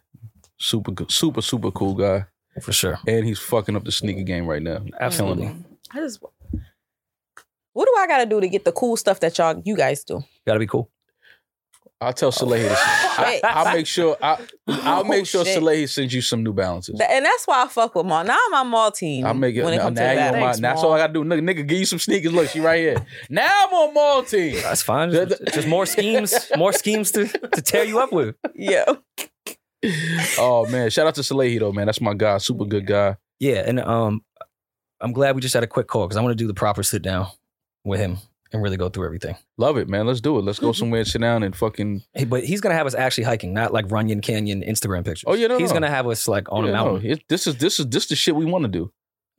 C: Super, co- super, super cool guy,
D: For sure.
C: and he's fucking up the sneaker game right now.
D: Absolutely.
C: Killing
D: You
A: I just. What do I gotta do to get the cool stuff that y'all you guys do?
D: gotta be cool.
C: I'll tell Salehi. To, I,
A: Wait.
C: I'll make sure. I, I'll
A: Oh,
C: make sure
A: shit.
C: Salehi sends you some New Balances.
A: Th- and that's why I fuck with Maul. Now I'm on Maul team.
C: I'll make it.
A: when it
C: Now,
A: comes
C: now
A: to
C: you
A: that.
C: on my,
A: Thanks,
C: that's
A: Maul.
C: all I gotta do. Nigga, nigga, give you some sneakers. Look, she right here. Now I'm on mall team.
D: That's fine. Just, just more schemes, more schemes to, to tear you up with.
A: yeah.
C: Oh man, shout out to Salehi though, man. That's my guy. Super good guy.
D: Yeah, and um, I'm glad we just had a quick call because I want to do the proper sit down with him and really go through everything.
C: Love it, man. Let's do it. Let's go somewhere and sit down and fucking.
D: Hey, but he's gonna have us actually hiking, not like Runyon Canyon Instagram pictures.
C: Oh, yeah, no,
D: he's
C: no.
D: gonna have us like on
C: Yeah,
D: a
C: no,
D: mountain.
C: it- this is this is this the shit we want to do.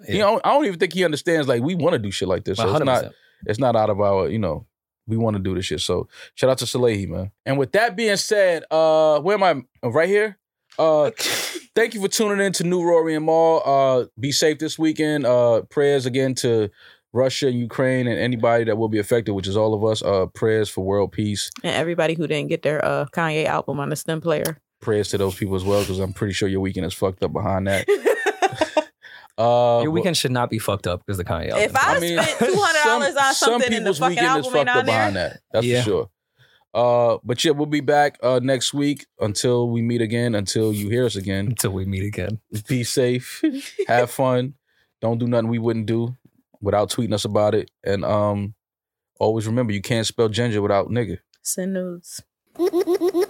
D: Yeah.
C: You know, I don't even think he understands. Like we want to do shit like this. So it's
D: 100%.
C: not it's not out of our, you know, we want to do this shit. So shout out to Salehi, man. And with that being said, uh, where am I? Oh, Right here. Uh, thank you for tuning in to New Rory and Maul. Uh, be safe this weekend. Uh, prayers again to Russia and Ukraine and anybody that will be affected, which is all of us. Uh, prayers for world peace.
A: And everybody who didn't get their uh, Kanye album on the stem player.
C: Prayers to those people as well, because I'm pretty sure your weekend is fucked up behind that. Uh,
D: Your weekend should not be fucked up because the Kanye. album.
A: If I- spent $200 on
C: some
A: something and the
C: people's
A: fucking
C: weekend is
A: album ain't
C: fucked
A: on
C: up behind that. That's
D: Yeah.
C: for sure. Uh, but yeah, we'll be back uh, next week until we meet again, until you hear us again.
D: until we meet again.
C: Be safe, have fun, don't do nothing we wouldn't do without tweeting us about it. And um, always remember you can't spell ginger without nigga.
A: Send nudes.
G: Mm-mm-mm-mm.